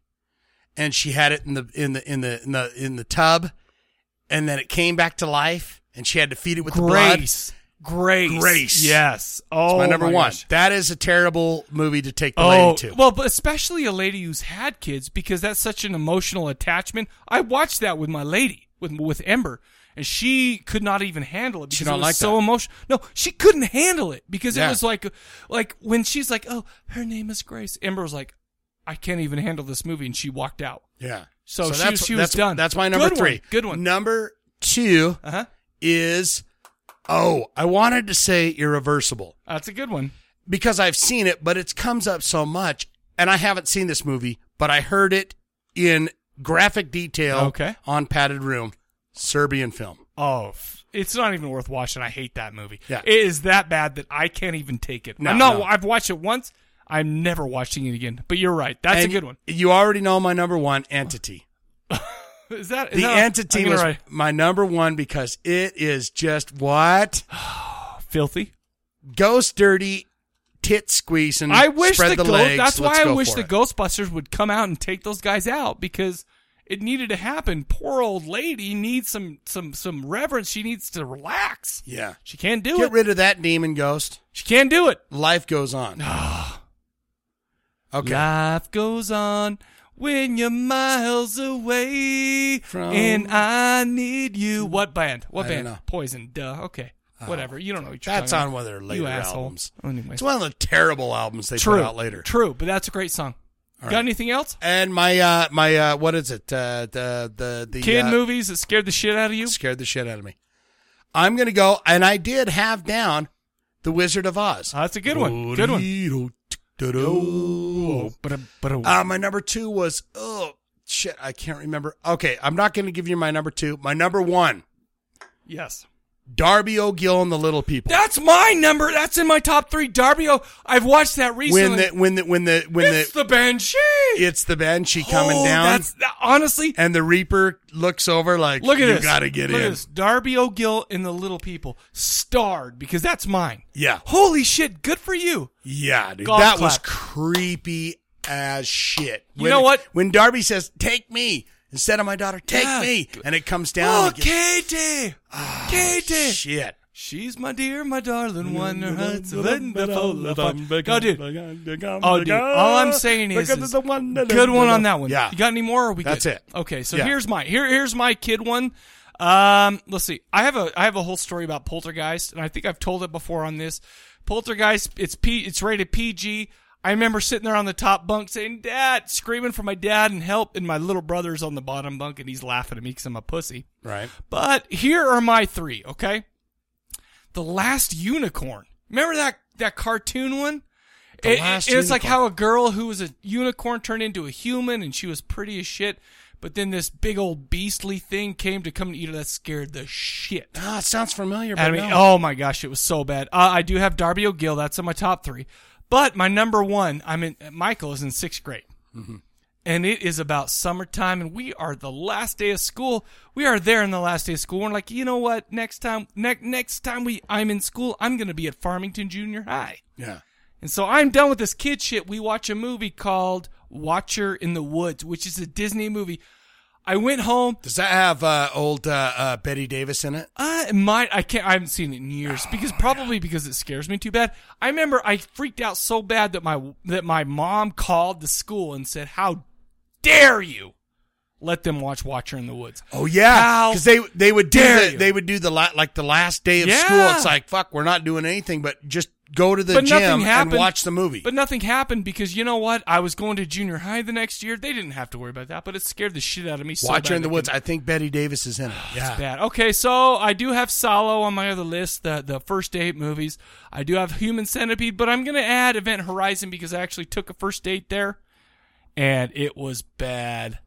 B: and she had it in the in the in the in the, in the tub, and then it came back to life, and she had to feed it with the blood.
A: Grace. Grace.
B: Grace.
A: Yes. Oh,
B: it's my number one.
A: gosh.
B: That is a terrible movie to take the
A: Oh,
B: lady to.
A: well, but especially a lady who's had kids because that's such an emotional attachment. I watched that with my lady, with with Ember, and she could not even handle it because
B: She don't
A: it was
B: like
A: so
B: that.
A: emotional. No, she couldn't handle it because it
B: Yeah.
A: was like like when she's like, "Oh, her name is Grace." Ember was like, "I can't even handle this movie," and she walked out.
B: Yeah.
A: So, she,
B: that's,
A: she was
B: that's-
A: done.
B: That's my number
A: Good one. Uh-huh.
B: three. Good one. Number 2 is oh, I wanted to say irreversible
A: That's a good one.
B: because I've seen it, but it comes up so much, and I haven't seen this movie, but I heard it in graphic detail.
A: Okay.
B: On padded room, Serbian film.
A: Oh, f- it's not even worth watching. I hate that movie.
B: Yeah.
A: It is that bad that I can't even take it.
B: No,
A: I'm not,
B: no.
A: I've watched it once. I'm never watching it again. But you're right.
B: And
A: That's a good one.
B: You already know my number one entity.
A: Is that
B: The
A: no, I
B: entity
A: mean,
B: was
A: right.
B: my number one because it is just what
A: filthy,
B: ghost dirty, tit squeezing.
A: I wish
B: spread
A: the,
B: the,
A: ghost.
B: legs.
A: That's
B: Let's
A: why I
B: go
A: wish
B: for
A: the
B: it.
A: Ghostbusters would come out and take those guys out because it needed to happen. Poor old lady needs some some some reverence. She needs to relax.
B: Yeah,
A: she can't do
B: Get
A: it.
B: rid of that demon ghost.
A: She can't do it.
B: Life goes on. okay.
A: Life goes on when you're miles away,
B: From-
A: and I need you. What band? What
B: I don't
A: band?
B: know. Oh.
A: Poison. Duh. Okay. Whatever. You don't know. What you're
B: That's on
A: talking about.
B: one of their
A: you
B: later
A: asshole.
B: albums.
A: Anyway.
B: It's one of the terrible albums they
A: True.
B: put out later.
A: True, but that's a great song.
B: All
A: Got
B: right.
A: anything else?
B: And my uh my uh what is it? Uh the the the
A: Kid
B: uh,
A: movies that scared the shit out of you?
B: Scared the shit out of me. I'm gonna go and I did have down The Wizard of Oz.
A: Oh, that's a good one. Good one.
B: Uh, my number two was oh shit, I can't remember. Okay, I'm not gonna give you my number two. My number one,
A: Yes.
B: Darby O'Gill and the Little People.
A: That's my number. That's in my top three. Darby O. I've watched that recently.
B: When the when the when the when
A: it's the, banshee.
B: It's the banshee coming
A: Oh,
B: down.
A: that's- honestly.
B: And the Reaper looks over like
A: Look at
B: you
A: this.
B: gotta get
A: Look at
B: in.
A: this. Darby O'Gill and the Little People starred because that's mine.
B: Yeah.
A: Holy shit! Good for you.
B: Yeah, dude.
A: Golf
B: that was
A: clap.
B: creepy as shit.
A: You know what?
B: When Darby says, "Take me," instead of my daughter, "Take
A: Yeah.
B: me," and it comes down.
A: Oh,
B: and it gets-
A: Katie. Katie.
B: Ah, Shit.
A: She's my dear, my darling, one her heart's wonderful. God, dude. Oh, dude. All I'm saying is, is good one on that one.
B: Yeah.
A: You got any more? Or are we
B: That's
A: good?
B: it.
A: Okay, so
B: Yeah.
A: here's my here here's my kid one. Um, let's see. I have a I have a whole story about Poltergeist, and I think I've told it before on this. Poltergeist, it's P, it's rated PG. I remember sitting there on the top bunk saying, "Dad," screaming for my dad and help, and my little brother's on the bottom bunk, and he's laughing at me because I'm a pussy.
B: Right.
A: But here are my three, okay? The Last Unicorn. Remember that, that cartoon one?
B: The
A: It- it-
B: Last
A: it was like
B: Unicorn.
A: how a girl who was a unicorn turned into a human and she was pretty as shit. But then this big old beastly thing came to come and eat her. That scared the shit.
B: Ah, it sounds familiar. But
A: I mean,
B: no.
A: oh my gosh, it was so bad. Uh, I do have Darby O'Gill. That's in my top three. But my number one, I'm in, Michael is in sixth grade and it is about summertime and we are the last day of school we are there in the last day of school we're like you know what next time ne- next time we i'm in school i'm going to be at farmington junior high
B: Yeah.
A: and so i'm done with this kid shit we watch a movie called watcher in the woods which is a disney movie i went home
B: Does that have uh, old uh, uh, Betty Davis in it?
A: uh, it might I can't I haven't seen it in years because probably because it scares me too bad. I remember I freaked out so bad that my that my mom called the school and said, "How dare you let them watch Watcher in the Woods?"
B: Oh yeah,
A: How
B: because they they would do
A: dare
B: the,
A: you.
B: they would do the la- like the last day of
A: Yeah.
B: school. It's like fuck, we're not doing anything but just go to the
A: But nothing
B: gym and
A: happened.
B: watch the movie.
A: But nothing happened because you know what? I was going to junior high the next year. They didn't have to worry about that, but it scared the shit out of me. So
B: Watcher
A: bad
B: in the
A: I
B: Woods.
A: couldn't-
B: I think Betty Davis is in it. Yeah.
A: It's bad. Okay, so I do have Solo on my other list, the the first date movies. I do have Human Centipede, but I'm gonna add Event Horizon because I actually took a first date there, and it was bad,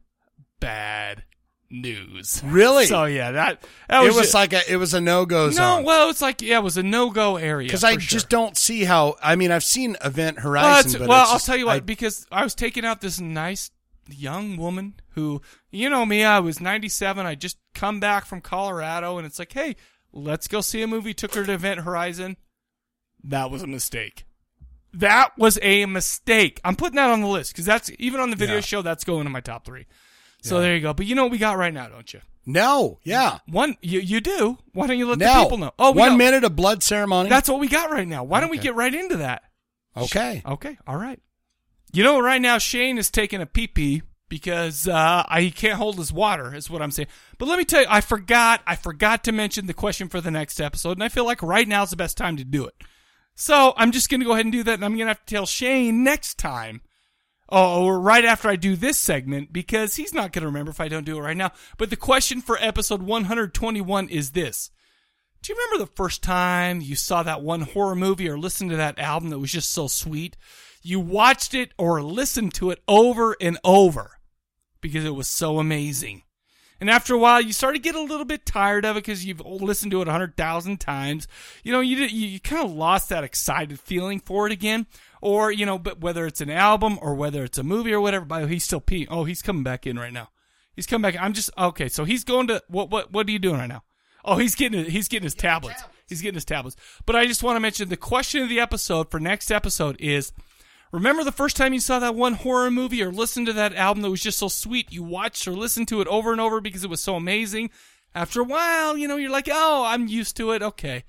A: bad news.
B: Really?
A: So yeah, that that was
B: it was
A: ju-
B: like a it was a no go
A: no.
B: zone.
A: Well, it's like yeah, it was a no go area
B: because
A: for
B: I
A: sure.
B: just don't see how. I mean, I've seen Event Horizon,
A: Well, it's-
B: but
A: well,
B: it's
A: I'll
B: just-
A: tell you what,
B: I-
A: because I was taking out this nice young woman who, you know me, I was 97. I just come back from Colorado, and it's like, hey, let's go see a movie. Took her to Event Horizon. That was a mistake. That was a mistake. I'm putting that on the list because that's even on the video
B: Yeah.
A: show. That's going in my top three. So
B: Yeah.
A: there you go. But you know what we got right now, don't you?
B: No, yeah.
A: One, you you do. Why don't you let
B: No.
A: the people know? Oh, we
B: One
A: don't.
B: minute of blood ceremony.
A: That's what we got right now. Why don't we
B: Okay.
A: get right into that?
B: Okay.
A: Okay. All right. You know, right now Shane is taking a pee pee because uh, I, he can't hold his water. Is what I'm saying. But let me tell you, I forgot. I forgot to mention the question for the next episode, and I feel like right now is the best time to do it. So I'm just going to go ahead and do that, and I'm going to have to tell Shane next time. Oh, or right after I do this segment because he's not going to remember if I don't do it right now. But the question for episode 121 is this. Do you remember the first time you saw that one horror movie or listened to that album that was just so sweet? You watched it or listened to it over and over because it was so amazing. And after a while, you start to get a little bit tired of it because you've listened to it 100,000 times. You know, you, did- you, you kind of lost that excited feeling for it again. Or, you know, but whether it's an album or whether it's a movie or whatever, but he's still peeing. Oh, he's coming back in right now. He's coming back. I'm just, okay, so he's going to, what, what, what are you doing right now? Oh, he's getting, he's getting his tablets. He's getting his tablets. But I just want to mention the question of the episode for next episode is, Remember the first time you saw that one horror movie or listened to that album that was just so sweet? You watched or listened to it over and over because it was so amazing. After a while, you know, you're like, oh, I'm used to it. Okay.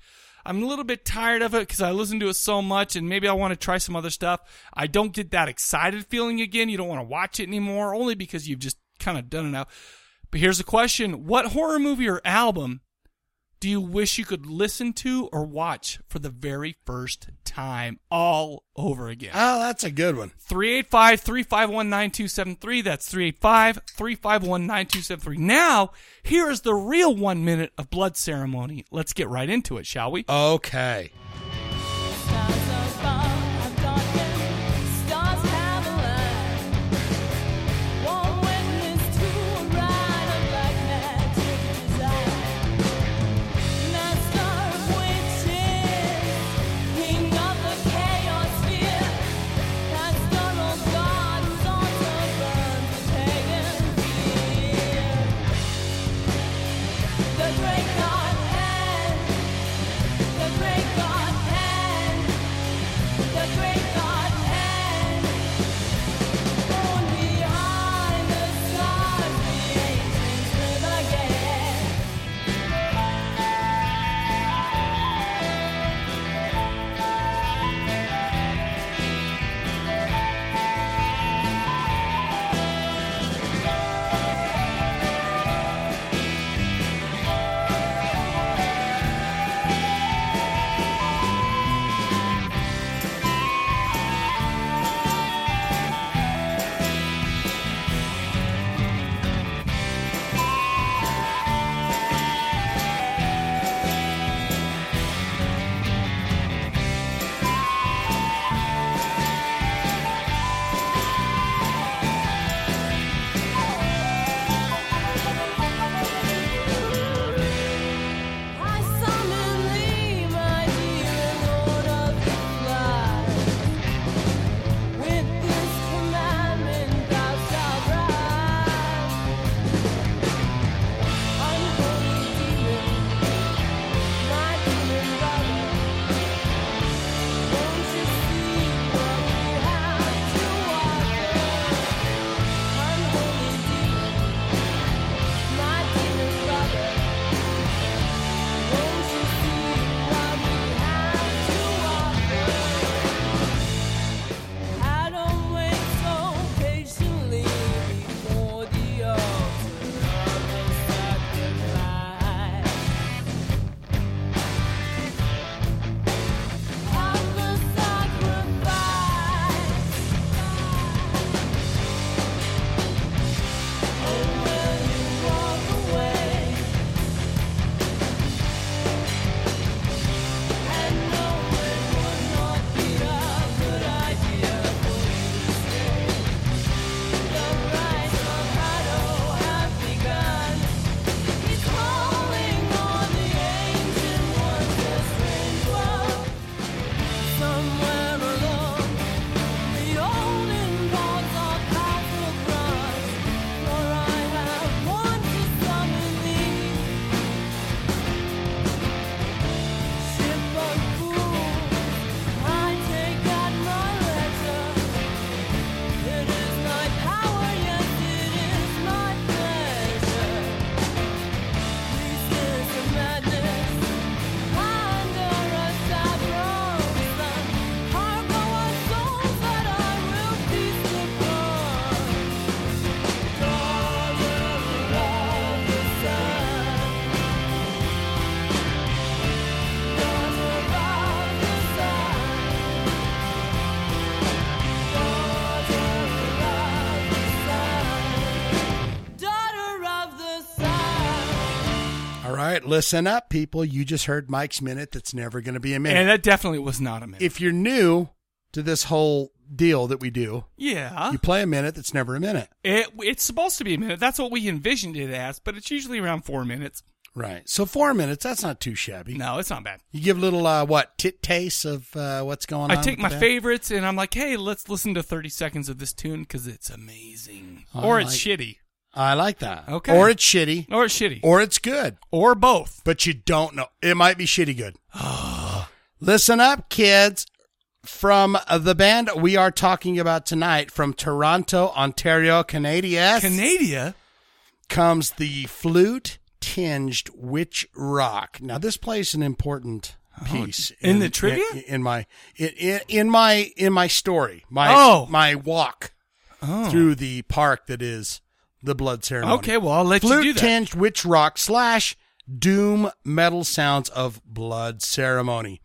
A: I'm a little bit tired of it because I listened to it so much and maybe I want to try some other stuff. I don't get that excited feeling again. You don't want to watch it anymore only because you've just kind of done it now. But here's the question What horror movie or album do you wish you could listen to or watch for the very first time all over again?
B: Oh, that's a good one.
A: 385 351 9273. That's 385 351 9273. Now, here is the real one minute of blood ceremony. Let's get right into it, shall we?
B: Okay.
K: The great God and the great God
B: right, listen up, people. You just heard Mike's minute that's never going to be a minute.
A: And that definitely was not a minute.
B: if you're new to this whole deal that we do,
A: Yeah.
B: you play a minute that's never a minute.
A: It, it's supposed to be a minute. That's what we envisioned it as, but it's usually around four minutes.
B: Right. So four minutes, that's not too shabby.
A: No, it's not bad.
B: You give little, uh, what, tit taste of uh, what's going on?
A: I take
B: with
A: my
B: the band?
A: favorites and I'm like, hey, let's listen to 30 seconds of this tune because it's amazing.
B: I
A: or it's
B: like-
A: shitty.
B: I like that.
A: Okay.
B: Or it's shitty.
A: Or it's shitty.
B: Or it's good.
A: Or both.
B: But you don't know. It might be shitty good. Listen up, kids. From the band we are talking about tonight from Toronto, Ontario, Canada.
A: Canada?
B: Comes the flute tinged witch rock. Now, this plays an important piece
A: Oh, in the trivia?
B: in, in my in, in, in my in my story my
A: Oh.
B: my walk through the park that is the blood ceremony
A: Okay, well, I'll let you
B: flute
A: do that.
B: tinged witch rock slash doom metal sounds of blood ceremony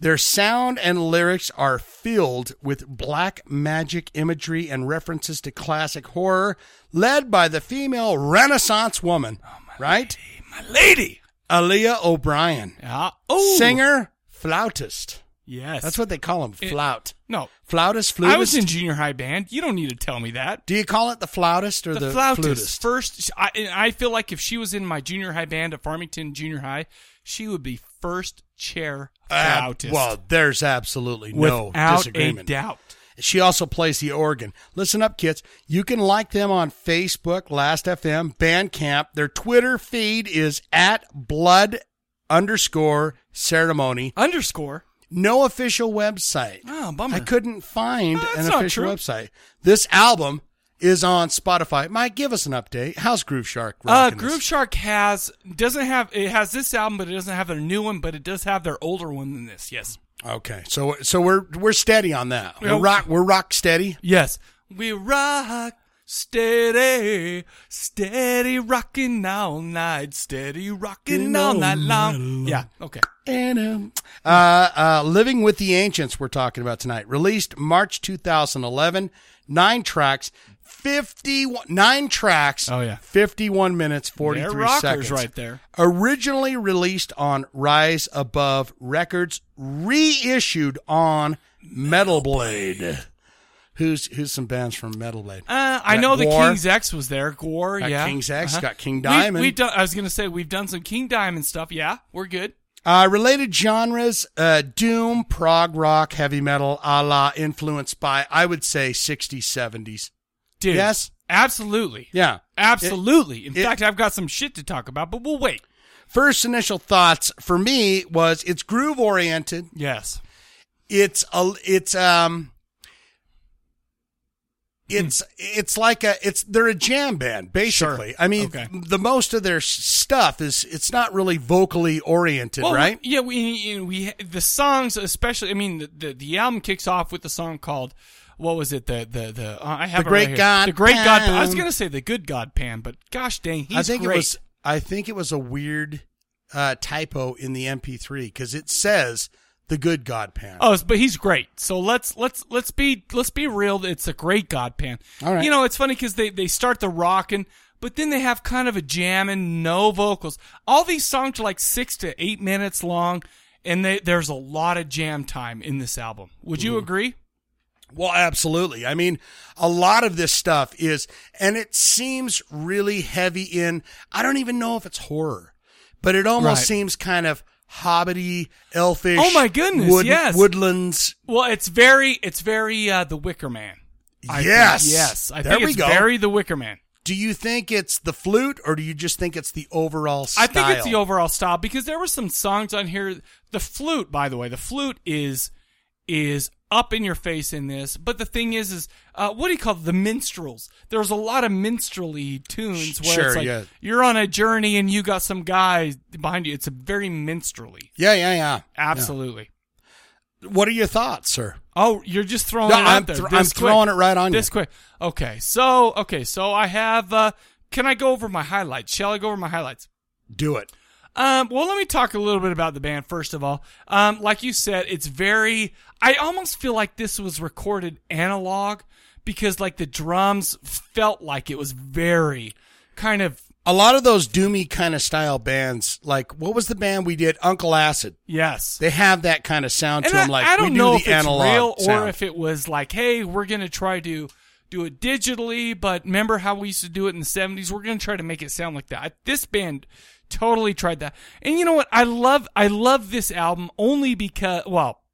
B: their sound and lyrics are filled with black magic imagery and references to classic horror, led by the female Renaissance woman, right?
A: my Oh, lady,
B: Aaliyah O'Brien,
A: oh.
B: singer, flautist.
A: Yes.
B: That's what they call him,
A: It-
B: flout.
A: No.
B: Flautist, flutist.
A: I was in junior high band. You don't need to tell me that.
B: Do you call it the flautist or the,
A: the flautist
B: flutist?
A: first. I, and I feel like if she was in my junior high band at Farmington Junior High, she would be first chair
B: Ab-
A: flautist.
B: Ah,
A: Uh,
B: well, there's absolutely no
A: Without
B: disagreement.
A: a doubt.
B: She also plays the organ. Listen up, kids. You can like them on Facebook, Last FM, Bandcamp. Their Twitter feed is at blood underscore ceremony.
A: Underscore.
B: No official website.
A: Oh, bummer.
B: I couldn't find
A: Oh,
B: an
A: that's not
B: official
A: true.
B: website. This album is on Spotify. Mike, give us an update. How's Groove Shark?
A: Uh,
B: rocking this?
A: Groove Shark has doesn't have it has this album, but it doesn't have their new one, but it does have their older one than this. Yes,
B: Okay, so so we're we're steady on that. We're
A: Yep.
B: rock we're rock steady.
A: Yes, we rock steady, steady rocking all night, steady rocking all night long. Yeah, okay.
B: And um, uh, uh, Living with the Ancients, we're talking about tonight. Released March 2011. Nine tracks, 51, nine tracks.
A: Oh, yeah.
B: 51 minutes, 43
A: They're rockers
B: seconds.
A: right there.
B: Originally released on Rise Above Records, reissued on Metal Blade. Who's who's some bands from Metal Blade?
A: Uh, I
B: Got
A: know the
B: War.
A: King's X was there. Gore,
B: Got
A: yeah. Uh-huh.
B: King's X, got King
A: We-
B: Diamond.
A: We, done, I was gonna say we've done some King Diamond stuff. Yeah, we're good.
B: Uh, related genres, uh, doom, prog rock, heavy metal, a la influenced by, I would say, 60s, 70s.
A: Dude,
B: Yes?
A: absolutely,
B: Yeah.
A: absolutely. In fact, I've got some shit to talk about, but we'll wait.
B: First initial thoughts for me was it's groove oriented.
A: Yes.
B: It's a, it's, um,
A: Hmm.
B: it's it's like a it's they're a jam band basically. I mean,
A: Okay.
B: the most of their s- stuff is it's not really vocally oriented,
A: Well,
B: right?
A: Yeah, we we the songs, especially. I mean, the the, the album kicks off with the song called what was it? The the the uh, I have it
B: Great
A: right here.
B: God
A: the great God. I was
B: Pan.
A: gonna say the good God Pan, but gosh dang, he's
B: I think
A: great.
B: it was. I think it was a weird uh, typo in the MP3 because it says the Good God Pan.
A: Oh, but he's great. So let's let's let's be let's be real. It's a great God pan.
B: All right.
A: You know, it's funny because they they start the rocking, but then they have kind of a jamming, no vocals. All these songs are like six to eight minutes long, and they, there's a lot of jam time in this album. Would you agree?
B: Well, absolutely. I mean, a lot of this stuff is, and it seems really heavy in. I don't even know if it's horror, but it almost
A: Right.
B: seems kind of hobbity, elfish.
A: Oh, my goodness, yes.
B: woodlands.
A: Well, it's very it's very uh, the Wicker Man. I think.
B: Yes.
A: yes. I
B: There
A: think
B: we
A: it's
B: go.
A: very the Wicker Man.
B: Do you think it's the flute, or do you just think it's the overall style?
A: I think it's the overall style because there were some songs on here. The flute, by the way, the flute is is up in your face in this. But the thing is, is uh, what do you call it? the minstrels? There's a lot of minstrelly tunes where
B: Sure,
A: it's like
B: yeah.
A: you're on a journey and you got some guy behind you. It's a very minstrelly.
B: yeah, yeah, yeah.
A: Absolutely.
B: Yeah. What are your thoughts, sir?
A: Oh, you're just throwing
B: No,
A: it out
B: I'm
A: there.
B: thr-
A: this
B: I'm
A: quick.
B: throwing it right on you.
A: This quick. Okay. So, okay. So I have, uh, can I go over my highlights? Shall I go over my highlights?
B: Do it.
A: Um, well, let me talk a little bit about the band first of all. Um, like you said, it's very. I almost feel like this was recorded analog because like the drums felt like it was very kind of
B: a lot of those doomy kind of style bands, like what was the band we did, Uncle Acid?
A: Yes,
B: they have that kind of sound to
A: And
B: them. Like
A: I don't
B: we do
A: know
B: the
A: if it's
B: analog
A: real or
B: sound.
A: if it was like, hey, we're gonna try to do it digitally, but remember how we used to do it in the seventies? We're gonna try to make it sound like that. I- this band totally tried that, and you know what? I love I love this album only because well,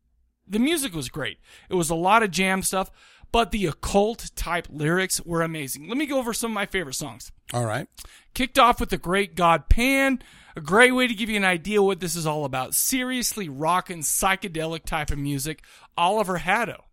A: the music was great. It was a lot of jam stuff, but the occult type lyrics were amazing. Let me go over some of my favorite songs
B: All right.
A: kicked off with the great god pan a great way to give you an idea what this is all about seriously rockin' psychedelic type of music oliver haddo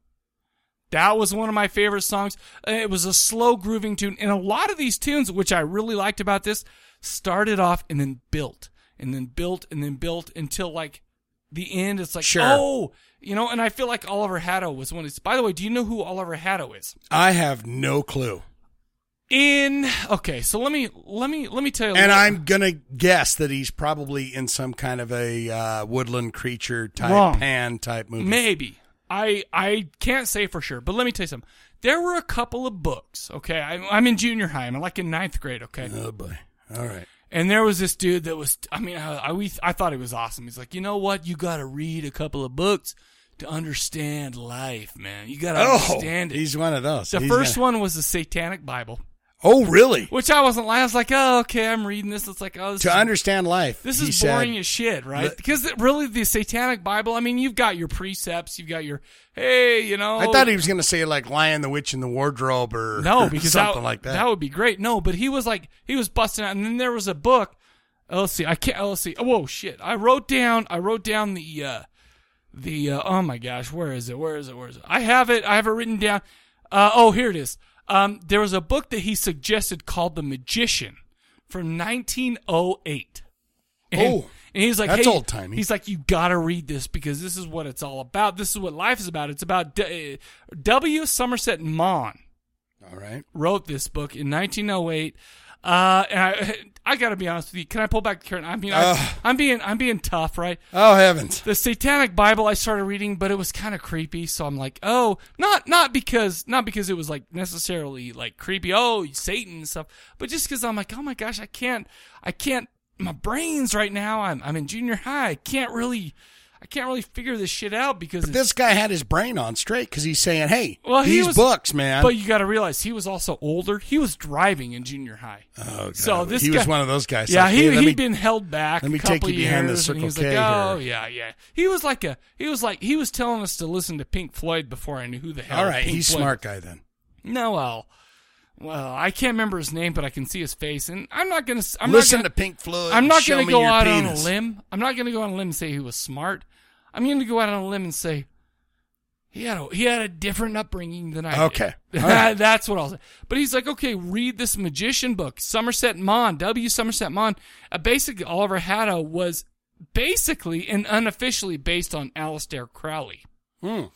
A: that was one of my favorite songs Uh, it was a slow grooving tune and a lot of these tunes which i really liked about this started off and then built and then built and then built until like the end it's like
B: Sure.
A: oh you know and i feel like oliver haddo was one of these by the way do you know who oliver haddo is
B: I have no clue,
A: in okay so let me let me let me tell you a
B: and
A: little-
B: I'm gonna guess that he's probably in some kind of a uh, woodland creature type
A: Wrong.
B: pan type movie.
A: Maybe. I I can't say for sure, but let me tell you something. There were a couple of books. Okay, I'm, I'm in junior high. I'm like in ninth grade. Okay.
B: Oh boy. All right.
A: And there was this dude that was. I mean, I I, we, I thought he was awesome. He's like, you know what? You got to read a couple of books to understand life, man. You got to
B: Oh,
A: understand it.
B: he's one of those.
A: The
B: He's
A: first
B: gonna-
A: one was the Satanic Bible.
B: Oh, really?
A: Which I wasn't like. I was like, oh, okay, I'm reading this. It's like, oh, this
B: To
A: is-
B: understand life,
A: This
B: he
A: is
B: said-
A: boring as shit, right?
B: Le-
A: Because it- really, the Satanic Bible. I mean, you've got your precepts, you've got your hey, you know.
B: I thought he was gonna say like Lion, the Witch, in the Wardrobe, or
A: no because
B: something
A: that,
B: like that.
A: would be great. No, but he was like he was busting out, and then there was a book. Oh, let's see, I can't. oh, Let's see. Oh, whoa, shit! I wrote down. I wrote down the uh the uh, oh my gosh, where is it? Where is it? Where is it? I have it. I have it written down. Uh, oh, here it is. Um, there was a book that he suggested called The Magician from 1908. And,
B: Oh,
A: and he's like,
B: that's
A: hey,
B: old-timey.
A: He's like, you gotta read this because this is what it's all about. This is what life is about. It's about D- uh, W. Somerset Maugham.
B: All right.
A: Wrote this book in 1908. Uh, and I, I gotta be honest with you. Can I pull back the curtain? I mean,
B: Ugh.
A: I, I'm being, I'm being tough, right?
B: Oh heavens!
A: The Satanic Bible I started reading, but it was kind of creepy, so I'm like, oh, not not because not because it was like necessarily like creepy, oh Satan and stuff, but just because I'm like, oh my gosh, I can't, I can't, my brains right now, I'm I'm in junior high, I can't really, I can't really figure this shit out because
B: But this guy had his brain on straight because he's saying, "Hey,
A: well, he
B: these
A: was,
B: books, man."
A: But you got to realize he was also older. He was driving in junior high.
B: Oh, God.
A: So this
B: he was
A: guy-
B: one of those guys.
A: Yeah,
B: like,
A: he
B: "Hey, let
A: he'd
B: me-
A: been held back.
B: Let me
A: a couple
B: take you behind the
A: years," and
B: Circle
A: he was
B: K
A: like, Oh
B: here.
A: yeah, yeah. He was like a he was like he was telling us to listen to Pink Floyd before I knew who the hell.
B: All right,
A: Pink
B: he's
A: Floyd-
B: smart guy then.
A: No, well, well, I can't remember his name, but I can see his face, and I'm not gonna. s- I'm
B: Listen
A: not gonna,
B: to Pink Floyd
A: I'm
B: and
A: not
B: show
A: gonna
B: me
A: go
B: your
A: out on
B: penis.
A: a limb. I'm not gonna go on a limb and say he was smart. I'm gonna go out on a limb and say he had a, he had a different upbringing than I. did.
B: Okay. All right.
A: that's what I'll say. But he's like, okay, read this magician book, Somerset Maugham, W. Somerset Maugham. Uh, basically, Oliver Haddo was basically and unofficially based on Aleister Crowley.
B: Hmm.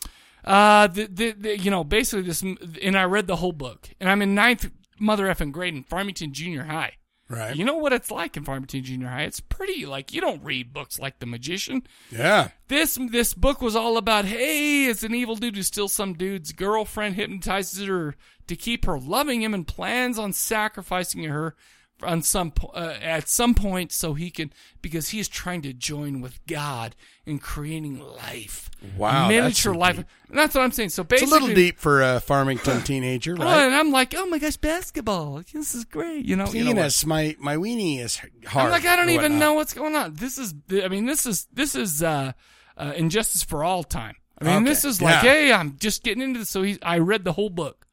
A: Uh, the, the, the, you know, basically this, and I read the whole book, and I'm in ninth mother effing grade in Farmington Junior High.
B: Right.
A: You know what it's like in Farmington Junior High? It's pretty like you don't read books like The Magician.
B: Yeah.
A: This this book was all about hey, it's an evil dude who steals some dude's girlfriend, hypnotizes her to keep her loving him, and plans on sacrificing her on some po- uh, at some point so he can because he is trying to join with God in creating life.
B: Wow, that's
A: miniature
B: some
A: life. And that's what I'm saying. So
B: It's a
A: basically,
B: little deep for a Farmington teenager,
A: Oh,
B: right?
A: and I'm like, oh my gosh, basketball! This is great. You know, you know what?
B: Penis, my my weenie is hard.
A: I'm like, I don't
B: or
A: even
B: whatnot.
A: know what's going on. This is, I mean, this is this is uh, uh, injustice for all time. I mean,
B: Okay.
A: this is like,
B: Yeah.
A: hey, I'm just getting into this. So he, I read the whole book,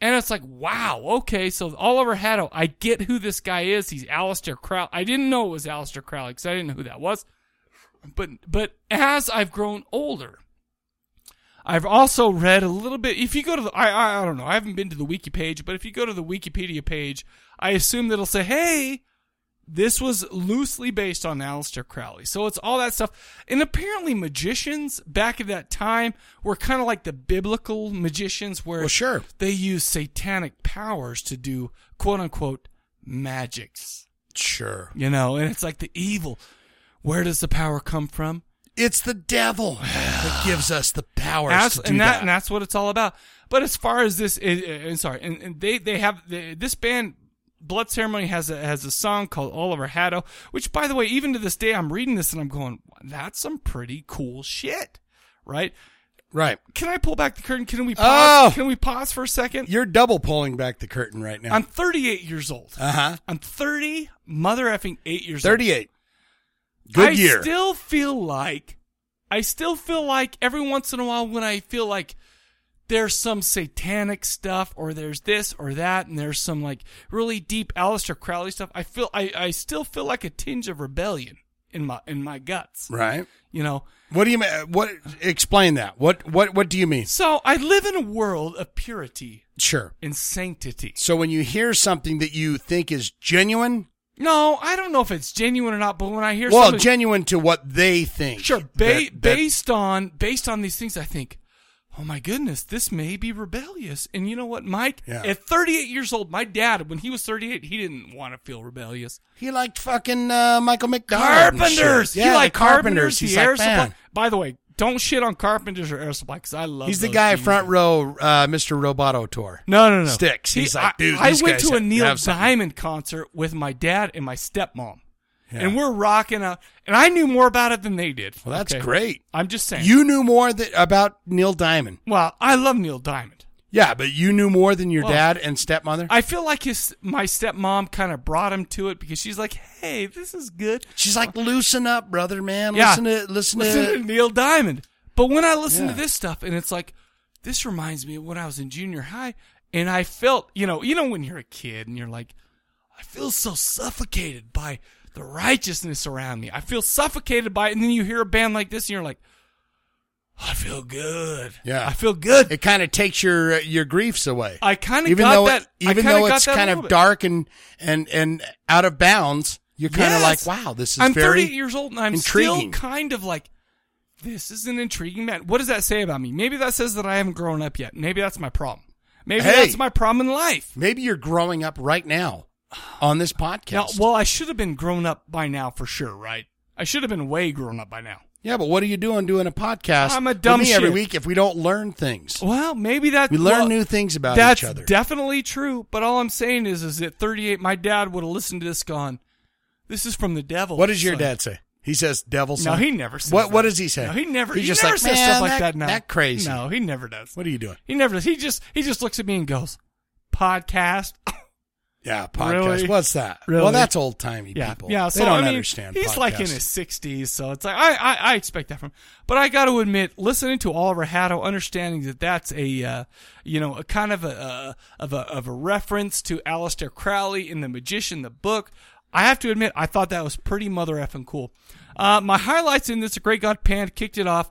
A: and it's like, wow, okay. So Oliver Haddo, I get who this guy is. He's Alistair Crowley. I didn't know it was Alistair Crowley because I didn't know who that was. But but as I've grown older, I've also read a little bit. If you go to the, I, I, I don't know, I haven't been to the wiki page, but if you go to the Wikipedia page, I assume that it'll say, hey, this was loosely based on Aleister Crowley. So it's all that stuff. And apparently, magicians back at that time were kind of like the biblical magicians, where
B: sure.
A: they used satanic powers to do quote unquote magics.
B: Sure.
A: You know, and it's like the evil. Where does the power come from?
B: It's the devil that gives us the powers
A: That's-
B: to do
A: and
B: that.
A: and that's what it's all about. But as far as this, is, and sorry, and, and they they have they, this band Blood Ceremony has a has a song called Oliver Haddo, which by the way, even to this day, I'm reading this and I'm going, that's some pretty cool shit, right?
B: Right.
A: Can I pull back the curtain? Can we pause?
B: Oh!
A: Can we pause for a second?
B: You're double pulling back the curtain right now.
A: I'm 38 years old.
B: Uh huh.
A: I'm 30 mother effing eight years old.
B: 38. Good
A: I
B: year.
A: still feel like, I still feel like every once in a while when I feel like there's some satanic stuff or there's this or that and there's some like really deep Aleister Crowley stuff, I feel, I, I still feel like a tinge of rebellion in my, in my guts.
B: Right.
A: You know.
B: What do you mean? What? Explain that. What? What? What do you mean?
A: So I live in a world of purity
B: Sure.
A: and sanctity.
B: So when you hear something that you think is genuine,
A: No, I don't know if it's genuine or not, but when I hear
B: well,
A: somebody-
B: genuine to what they think.
A: Sure, ba-
B: that- that-
A: based on based on these things, I think, oh my goodness, this may be rebellious. And you know what, Mike?
B: Yeah.
A: At 38 years old, my dad, when he was 38, he didn't want to feel rebellious.
B: He liked fucking uh, Michael McDonald. and shit.
A: Carpenters,
B: Yeah,
A: he
B: the
A: liked
B: carpenters.
A: carpenters.
B: He's
A: the
B: like,
A: air
B: man.
A: supply. By the way, don't shit on carpenters or air supply because I love.
B: He's the
A: those
B: guy
A: dudes.
B: front row, uh, Mr. Roboto tour.
A: No, no, no.
B: Sticks.
A: He-
B: He's like,
A: I-
B: dude.
A: I,
B: these
A: went
B: guys
A: to a
B: have-
A: Neil
B: have some-
A: Diamond concert with my dad and my stepmom,
B: Yeah.
A: and we're rocking out. And I knew more about it than they did.
B: Well, that's
A: okay?
B: great.
A: I'm just saying.
B: You knew more that, about Neil Diamond.
A: Well, I love Neil Diamond.
B: Yeah, but you knew more than your
A: Well,
B: dad and stepmother.
A: I feel like his my stepmom kind of brought him to it because she's like, "Hey, this is good."
B: She's like, "Loosen up, brother, man.
A: Yeah.
B: Listen to listen to
A: Neil Diamond." But when I listen
B: Yeah.
A: to this stuff, and it's like, this reminds me of when I was in junior high, and I felt, you know, you know, when you're a kid and you're like, I feel so suffocated by the righteousness around me. I feel suffocated by it, and then you hear a band like this, and you're like, I feel good.
B: Yeah, I
A: feel good.
B: It kind of takes your uh, your griefs away.
A: I kinda
B: even
A: got
B: though
A: that-
B: It,
A: I
B: even
A: kinda
B: though
A: got
B: it's
A: that a
B: kind
A: little
B: of
A: bit.
B: dark and and and out of bounds, you're kind of like,
A: Yes.
B: wow, this is
A: I'm
B: very
A: 38 years old and I'm still
B: intriguing.
A: kind of like this is an intriguing man. What does that say about me? Maybe that says that I haven't grown up yet. Maybe that's my problem. Maybe
B: Hey.
A: that's my problem in life.
B: Maybe you're growing up right now on this podcast.
A: Now, well, I should have been grown up by now for sure, right? I should have been way grown up by now.
B: yeah, but what are you doing doing a podcast?
A: I'm a dumb
B: with me every
A: shit.
B: week if we don't learn things.
A: Well, maybe that
B: we learn
A: well,
B: new things about
A: that's
B: each other.
A: definitely true. But all I'm saying is, is at 38, my dad would have listened to this, gone, "This is from the devil."
B: What does your
A: Oh, son."
B: dad say? He says devil
A: No,
B: son.
A: he never says
B: What
A: that.
B: what does he say?
A: No, he never.
B: He's
A: he
B: just
A: never
B: like,
A: says
B: "Man,
A: stuff like
B: that,
A: that. Now
B: That crazy.
A: No, he never does.
B: What are you doing?
A: He never does. He just he just looks at me and goes, "Podcast."
B: Yeah, podcast.
A: Really?
B: What's that?
A: Really?
B: Well, that's old timey
A: yeah,
B: people.
A: yeah. So
B: they don't
A: I mean,
B: understand.
A: He's
B: podcasts.
A: like in his sixties, so it's like I, I I expect that from. him. But I got to admit, listening to Oliver Haddo, understanding that that's a uh, you know a kind of a uh, of a of a reference to Aleister Crowley in The Magician, the book. I have to admit, I thought that was pretty mother effing cool. Uh, my highlights in this: The Great God Pan kicked it off.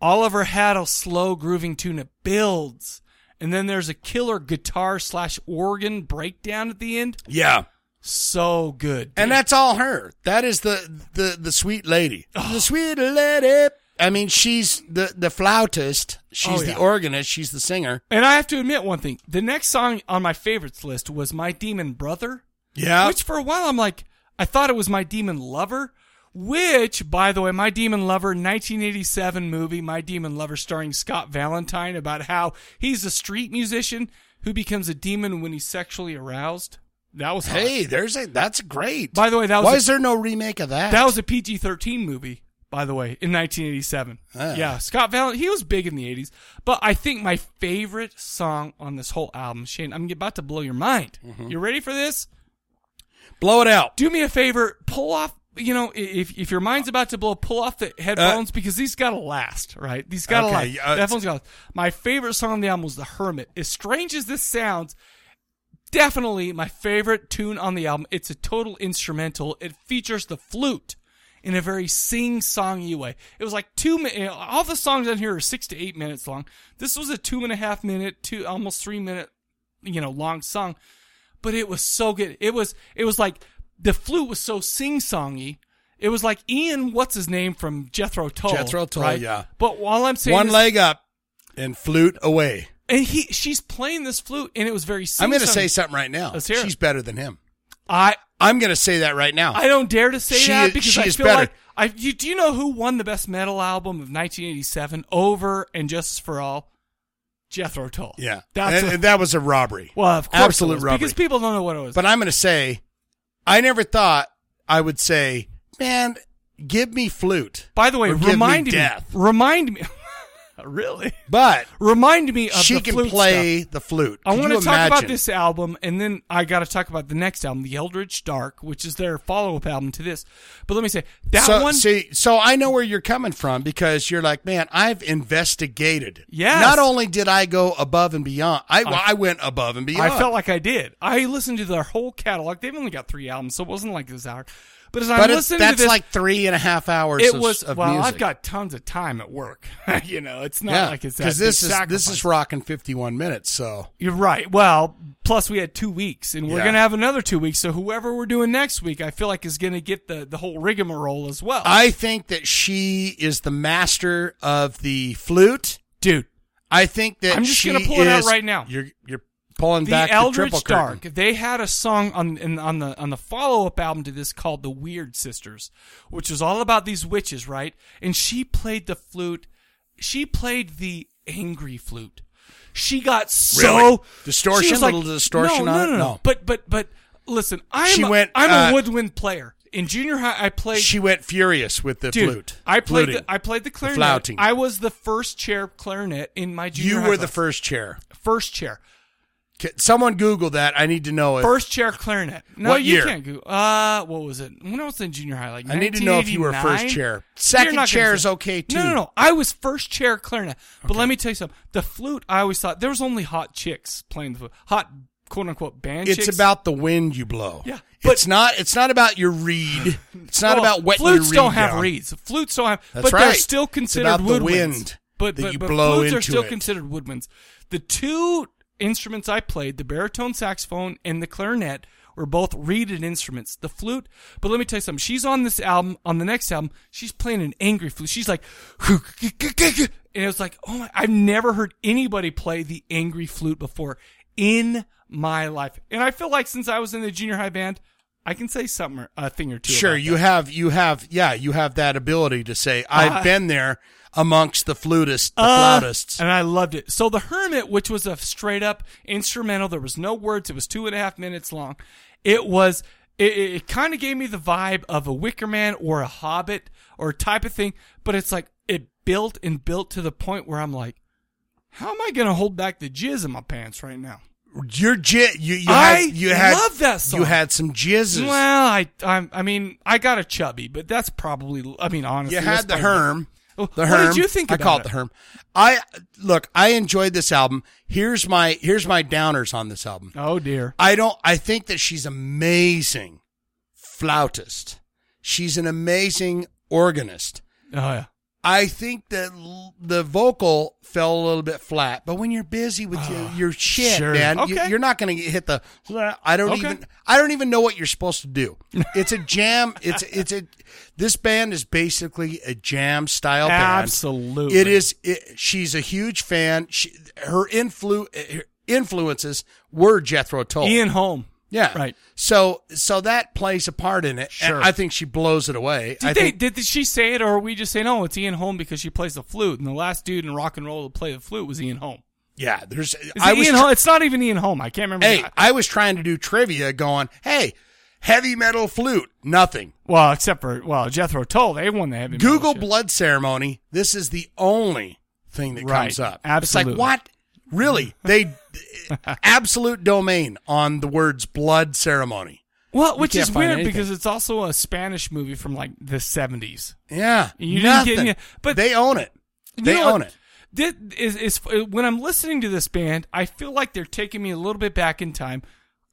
A: Oliver Haddo slow grooving tune it builds, and then there's a killer guitar slash organ breakdown at the end.
B: Yeah.
A: So good.
B: And that's all her. That is the the the sweet lady.
A: Oh.
B: The sweet lady. I mean, she's the the flautist. She's
A: Oh, yeah.
B: the organist. She's the singer.
A: And I have to admit one thing. The next song on my favorites list was My Demon Brother.
B: Yeah.
A: Which for a while I'm like, I thought it was My Demon Lover, which, by the way, My Demon Lover, 1987 movie, My Demon Lover, starring Scott Valentine, about how he's a street musician who becomes a demon when he's sexually aroused. That was hot.
B: Hey, there's a that's great.
A: By the way, that was
B: why
A: a-
B: is there no remake of that?
A: That was a PG 13 movie, by the way, in 1987.
B: Ah.
A: Yeah, Scott Valentine, he was big in the 80s. But I think my favorite song on this whole album, Shane, I'm about to blow your mind. You ready for this?
B: Blow it out.
A: Mm-hmm. Do me a favor, pull off, you know, i- if, if your mind's about to blow, pull off the headphones because these got to last, right? These got to
B: Uh, Okay,
A: last.
B: uh,
A: the headphones got to last. My favorite song on the album was The Hermit. As strange as this sounds, definitely my favorite tune on the album. It's a total instrumental. It features the flute in a very sing-songy way. It was like two minutes. All the songs on here are six to eight minutes long. This was a two and a half minute, two almost three minute, you know, long song. But it was so good. It was it was like the flute was so sing-songy. It was like Ian, what's his name from Jethro Tull?
B: Jethro Tull,
A: right?
B: yeah.
A: But while I'm saying
B: one
A: this-
B: leg up and flute away.
A: and he she's playing this flute, and it was very.
B: I'm going to
A: sing-songy.
B: say something right now.
A: Let's hear it.
B: She's better than him.
A: I
B: I'm going to say that right now.
A: I don't dare to say
B: She
A: that
B: is-
A: because
B: she
A: I
B: is
A: feel
B: better.
A: like I. You, do you know who won the best metal album of 1987 over and Justice for All? Jethro Tull.
B: Yeah,
A: That's
B: and,
A: what-
B: and that was a robbery.
A: Well, of course it
B: absolute
A: was,
B: robbery.
A: because people don't know what it was.
B: But I'm going to say, I never thought I would say, man, give me flute.
A: By the way,
B: or give
A: remind
B: me
A: me,
B: death.
A: remind me, really.
B: But
A: remind me of
B: she
A: the
B: can
A: flute
B: play
A: stuff.
B: the flute.
A: I
B: Could
A: want to
B: you
A: talk
B: imagine?
A: about this album, and then I got to talk about the next album, The Eldritch Dark, which is their follow-up album to this. But let me say that
B: so,
A: one.
B: See, so I know where you're coming from because you're like, man, I've investigated.
A: Yes.
B: Not only did I go above and beyond, I, well,
A: I-
B: I went above and beyond.
A: I felt like I did. I listened to their whole catalog. They've only got three albums, so it wasn't like it was hard. But as
B: But
A: I'm
B: it's-
A: listening
B: that's
A: to this,
B: like three and a half hours
A: It
B: of-
A: was
B: of
A: well. I've
B: music.
A: got tons of time at work. you know, it's not like it's that
B: because this
A: big
B: is this is rocking 51 minutes. So
A: You're right. Well, plus we had two weeks, and we're
B: Yeah.
A: gonna have another two weeks. So whoever we're doing next week, I feel like is gonna get the the whole rigmarole as well.
B: I think that she is the master of the flute,
A: dude.
B: I think that
A: I'm just
B: she
A: gonna pull it out
B: is-
A: right now.
B: You're you're pulling
A: the
B: back
A: Eldritch
B: the triple
A: Dark.
B: curtain.
A: They had a song on in, on the on the follow up album to this called "The Weird Sisters," which was all about these witches, right? And she played the flute. She played the angry flute. She got so
B: Really? Distortion?
A: she was like-
B: Little distortion
A: no,
B: on
A: no,
B: it?
A: No, no,
B: No.
A: But but but listen, I'm
B: She
A: a,
B: went,
A: I'm
B: uh,
A: a woodwind player. In junior high, I played.
B: She went furious with the
A: Dude,
B: flute.
A: I played.
B: Fluting.
A: The, I played the clarinet.
B: flouting.
A: I was the first chair clarinet in my junior.
B: you
A: high
B: were the
A: class.
B: first chair.
A: First chair.
B: Ca- Someone Google that. I need to know it.
A: First chair clarinet. No,
B: What
A: you
B: year?
A: can't go. Uh, what was it? When I was in junior high, like
B: I need to know if you were
A: 1989?
B: first chair.
A: You're
B: Second
A: not gonna
B: chair
A: say-
B: is okay, too.
A: No, no, no. I was first chair clarinet. But let me tell you something. The flute, I always thought there was only hot chicks playing the flute. Hot quote unquote band.
B: It's
A: chicks.
B: about the wind you blow.
A: Yeah,
B: it's not. It's not about your reed. It's not
A: Well,
B: about what
A: flutes
B: your reed
A: don't have
B: down.
A: reeds. Flutes don't have.
B: That's
A: but
B: right.
A: they're
B: It's
A: still
B: about
A: considered
B: the
A: woodwinds.
B: wind
A: but
B: that
A: but,
B: you
A: but
B: blow
A: flutes are
B: into
A: still
B: it.
A: considered woodwinds. The two instruments I played, the baritone saxophone and the clarinet, were both reeded instruments. The flute, but let me tell you something. She's on this album. On the next album, she's playing an angry flute. She's like, and it was like, oh my! I've never heard anybody play the angry flute before in my life, and I feel like since I was in the junior high band. I can say something, or- a thing or two.
B: Sure,
A: about
B: you have. You have. Yeah, you have that ability to say, "I've
A: Uh,
B: been there amongst the flutists, the
A: Uh,
B: flautists."
A: And I loved it. So the Hermit, which was a straight up instrumental, there was no words. It was two and a half minutes long. It was. It, it, it kind of gave me the vibe of a Wicker Man or a Hobbit or type of thing. But it's like it built and built to the point where I'm like, how am I going to hold back the jizz in my pants right now?
B: Your jit, you, you
A: I
B: had, you had,
A: love that song.
B: You had some jizzes.
A: Well, I, I, I mean, I got a chubby, but that's probably. I mean, honestly,
B: you
A: that's
B: had the
A: probably-
B: herm. The
A: oh, What
B: herm.
A: did you think?
B: I
A: about
B: call it
A: it
B: the herm. I look. I enjoyed this album. Here's my here's my downers on this album.
A: Oh dear.
B: I don't. I think that she's amazing flautist. She's an amazing organist.
A: Oh yeah.
B: I think that l- the vocal fell a little bit flat, but when you're busy with your, your shit,
A: Ah, sure.
B: man, you,
A: Okay.
B: you're not going to hit the. I don't
A: Okay.
B: even. I don't even know what you're supposed to do. It's a jam. It's it's a. This band is basically a jam style band.
A: Absolutely.
B: it is. It, she's a huge fan. She, her influ her influences were Jethro Tull,
A: Ian Holm.
B: Yeah,
A: Right.
B: So so that plays a part in it.
A: Sure.
B: And I think she blows it away.
A: Did
B: I
A: they?
B: think
A: did did she say it, or are we just saying, "Oh, it's Ian Holm because she plays the flute"? And the last dude in rock and roll to play the flute was Ian Holm.
B: Yeah, there's.
A: Is
B: I
A: it
B: was
A: Ian
B: tr-
A: Holm? It's not even Ian Holm. I can't remember.
B: Hey, I was trying to do trivia going, hey, heavy metal flute, nothing.
A: Well, except for well, Jethro Tull, they won the heavy. metal
B: Google
A: shit.
B: blood ceremony. This is the only thing that
A: Right,
B: comes up.
A: absolutely.
B: It's like, what? Really? They absolute domain on the words blood ceremony.
A: Well,
B: You
A: which
B: can't
A: is
B: find
A: weird
B: anything.
A: because it's also a Spanish movie from like the seventies.
B: Yeah.
A: You didn't
B: nothing.
A: get any- but
B: they own it. They own it.
A: Did is is when I'm listening to this band, I feel like they're taking me a little bit back in time.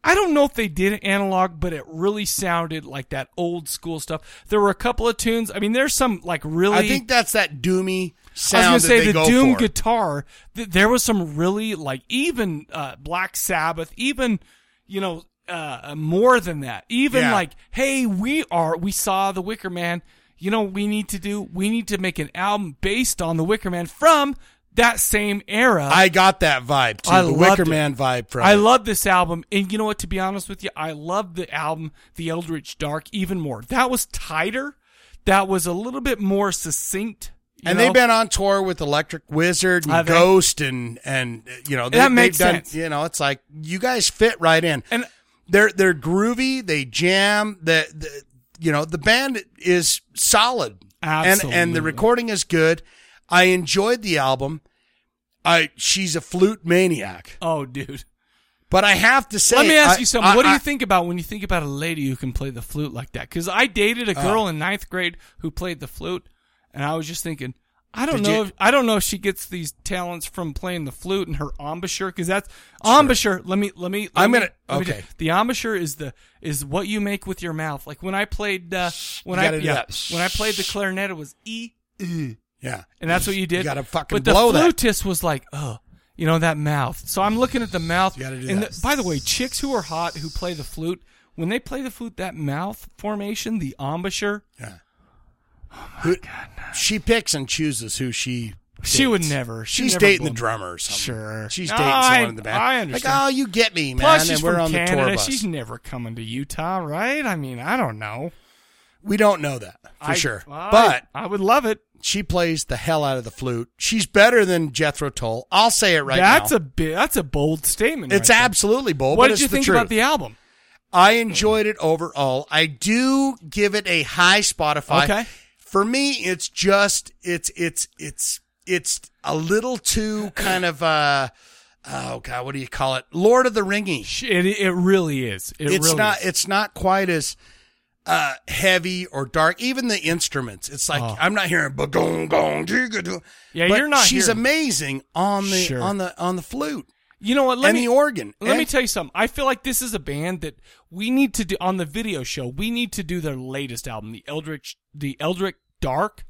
A: I don't know if they did analog, but it really sounded like that old school stuff. There were a couple of tunes. I mean, there's some like really.
B: I think that's that doomy sound
A: I was
B: that
A: gonna
B: they
A: say the
B: go
A: doom
B: for.
A: guitar. Th- there was some really like even uh, Black Sabbath, even you know uh, more than that. Even
B: Yeah.
A: like, hey, we are we saw the Wicker Man. You know, what we need to do. We need to make an album based on the Wicker Man from that same era.
B: I got that vibe too.
A: I
B: the
A: loved
B: Wicker
A: it.
B: Man vibe from
A: I
B: it.
A: love this album, and you know what? To be honest with you, I love the album "The Eldritch Dark" even more. That was tighter. That was a little bit more succinct
B: and
A: know?
B: they've been on tour with Electric Wizard and
A: Have they?
B: Ghost and and uh, you know
A: That makes
B: they've done-
A: sense.
B: You know, it's like you guys fit right in, and they're they're groovy. They jam. The, the you know the band is solid, and and
A: Absolutely.
B: the recording is good. I enjoyed the album. I she's a flute maniac,
A: Oh, dude.
B: but I have to say,
A: Let me ask
B: I-
A: you something.
B: I-
A: what do
B: I-
A: you think about when you think about a lady who can play the flute like that? Because I dated a
B: Uh.
A: girl in ninth grade who played the flute, and I was just thinking, I don't
B: Did
A: know.
B: you-
A: If, I don't know if she gets these talents from playing the flute and her embouchure, because that's embouchure. Let me let me. let
B: I'm
A: me-
B: gonna-
A: let me
B: okay.
A: just- the embouchure is the is what you make with your mouth. Like when I played uh, when
B: You
A: I
B: gotta do
A: yeah,
B: that.
A: when I played the clarinet, it was e e.
B: Yeah.
A: and that's what you did.
B: You gotta fucking
A: but the
B: blow that.
A: flutist was like, oh, you know that mouth. So I'm looking at the mouth.
B: do
A: and
B: that.
A: the- by the way, chicks who are hot who play the flute, when they play the flute, that mouth formation, the embouchure, oh
B: who- she picks and chooses who she.
A: She would
B: dates.
A: never- she'd
B: She's
A: never
B: dating the
A: blow-
B: drummer or something. Sure. She's
A: No,
B: dating
A: I-
B: someone in the band.
A: I understand.
B: Like, oh, you get me, man.
A: Plus, she's
B: and we're
A: from
B: on
A: Canada.
B: the tour bus.
A: She's never coming to Utah, right? I mean, I don't know.
B: We don't know that for
A: I-
B: sure.
A: I-
B: but
A: I would love it.
B: She plays the hell out of the flute. She's better than Jethro Tull. I'll say it right
A: that's
B: now.
A: a bi- that's a bold statement.
B: it's
A: right there.
B: absolutely bold.
A: What
B: but
A: did
B: it's
A: you
B: the
A: think
B: truth.
A: about the album?
B: I enjoyed it overall. I do give it a high Spotify.
A: Okay.
B: For me, it's just it's it's it's it's a little too kind of uh oh god, what do you call it? Lord of the Ringy.
A: It it really is. It
B: it's
A: really
B: not
A: is.
B: it's not quite as uh heavy or dark. Even the instruments. It's like
A: Oh.
B: I'm not hearing bagong gong jigga-doo.
A: Yeah,
B: But
A: you're not
B: She's
A: hearing-
B: amazing on the
A: Sure.
B: on the on the flute.
A: You know what? Let
B: and
A: me,
B: the organ.
A: Let
B: And-
A: me tell you something. I feel like this is a band that we need to do on the video show. We need to do their latest album, the Eldritch, the Eldritch Dark.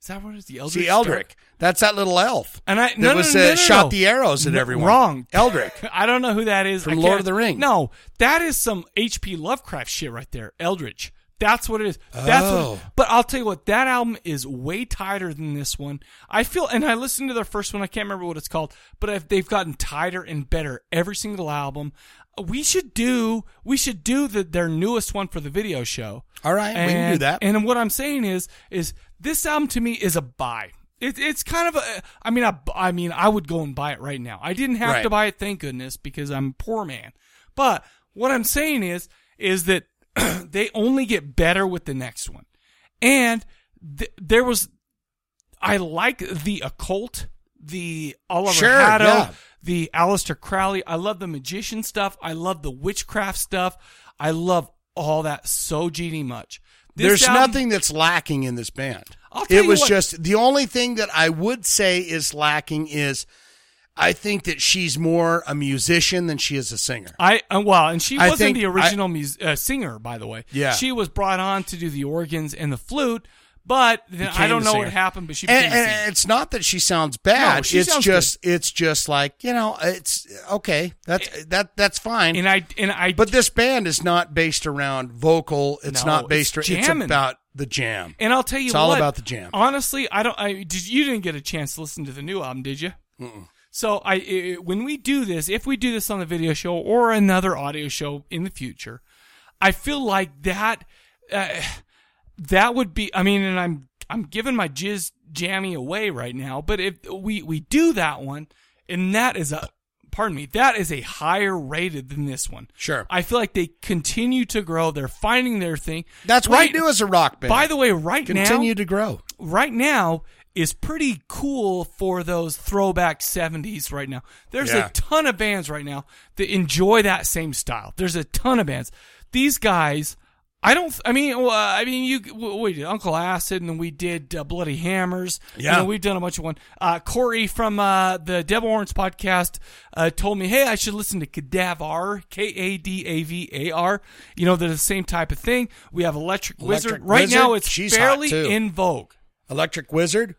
A: Is that what it is? The Eldritch.
B: See Eldrick.
A: Dark?
B: That's that little elf.
A: And I
B: that
A: no, no,
B: was
A: no,
B: uh,
A: no, no,
B: shot
A: no.
B: the arrows at
A: No,
B: everyone.
A: Wrong,
B: Eldrick.
A: I don't know who that is.
B: From
A: I
B: Lord
A: can't-
B: of the Ring.
A: No, that is some H.P. Lovecraft shit right there. Eldritch. That's what it is. That's what
B: Oh.
A: it- but I'll tell you what, that album is way tighter than this one. I feel, and I listened to their first one. I can't remember what it's called, but I've, they've gotten tighter and better every single album. We should do, we should do the, their newest one for the video show.
B: All right, we can do
A: And-
B: that.
A: And what I'm saying is, is this album to me is a buy. It, it's kind of a, I mean, I, I mean, I would go and buy it right now. I didn't have
B: Right.
A: to buy it, thank goodness, because I'm a poor man. But what I'm saying is, is that they only get better with the next one. And th- there was, I like the occult, the Oliver
B: Sure,
A: Haddo,
B: yeah.
A: the Aleister Crowley. I love the magician stuff. I love the witchcraft stuff. I love all that so genie much.
B: There's
A: album-
B: nothing that's lacking in this band.
A: tell
B: it
A: you
B: was
A: what-
B: just the only thing that I would say is lacking is I think that she's more a musician than she is a singer.
A: I uh, well, and she
B: I
A: wasn't
B: think
A: the original mus- uh, singer, by the way.
B: Yeah.
A: she was brought on to do the organs and the flute, but then, I
B: Became
A: don't
B: the
A: know
B: singer.
A: what happened. But she
B: And-
A: became a
B: and
A: singer.
B: it's not that she sounds bad.
A: No, she
B: it's
A: sounds
B: just it's just like you know it's okay. That's that that's fine.
A: Eh, And I and I.
B: But this band is not based around vocal. It's
A: No,
B: not based.
A: it's
B: ar- It's
A: jamming.
B: about the jam.
A: And I'll tell you,
B: it's all
A: what,
B: about the jam.
A: Honestly, I don't. I did. You didn't get a chance to listen to the new album, did you?
B: Mm-mm.
A: So I, i- when we do this, if we do this on the video show or another audio show in the future, I feel like that, uh, that would be. I mean, and I'm I'm giving my jizz jammy away right now, but if we we do that one, and that is a. Pardon me. That is a higher rated than this one.
B: Sure.
A: I feel like they continue to grow. They're finding their thing.
B: That's what you do as a rock band.
A: By the way, right now
B: Continue to grow.
A: right now is pretty cool for those throwback 70s right now. There's
B: Yeah.
A: a ton of bands right now that enjoy that same style. There's a ton of bands. These guys, I don't, I mean, well, uh, I mean, you, w- we did Uncle Acid and then we did uh, Bloody Hammers. You
B: Yeah.
A: know, we've done a bunch of one. Uh, Corey from, uh, the Devil Horns podcast, uh, told me, Hey, I should listen to Kadavar, K-A-D-A-V-A-R. You know, they're the same type of thing. We have Electric, Wizard.
B: Electric
A: Right now
B: Wizard,
A: it's
B: she's hot,
A: fairly
B: too.
A: in vogue.
B: Electric Wizard,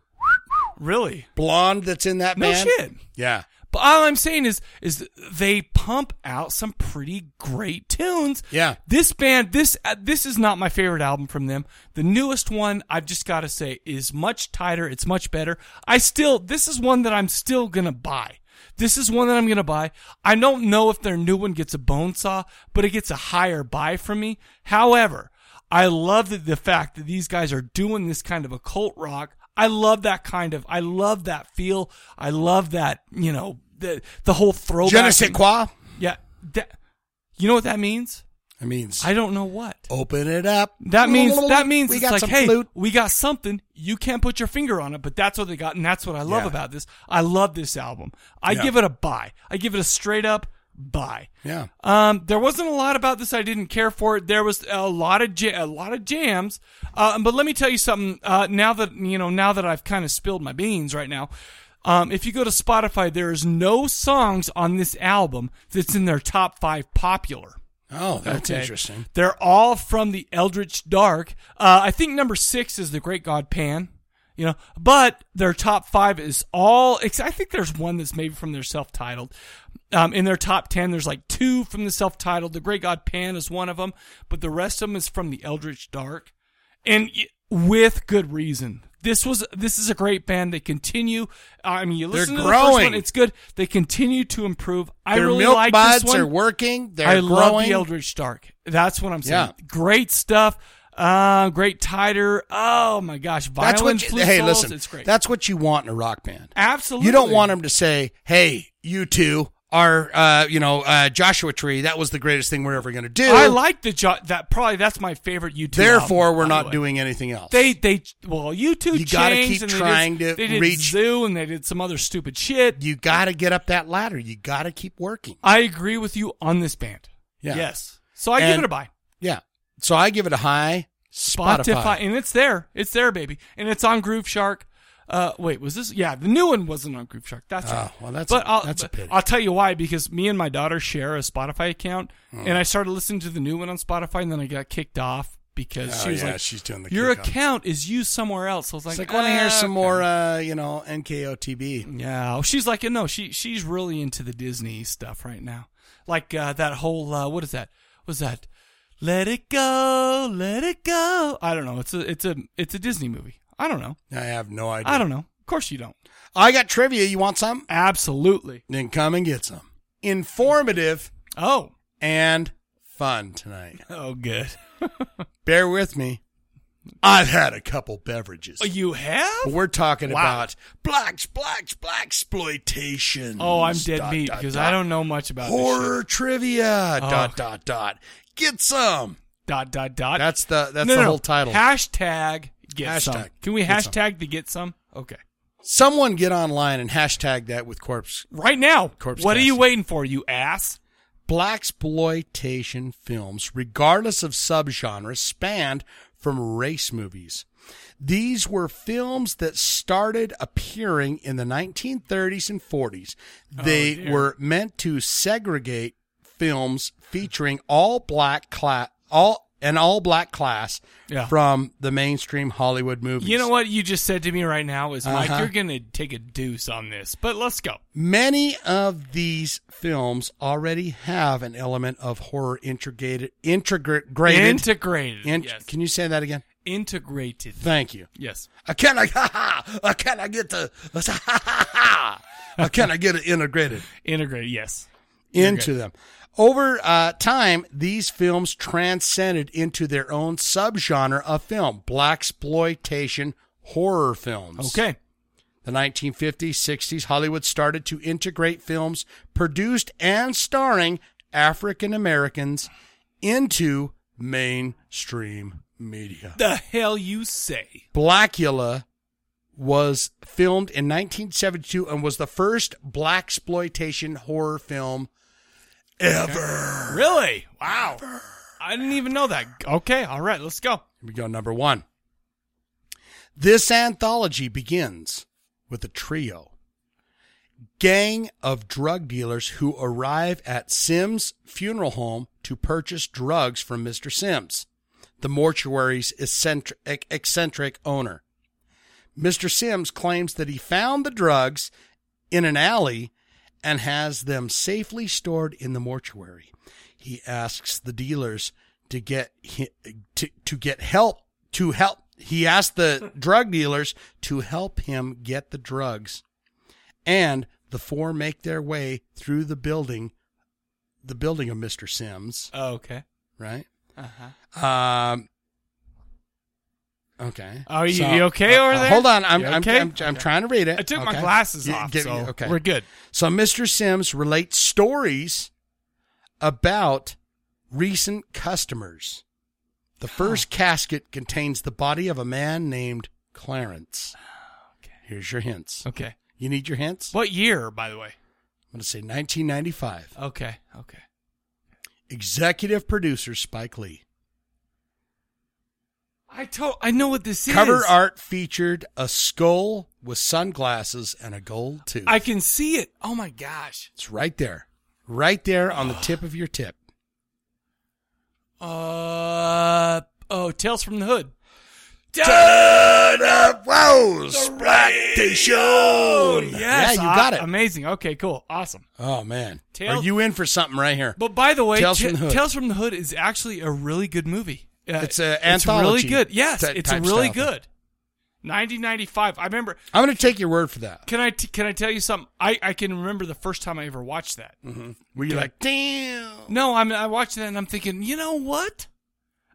A: really
B: blonde that's in that
A: No
B: band.
A: shit.
B: Yeah.
A: But all I'm saying is, is th- they pump out some pretty great tunes.
B: Yeah.
A: This band, this uh, this is not my favorite album from them. The newest one, I've just got to say, is much tighter. It's much better. I still, this is one that I'm still gonna buy. This is one that I'm gonna buy. I don't know if their new one gets a bone saw, but it gets a higher buy from me. However, I love the, the fact that these guys are doing this kind of occult rock. I love that kind of. I love that feel. I love that you know the the whole throwback.
B: Je ne sais quoi.
A: Yeah. that- you know what that means?
B: It means
A: I don't know what.
B: Open it up.
A: That means that means
B: we
A: it's
B: got
A: like,
B: some
A: hey,
B: flute.
A: we got something. You can't put your finger on it, but that's what they got, and that's what I love
B: Yeah.
A: about this. I love this album. I
B: Yeah.
A: give it a buy. I give it a straight up buy.
B: Yeah.
A: Um, there wasn't a lot about this I didn't care for. There was a lot of ja- a lot of jams, uh, but let me tell you something. Uh, now that you know, now that I've kind of spilled my beans right now, um, if you go to Spotify, there is no songs on this album that's in their top five popular.
B: Oh, that's interesting.
A: They're all from the Eldritch Dark. Uh, I think number six is the Great God Pan. You know, but their top five is all. ex- I think there's one that's maybe from their self-titled. Um, in their top ten, there's like two from the self-titled. The Great God Pan is one of them, but the rest of them is from the Eldritch Dark, and y- with good reason. This was this is a great band. They continue. I mean, you
B: They're
A: listen to the first one;
B: growing.
A: it's good. They continue to improve. I
B: Their
A: really
B: milk
A: like
B: buds
A: this one.
B: are working. They're
A: I love
B: growing.
A: the Eldritch Dark. That's what I'm saying.
B: Yeah.
A: Great stuff. Uh, great tighter. Oh my gosh, violin,
B: That's what. You,
A: flute
B: hey,
A: solos,
B: listen.
A: it's great.
B: That's what you want in a rock band.
A: Absolutely.
B: You don't want them to say, "Hey, you two are, uh, you know, uh, Joshua Tree. That was the greatest thing we're ever going to do."
A: I like the jo- that. Probably that's my favorite YouTube.
B: Therefore,
A: album,
B: we're
A: by the
B: not
A: way.
B: doing anything else.
A: They they well, you two
B: You gotta
A: changed
B: keep
A: and
B: trying
A: they
B: to
A: did, they did
B: reach-
A: Zoo and they did some other stupid shit.
B: You got to get up that ladder. You got to keep working.
A: I agree with you on this band.
B: Yeah.
A: Yes. So I give
B: And-
A: it a buy.
B: Yeah. So I give it a high
A: Spotify.
B: Spotify.
A: and it's there. It's there, baby, and it's on Groove Shark. Uh, wait, was this? Yeah, the new one wasn't on Groove Shark. That's
B: Oh,
A: right.
B: well, that's
A: but
B: a-
A: I'll,
B: that's a
A: but
B: pity.
A: I'll tell you why because me and my daughter share a Spotify account,
B: Mm.
A: and I started listening to the new one on Spotify, and then I got kicked off because
B: Oh,
A: she was
B: yeah,
A: like,
B: she's doing the
A: "Your
B: kick off."
A: account is used somewhere else." I was like,
B: It's like, want to hear
A: "Ah,
B: some
A: okay."
B: more, uh, you know, NKOTB.
A: Yeah, Oh, she's like, no, she she's really into the Disney stuff right now. Like uh, that whole uh, what is that? Was that Let It Go, Let It Go? I don't know. It's a it's a it's a Disney movie. I don't know.
B: I have no idea.
A: I don't know. Of course you don't.
B: I got trivia. You want some?
A: Absolutely.
B: Then come and get some. Informative.
A: Oh.
B: And fun tonight.
A: Oh, good.
B: Bear with me. I've had a couple beverages.
A: Oh, you have?
B: But we're talking
A: Wow.
B: about blacks, blacks, black exploitation.
A: Oh, I'm dead meat because I don't know much about this
B: horror
A: shit.
B: trivia.
A: Oh.
B: Dot dot dot. Get some.
A: Dot dot dot.
B: That's the that's the
A: No, no, no.
B: whole title.
A: Hashtag get
B: Hashtag
A: some. Can we
B: get some.
A: hashtag to get some? Okay.
B: Someone get online and hashtag that with corpse.
A: Right now.
B: Corpse
A: what are you
B: casting.
A: waiting for, you ass?
B: Black exploitation films, regardless of subgenre, spanned from race movies. These were films that started appearing in the 1930s and 40s. They
A: Oh, dear.
B: were meant to segregate films featuring all black class, all an all black class
A: Yeah.
B: from the mainstream Hollywood movies.
A: You know what you just said to me right now is, Mike,
B: Uh-huh.
A: you're going to take a deuce on this, but let's go.
B: Many of these films already have an element of horror integrated, integrated,
A: Integrated,
B: Int-
A: yes.
B: Can you say that again?
A: Integrated.
B: Thank you.
A: Yes.
B: I can I, ha, ha, I can I get the, I can I get it integrated
A: Integrated, yes.
B: into
A: Integrated.
B: them. Over uh, time, these films transcended into their own subgenre of film, black exploitation horror films.
A: Okay.
B: The 1950s, 60s, Hollywood started to integrate films produced and starring African Americans into mainstream media.
A: The hell you say?
B: Blackula was filmed in 1972 and was the first black exploitation horror film ever.
A: Really? Wow. I didn't even know that. Okay, all right, let's go.
B: Here we go, number one. This anthology begins with a trio gang of drug dealers who arrive at Sims' funeral home to purchase drugs from Mr. Sims, the mortuary's eccentric, ec- eccentric owner. Mr. Sims claims that he found the drugs in an alley and has them safely stored in the mortuary. He asks the dealers to get hi- to, to get help to help. He asked the drug dealers to help him get the drugs, and the four make their way through the building, the building of Mister Sims. Um,
A: Okay.
B: Right.
A: Uh-huh.
B: Um, Okay. uh,
A: Are you- you okay over there?
B: Hold on. I'm,
A: You
B: I'm,
A: okay?
B: I'm, I'm trying to read it.
A: I took my
B: Okay.
A: glasses
B: Yeah,
A: off,
B: give
A: so
B: me- okay.
A: we're good.
B: So Mr. Sims relates stories about recent customers. The first casket contains the body of a man named Clarence. Okay. Here's your hints.
A: Okay.
B: You need your hints?
A: What year, by the way?
B: I'm going to say 1995.
A: Okay. Okay.
B: Executive producer Spike Lee.
A: I told. I know what this
B: Cover
A: is.
B: art featured a skull with sunglasses and a gold tooth.
A: I can see it. Oh my gosh.
B: It's right there. Right there on the tip of your tip.
A: Uh oh, Tales from the Hood.
B: Turn up those
A: Yes,
B: Yeah, you got
A: ah,
B: it.
A: Amazing. Okay, cool. Awesome.
B: Oh man.
A: Tales-
B: Are you in for something right here?
A: But by the way, Ta-
B: Tales
A: Tales,
B: from the Hood.
A: from the Hood is actually a really good movie. Uh,
B: It's a
A: It's really
B: anthology
A: good. Yes,
B: ty-
A: it's
B: type
A: really
B: style thing.
A: good. 1995. I remember.
B: I'm going to take your word for that.
A: Can I t- can I tell you something? I, I can remember the first time I ever watched that.
B: Mm-hmm. Were you like, damn?
A: No, I'm I watched that and I'm thinking, you know what?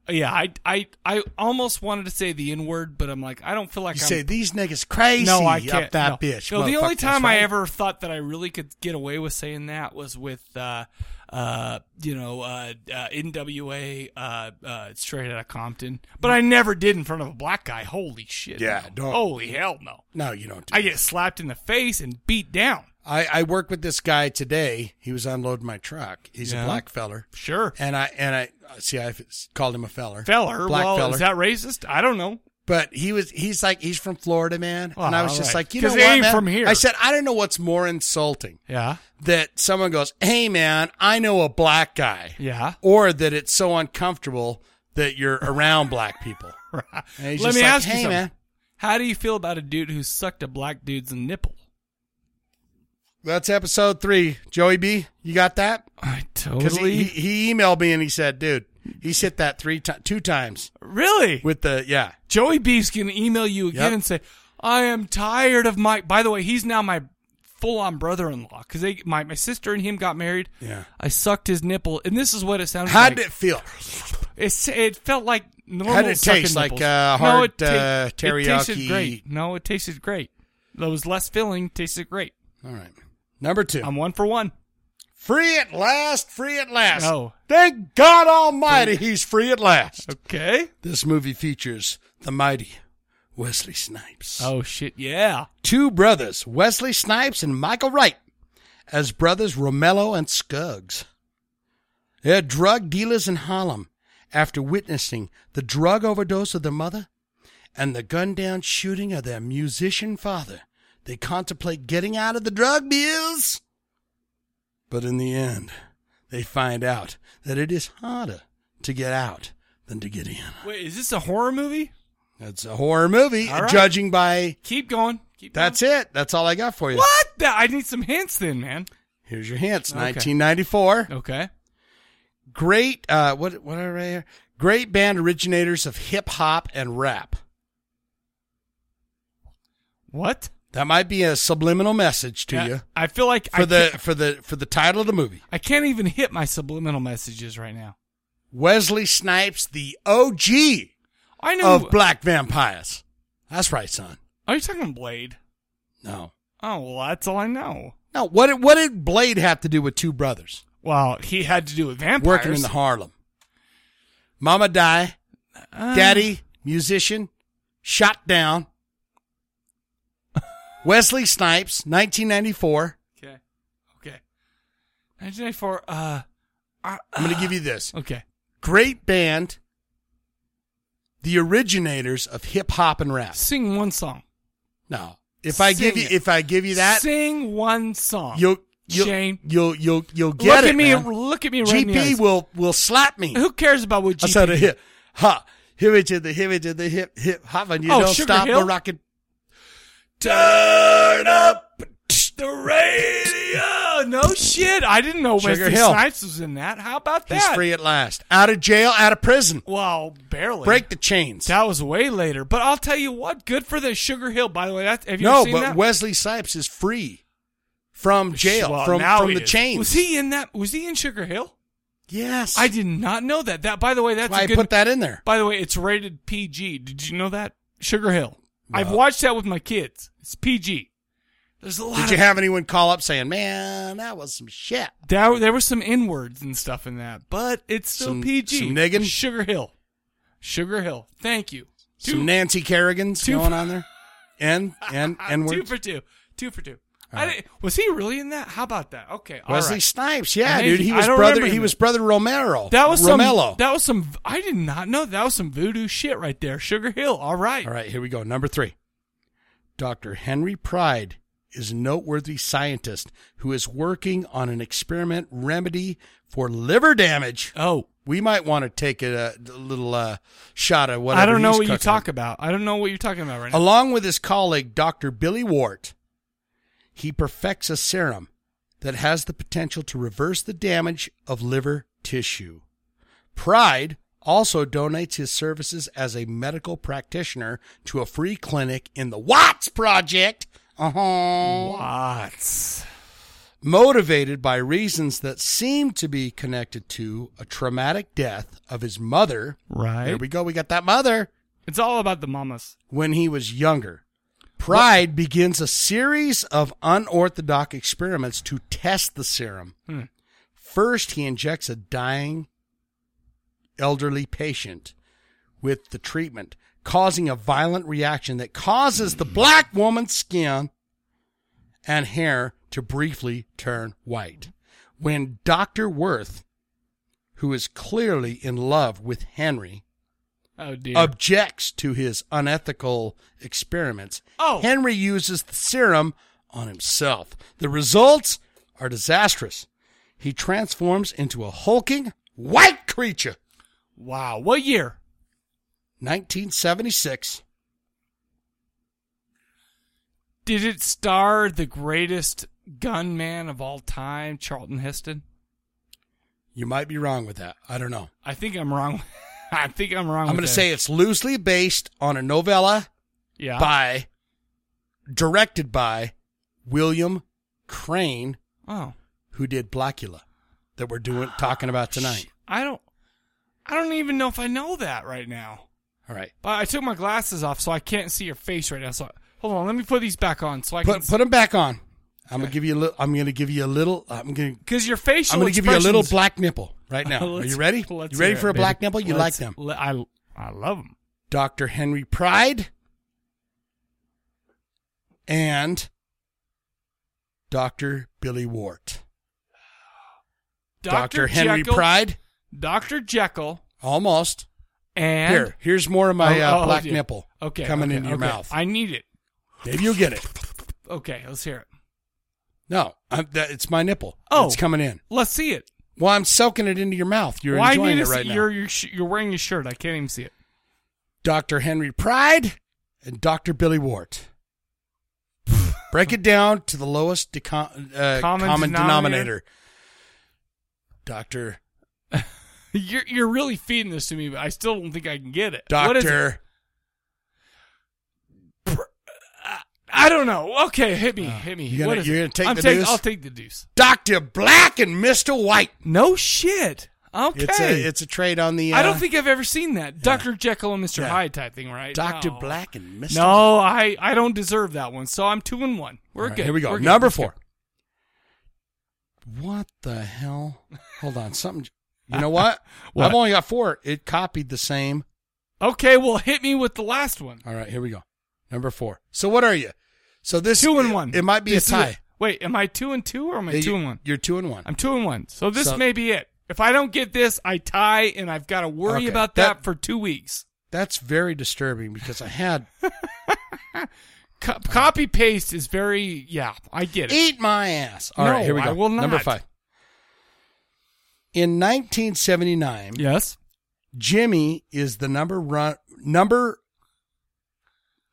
A: Yeah, I I I almost wanted to say the N word, but I'm like, I don't feel like
B: You
A: I'm,
B: say these niggas crazy
A: No, I
B: up
A: can't.
B: that
A: no.
B: bitch,
A: No, the
B: motherfucker,
A: only
B: that's
A: time I
B: right.
A: ever thought that I really could get away with saying that was with uh uh you know uh, uh NWA uh uh straight out of Compton, but I never did in front of a black guy. Holy shit!
B: Yeah,
A: no.
B: don't-
A: holy hell, no.
B: No, you don't.
A: I get slapped in the face and beat down.
B: I, I work with this guy today. He was unloading my truck. He's
A: Yeah.
B: a black feller.
A: Sure.
B: And I and I see I called him a feller.
A: Feller,
B: Black
A: well,
B: feller.
A: is that racist? I don't know.
B: But he was he's like he's from Florida, man. and I
A: Oh,
B: was just
A: all right.
B: like, you know
A: 'Cause
B: what,
A: he ain't
B: man?
A: from here.
B: I said, I don't know what's more insulting.
A: Yeah.
B: That someone goes, Hey man, I know a black guy.
A: Yeah.
B: Or that it's so uncomfortable that you're around black people. Right.
A: Let me ask you something. How do you feel about a dude who sucked a black dude's nipple?
B: That's episode three. Joey B, you got that?
A: I
B: 'Cause he-
A: totally-
B: He, he emailed me and he said, "Dude, he's hit that three times, two times."
A: Really?
B: With the yeah,
A: Joey Beef's gonna email you again
B: Yep.
A: and say, "I am tired of my." By the way, he's now my full-on brother-in-law because they my, my sister and him got married.
B: Yeah.
A: I sucked his nipple, and this is what it sounded
B: How
A: like.
B: did it feel?
A: It it felt like normal.
B: How did it
A: sucking
B: taste? Like,
A: nipples.
B: uh,
A: No, it
B: hard,
A: ta-
B: uh,
A: It tasted
B: teriyaki-
A: great. No, it tasted great. Though it was less filling. Tasted great.
B: All right. Number two.
A: I'm one for one.
B: Free at last, free at last.
A: No.
B: Thank God Almighty, he's free at last.
A: Okay.
B: This movie features the mighty Wesley Snipes.
A: Oh shit! Yeah.
B: Two brothers, Wesley Snipes and Michael Wright, as brothers Romello and Scuggs. They're drug dealers in Harlem after witnessing the drug overdose of their mother and the gunned down shooting of their musician father. They contemplate getting out of the drug biz. But in the end, they find out that it is harder to get out than to get in.
A: Wait, is this a horror movie?
B: That's a horror movie,
A: All right.
B: judging by.
A: Keep going. Keep
B: That's it. That's all I got for you.
A: What? That, I need some hints then, man.
B: Here's your hints.
A: Okay.
B: 1994.
A: Okay.
B: Great. Uh, what? What are they? here? Great band originators of hip hop and rap.
A: What?
B: That might be a subliminal message to
A: Yeah,
B: you
A: I feel like
B: for
A: I
B: the
A: can't-
B: for the for the title of the movie.
A: I can't even hit my subliminal messages right now.
B: Wesley Snipes, the OG
A: I know.
B: of black vampires. That's right, son.
A: Are you talking Blade?
B: No.
A: Oh well, that's all I know.
B: No. What? did- What did Blade have to do with two brothers
A: Well, he had to do with vampires.
B: working in the Harlem? Mama die,
A: Uh.
B: daddy musician, shot down. Wesley Snipes, 1994.
A: Okay. Okay. 1994. Uh,
B: I'm going to give you this.
A: Okay.
B: Great band. The originators of hip hop and rap.
A: Sing one song.
B: No. If I give
A: Sing
B: you
A: it.
B: if I give you that,
A: Sing one song.
B: you'll you'll
A: Shane.
B: you'll you'll you'll get
A: look
B: it.
A: at me.
B: man.
A: Look at me. Right in the
B: GP
A: eyes.
B: will will slap me.
A: Who cares about what
B: I
A: GP?
B: said hip ha hip it to the hip it to the hip hip hop and you
A: Oh,
B: don't
A: Sugar
B: stop
A: Hill?
B: the rocket.
A: Turn up the radio. No shit. I didn't know
B: Sugar
A: Wesley
B: Hill.
A: Snipes was in that. How about that?
B: He's free at last. Out of jail, out of prison.
A: Well, barely.
B: Break the chains.
A: That was way later. But I'll tell you what, good for the Sugar Hill. By the way, that have you
B: no,
A: seen
B: but
A: that?
B: Wesley Snipes is free from jail,
A: Well,
B: from
A: now
B: from
A: he
B: the
A: is.
B: chains.
A: Was he in that? Was he in Sugar Hill?
B: Yes.
A: I did not know that. That, by the way, that's
B: Why
A: a
B: I
A: good,
B: put that in there.
A: By the way, it's rated PG. Did you know that? Sugar Hill. I've watched that with my kids. It's PG. There's a lot.
B: Did
A: of,
B: you have anyone call up saying, "Man, that was some shit"?
A: There, there were some N words and stuff in that, but it's still
B: Some-
A: PG.
B: some niggin'?
A: Sugar Hill. Sugar Hill. Thank you. Two,
B: Some Nancy Kerrigan's
A: two-
B: going on there. N N N
A: two
B: word.
A: for two. Two for two.
B: All
A: I
B: right.
A: didn't, was he really in that? How about that? Okay. all
B: Wesley
A: right.
B: Snipes. Yeah,
A: Amazing.
B: dude. He
A: I
B: was
A: don't
B: brother.
A: remember
B: He
A: him.
B: was brother Romero.
A: That was
B: Romelo.
A: Some, that was some. I did not know that was some voodoo shit right there. Sugar Hill. All right.
B: All right, here we go. Number three. Dr. Henry Pride is a noteworthy scientist who is working on an experiment remedy for liver damage.
A: Oh,
B: we might want to take a, a little uh, shot of whatever.
A: I don't know
B: he's
A: what you
B: cooking.
A: talk about. I don't know what you're talking about right now.
B: Along with his colleague, Dr. Billy Wart, he perfects a serum that has the potential to reverse the damage of liver tissue. Pride also donates his services as a medical practitioner to a free clinic in the Watts Project. Uh-huh.
A: Watts.
B: Motivated by reasons that seem to be connected to a traumatic death of his mother.
A: Right.
B: There we go. We got that mother.
A: It's all about the mamas.
B: When he was younger. Pride begins a series of unorthodox experiments to test the serum.
A: Hmm.
B: First, he injects a dying elderly patient with the treatment, causing a violent reaction that causes the black woman's skin and hair to briefly turn white. When Dr. Worth, who is clearly in love with Henry,
A: Oh dear.
B: objects to his unethical experiments.
A: Oh.
B: Henry uses the serum on himself. The results are disastrous. He transforms into a hulking white creature.
A: Wow. What year?
B: 1976.
A: Did it star the greatest gunman of all time, Charlton Heston?
B: You might be wrong with that. I don't know.
A: I think I'm wrong. I think I'm wrong.
B: I'm going to say it's loosely based on a novella
A: yeah.
B: by, directed by William Crane,
A: Oh,
B: who did Blackula, that we're doing talking about tonight.
A: I don't. I don't even know if I know that right now.
B: All right.
A: But I took my glasses off, so I can't see your face right now. So hold on, let me put these back on, so I can.
B: put put them back on. I'm gonna give you a little. I'm gonna give you a little. uh, I'm gonna
A: Because your facial.
B: I'm gonna give you a little
A: expressions-
B: black nipple right now. Are
A: Let's-
B: you ready? You
A: let's
B: ready
A: hear
B: for
A: it,
B: a black
A: baby.
B: nipple? You like
A: Let's-
B: them?
A: le- I I love them.
B: Dr. Henry Pride and Dr. Billy Wart. Dr. Henry
A: Jekyll-
B: Pride.
A: Dr. Jekyll,
B: Almost.
A: and
B: Here, here's more of my
A: Oh,
B: uh,
A: oh,
B: black
A: dear.
B: nipple.
A: Okay,
B: coming
A: okay,
B: into your
A: okay.
B: mouth.
A: I need it.
B: Maybe you'll get it.
A: Okay, let's hear it.
B: No, I'm, that, it's my nipple.
A: Oh.
B: it's coming in.
A: Let's see it.
B: Well, I'm soaking it into your mouth. You're
A: Well, I
B: enjoying
A: need
B: it
A: to
B: right
A: see,
B: now.
A: You're, you're sh- you're wearing a shirt. I can't even see it.
B: Dr. Henry Pride and Dr. Billy Wart. Break it down to the lowest decon- uh, common,
A: Common
B: denominator.
A: denominator.
B: Doctor,
A: You're you're really feeding this to me, but I still don't think I can get it. What is it?
B: Doctor,
A: I don't know. Okay, hit me, hit me.
B: Uh, you gonna-
A: What is
B: you
A: it?
B: gonna take
A: I'm
B: the
A: taking-
B: deuce?
A: I'll take the deuce.
B: Doctor Black and Mister White.
A: No shit. Okay.
B: It's a it's a trade on the. Uh,
A: I don't think I've ever seen that Dr. Jekyll and Mr. Hyde type thing, right?
B: Doctor
A: No.
B: Black and Mister.
A: No, I, I don't deserve that one. So I'm two and one. We're
B: All right,
A: good.
B: Here we go.
A: We're good.
B: Number
A: Let's go.
B: four. What the hell? Hold on. Something. You know what?
A: What?
B: I've only got four. It copied the same.
A: Okay, well, hit me with the last one.
B: All right. Here we go. Number four. So what are you? So this
A: Two and one.
B: It, might be
A: This
B: a
A: is
B: tie.
A: Wait, am I two and two or am I
B: Yeah,
A: two
B: you-
A: and one?
B: You're two and one.
A: I'm two and one. So this
B: So-
A: may be it. If I don't get this, I tie and I've got to worry
B: Okay,
A: about
B: that-
A: that, for two weeks.
B: That's very disturbing because I had
A: Co- copy paste is very, yeah, I get it.
B: eat my ass. All
A: No,
B: right, here we go.
A: I will not.
B: Number five. In 1979,
A: Yes.
B: Jimmy is the number run number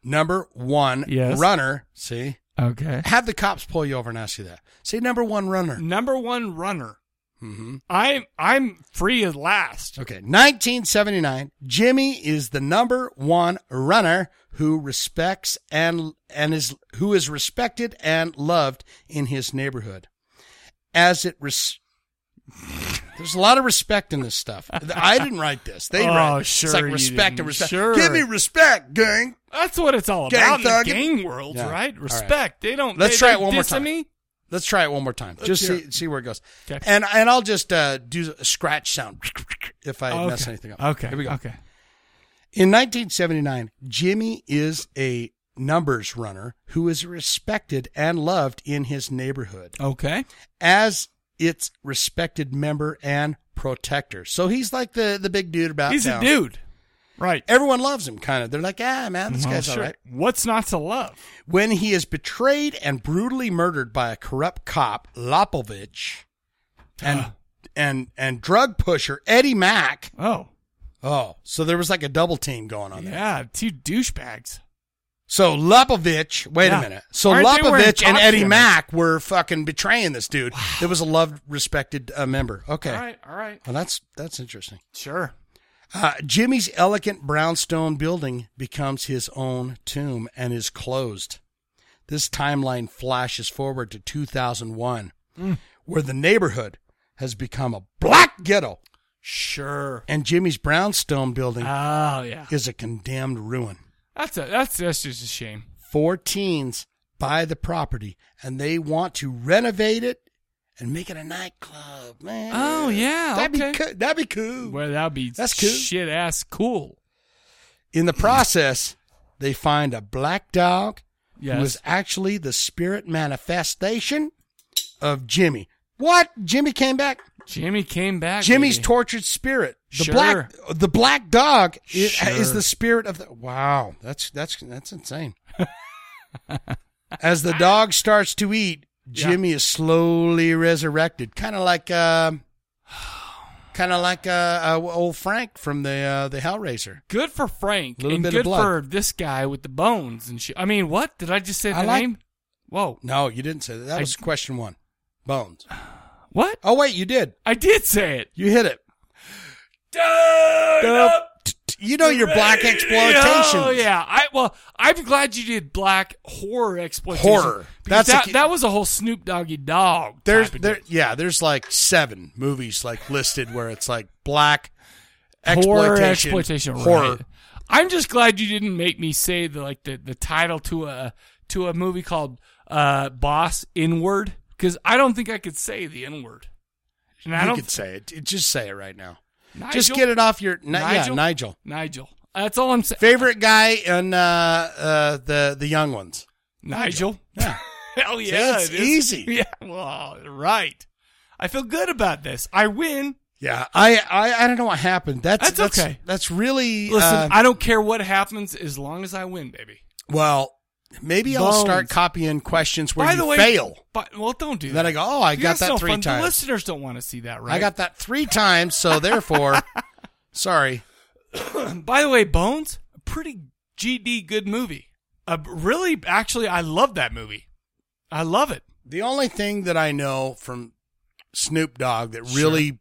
B: number one
A: Yes.
B: runner. See,
A: Okay.
B: have the cops pull you over and ask you that. Say number one runner.
A: Number one runner.
B: Mm-hmm.
A: I'm I'm free at last.
B: Okay, 1979. Jimmy is the number one runner who respects and and is who is respected and loved in his neighborhood. As it res- There's a lot of respect in this stuff. I didn't write this. They
A: Oh,
B: write it.
A: sure
B: It's like
A: you
B: respect
A: didn't.
B: and respect.
A: Sure.
B: Give me respect, gang.
A: That's what it's all
B: Gang
A: about in the
B: thugging.
A: gang world,
B: Yeah.
A: right?
B: All
A: Respect. They don't.
B: Let's
A: they-
B: try
A: they
B: it one more
A: diss at
B: time.
A: me.
B: Let's try it one more time.
A: Let's
B: Just
A: hear
B: see see where it goes.
A: Okay.
B: And and I'll just uh, do a scratch sound if I
A: Okay.
B: mess anything up.
A: Okay.
B: Here we go.
A: Okay.
B: In 1979, Jimmy is a numbers runner who is respected and loved in his neighborhood.
A: Okay.
B: As its respected member and protector. So he's like the, the big dude about
A: He's a
B: town.
A: dude. Right.
B: Everyone loves him, kind of. They're like, ah, man, this
A: Well,
B: guy's all
A: sure.
B: right.
A: What's not to love?
B: When he is betrayed and brutally murdered by a corrupt cop, Lopovich, and and and drug pusher Eddie Mack.
A: Oh,
B: oh, so there was like a double team going on there.
A: Yeah, two douchebags.
B: So Lopovich, wait
A: Yeah.
B: a minute. So
A: Aren't they wearing
B: Lopovich and Eddie
A: costumes?
B: Mack were fucking betraying this dude. That was a loved, respected uh, member. Okay,
A: All right. All right.
B: Well, that's that's interesting.
A: Sure.
B: Uh, Jimmy's elegant brownstone building becomes his own tomb and is closed. This timeline flashes forward to 2001, where the neighborhood has become a black ghetto.
A: Sure.
B: And Jimmy's brownstone building
A: Oh, yeah.
B: is a condemned ruin.
A: That's a that's that's just a shame.
B: Four teens buy the property and they want to renovate it and make it a nightclub, man.
A: Oh yeah,
B: That'd
A: okay.
B: be cool. That'd be cool.
A: Well, that'd be
B: That's cool.
A: Shit ass cool.
B: In the process, they find a black dog
A: Yes.
B: who is actually the spirit manifestation of Jimmy. What? Jimmy came back?
A: Jimmy came back.
B: Jimmy's
A: baby.
B: tortured spirit. The
A: Sure.
B: black the black dog i- is,
A: Sure.
B: the spirit of the Wow, that's that's that's insane. As the dog starts to eat, Jimmy is slowly resurrected, kind of like um kind of like uh, uh, old Frank from the uh, the Hellraiser.
A: good for Frank
B: Little
A: and
B: bit of
A: good
B: blood.
A: for this guy with the bones and shit. I mean, what did I just say? The
B: I like-
A: name? Whoa.
B: No, you didn't say that. That
A: I-
B: was question one. Bones.
A: What?
B: Oh wait, you did.
A: I did say it.
B: You hit it. You know your black exploitation.
A: Oh yeah. I well, I'm glad you did black horror exploitation.
B: Horror.
A: Because
B: That's a
A: that,
B: ki-
A: that was a whole Snoop Doggy Dog.
B: There's
A: type of
B: there yeah, there's like seven movies like listed where it's like black
A: horror
B: exploitation
A: exploitation
B: horror.
A: right. I'm just glad you didn't make me say the like the, the title to a to a movie called uh, Boss Inward because I don't think I could say the N word. And I
B: you
A: don't
B: could say it. It- Just say it right now.
A: Nigel?
B: Just get it off your Ni- yeah,
A: Nigel?
B: Nigel.
A: Nigel. That's all I'm saying.
B: Favorite guy in uh, uh, the the young ones.
A: Nigel.
B: Yeah.
A: Hell
B: See,
A: yeah,
B: it's
A: it is.
B: easy.
A: Yeah, well, right. I feel good about this. I win.
B: Yeah, I, I I don't know what happened. That's
A: That's okay.
B: That's really
A: Listen,
B: uh,
A: I don't care what happens as long as I win, baby.
B: well. Maybe I'll
A: Bones.
B: start copying questions where
A: By
B: you
A: the way,
B: fail.
A: But, well, don't do
B: And
A: that.
B: then I go, oh, I
A: See,
B: got
A: that's
B: that
A: no
B: three
A: fun. The
B: times.
A: listeners don't want to see that, right?
B: I got that three times, so therefore, sorry.
A: By the way, Bones, a pretty GD good movie. Uh, really, actually, I love that movie. I love it.
B: The only thing that I know from Snoop Dogg that really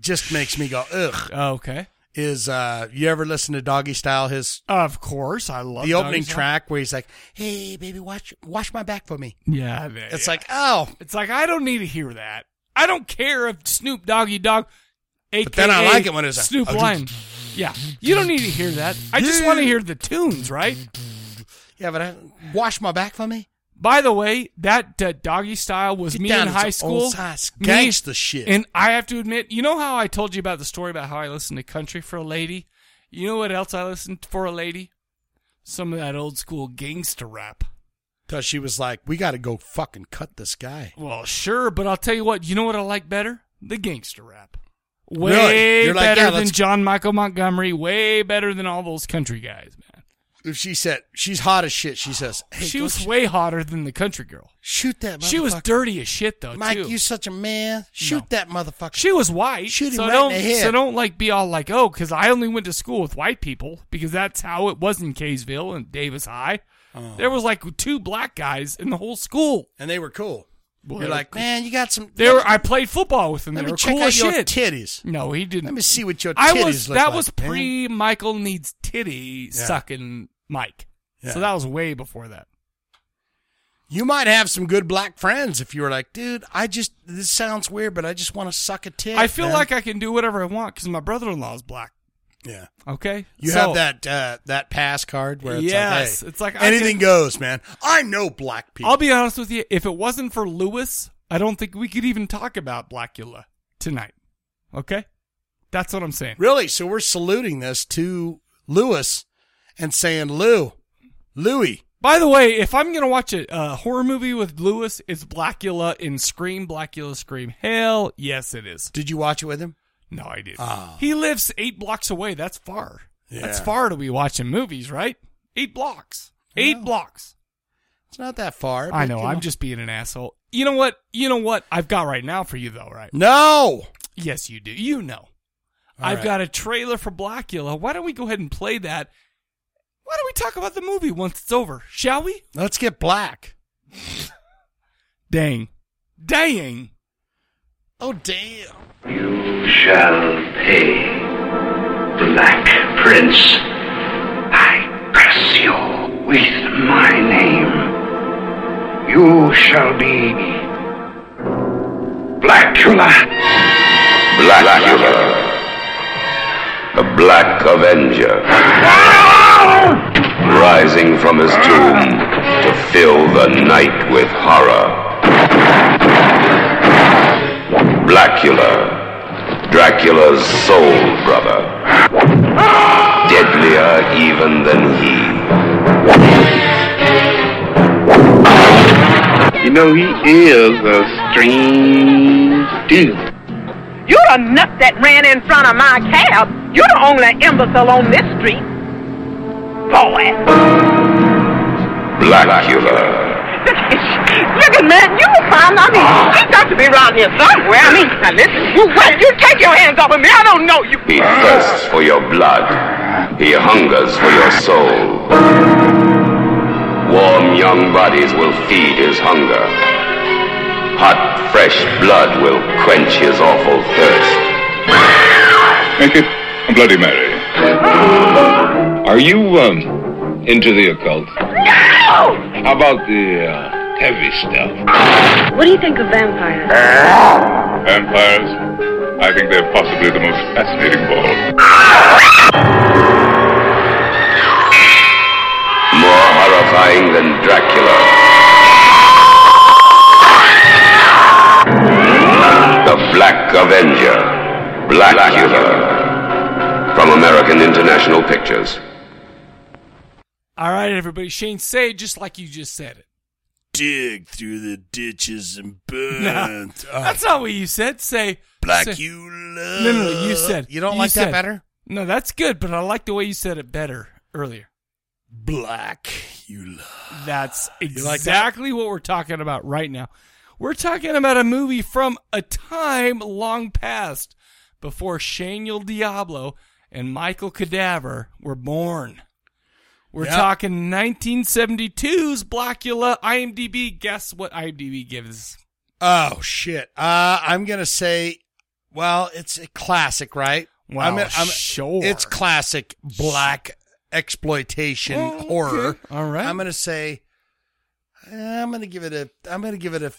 B: just makes me go ugh
A: Oh, okay
B: is uh you ever listen to Doggy Style? His
A: of course I love
B: the opening
A: Doggy Style.
B: track where he's like, "Hey baby, watch wash my back for me."
A: Yeah,
B: It's like, oh,
A: it's like I don't need to hear that. I don't care if Snoop Doggy Dog, aka
B: then I like it when it's a- Oh,
A: Snoop Lion. Yeah, you don't need to hear that. I just want to hear the tunes, right?
B: yeah, but I, wash my back for me.
A: By the way, that uh, doggy style was
B: Get
A: me
B: down to
A: in high
B: old
A: school.
B: size
A: Me-
B: gangsta shit.
A: And I have to admit, you know how I told you about the story about how I listened to country for a lady? You know what else I listened for a lady? Some of that old school gangster rap.
B: Cause she was like, "We got to go fucking cut this guy."
A: Well, sure, but I'll tell you what, you know what I like better? The gangster rap. Way
B: Really? You're like,
A: better
B: yeah,
A: than
B: let's-
A: John Michael Montgomery, way better than all those country guys, man.
B: If she said she's hot as shit, she says, "Hey,
A: she
B: go
A: was
B: sh-
A: way hotter than the country girl.
B: shoot that."
A: She was
B: motherfucker.
A: dirty as shit though,
B: Mike,
A: too.
B: you such a man. Shoot
A: No.
B: that motherfucker.
A: She was white.
B: Shoot him
A: so
B: right
A: don't,
B: in the head.
A: So don't like be all like, oh, because I only went to school with white people because that's how it was in Kaysville and Davis High. There was like two black guys in the whole school.
B: Oh. and they were cool.
A: Boy,
B: You're
A: they were
B: like,
A: cool.
B: man, you got some.
A: They were. I played football with them.
B: Let
A: they
B: me
A: were
B: check
A: cool
B: out
A: as
B: your
A: shit.
B: titties.
A: No, he didn't.
B: Let me see what your titties
A: I was.
B: look
A: That
B: like,
A: was
B: man.
A: pre Michael needs titty sucking Mike.
B: Yeah.
A: So that was way before that.
B: You might have some good black friends if you were like, dude, I just this sounds weird, but I just want to suck a tit.
A: I feel
B: man."
A: like I can do whatever I want because my brother in law is black.
B: Yeah.
A: Okay.
B: You
A: So-
B: have that uh, that pass card where it's
A: Yes,
B: like, hey,
A: it's like I
B: anything
A: can-
B: goes, man. I know black people.
A: I'll be honest with you. If it wasn't for Lewis, I don't think we could even talk about Blackula tonight. Okay. That's what I'm saying.
B: Really? So we're saluting this to Lewis and saying, Lou, Louie.
A: By the way, if I'm gonna watch a uh, horror movie with Lewis, it's Blackula in Scream. Blackula Scream. Hell yes, it is.
B: Did you watch it with him?
A: No, I didn't.
B: Oh.
A: He lives eight blocks away. That's far. That's
B: Yeah.
A: far to be watching movies, right? Eight blocks. Eight blocks.
B: It's not that far.
A: I
B: but,
A: know.
B: you
A: I'm just being an asshole. You know what? You know what I've got right now for you though, right?
B: No.
A: Yes, you do. You know.
B: All
A: I've
B: right.
A: got a trailer for Blackula. Why don't we go ahead and play that? Why don't we talk about the movie once it's over? Shall we?
B: Let's get black.
A: Dang. Dang.
B: Oh damn.
K: You shall pay, Black Prince. I curse you with my name. You shall be Blackula.
L: Blackula. The Black Avenger. Rising from his tomb to fill the night with horror. Blackula. Dracula's soul brother. Deadlier even than he. You know, he is a strange dude.
F: You the nut that ran in front of my cab. You the only imbecile on this street. Boy.
L: Blackula.
F: Look at man, you a problem. I mean, you got to be around here somewhere. I mean, now listen, you what? You take your hands off of me. I don't know you.
L: He thirsts for your blood. He hungers for your soul. Warm young bodies will feed his hunger. Hot, fresh blood will quench his awful thirst.
M: Make it a Bloody Mary. Are you um, into the occult? No. How about the uh, heavy stuff?
N: What do you think of vampires?
M: Vampires. I think they're possibly the most fascinating of all.
L: More horrifying than Dracula. The Black Avenger. Blackula. From American International Pictures.
A: All right, everybody. Shane, say it just like you just said it.
O: Dig through the ditches and burn.
A: No, that's not what you said. Say
O: Black
A: say-
O: you
A: No, no, no, you said
O: You don't like that
A: said-
O: better?
A: No, that's good, but I like the way you said it better earlier.
B: Black you
A: love. That's
B: like that?
A: exactly what we're talking about right now. We're talking about a movie from a time long past before Shaniel Diablo and Michael Cadaver were born. We're
B: Yep.
A: talking 1972's Blackula. IMDb, guess what IMDb gives?
B: Oh shit. Uh, I'm gonna say, well, it's a classic, right?
A: Wow,
B: I'm, I'm-
A: sure.
B: It's classic black exploitation
A: Okay.
B: horror.
A: All right.
B: I'm gonna say, eh, I'm gonna give it a, I'm gonna give it a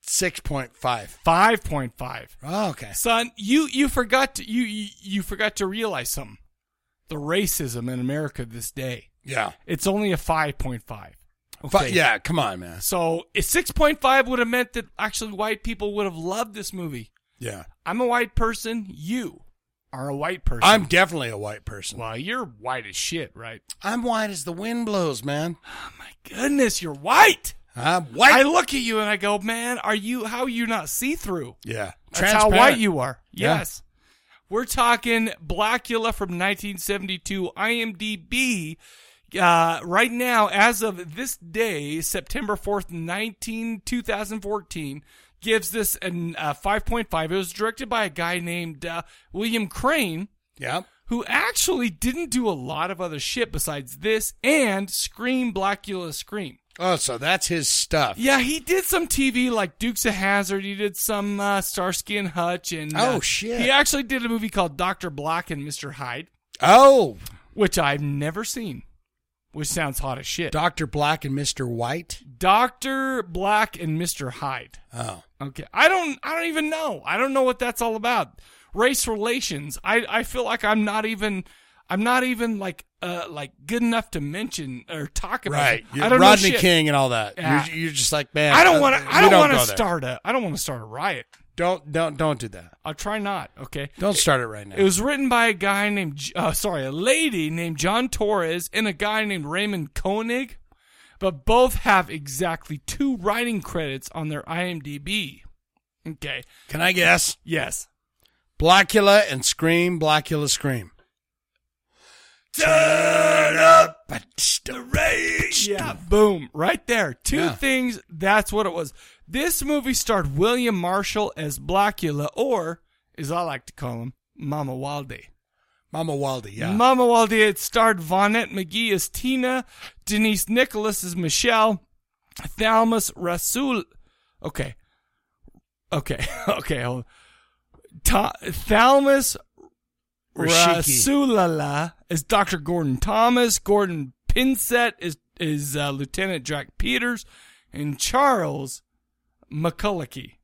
B: six point five.
A: Five point five.
B: Oh, okay.
A: Son, you you forgot to, you, you you forgot to realize something. The racism in America this day.
B: Yeah.
A: It's only a 5.5.
B: Fi- yeah, come on, man.
A: So, a 6.5 would have meant that actually white people would have loved this movie.
B: Yeah.
A: I'm a white person, you are a white person.
B: I'm definitely a white person.
A: Well, you're white as shit, right?
B: I'm white as the wind blows, man.
A: Goodness, you're white.
B: I'm Uh, white.
A: I look at you and I go, "Man, are you how are you not see-through?"
B: Yeah.
A: That's how white
B: Transparent.
A: you are.
B: Yeah.
A: Yes. We're talking Blackula from 1972. IMDb, uh, right now, as of this day, September 4th, 19, 2014, gives this an, uh, 5.5. It was directed by a guy named uh, William Crane.
B: Yep.
A: Who actually didn't do a lot of other shit besides this and Scream Blackula Scream.
B: Oh, so that's his stuff.
A: Yeah, he did some TV like Dukes of Hazard. He did some uh, Starsky and Hutch, and uh,
B: Oh, shit.
A: he actually did a movie called Doctor Black and Mister Hyde,
B: Oh,
A: which I've never seen. which sounds hot as shit.
B: Dr. Black and Mr. White.
A: Doctor Black and Mister Hyde.
B: Oh.
A: Okay. I don't I don't even know. I don't know what that's all about. Race relations. I I feel like I'm not even I'm not even like uh like good enough to mention or talk about.
B: Right.
A: it. I don't know
B: Rodney
A: shit.
B: King and all that.
A: Yeah.
B: You're, you're just like, man.
A: I don't
B: uh,
A: want to. I
B: we
A: don't want to
B: go there.
A: start a. I don't want to start a riot.
B: Don't don't don't do that.
A: I'll try not. Okay.
B: Don't start it right now.
A: It was written by a guy named, J- uh, sorry, a lady named John Torres and a guy named Raymond Koenig, but both have exactly two writing credits on their IMDb. Okay.
B: Can I guess?
A: Yes.
B: Blackula and Scream, Blackula Scream. Turn up the rage.
A: Yeah, boom, right there. Two
B: Yeah.
A: things. That's what it was. This movie starred William Marshall as Blackula, or as I like to call him, Mama Walde.
B: Mama Walde, yeah.
A: Mama Walde. It starred Vonette McGee as Tina, Denise Nicholas as Michelle, Thalmas Rasul. Okay, okay, okay. Hold. Ta- Thalmas
B: Rashiki.
A: Rasulala is Dr. Gordon Thomas. Gordon Pinsett is is uh, Lieutenant Jack Peters, and Charles McCullochie.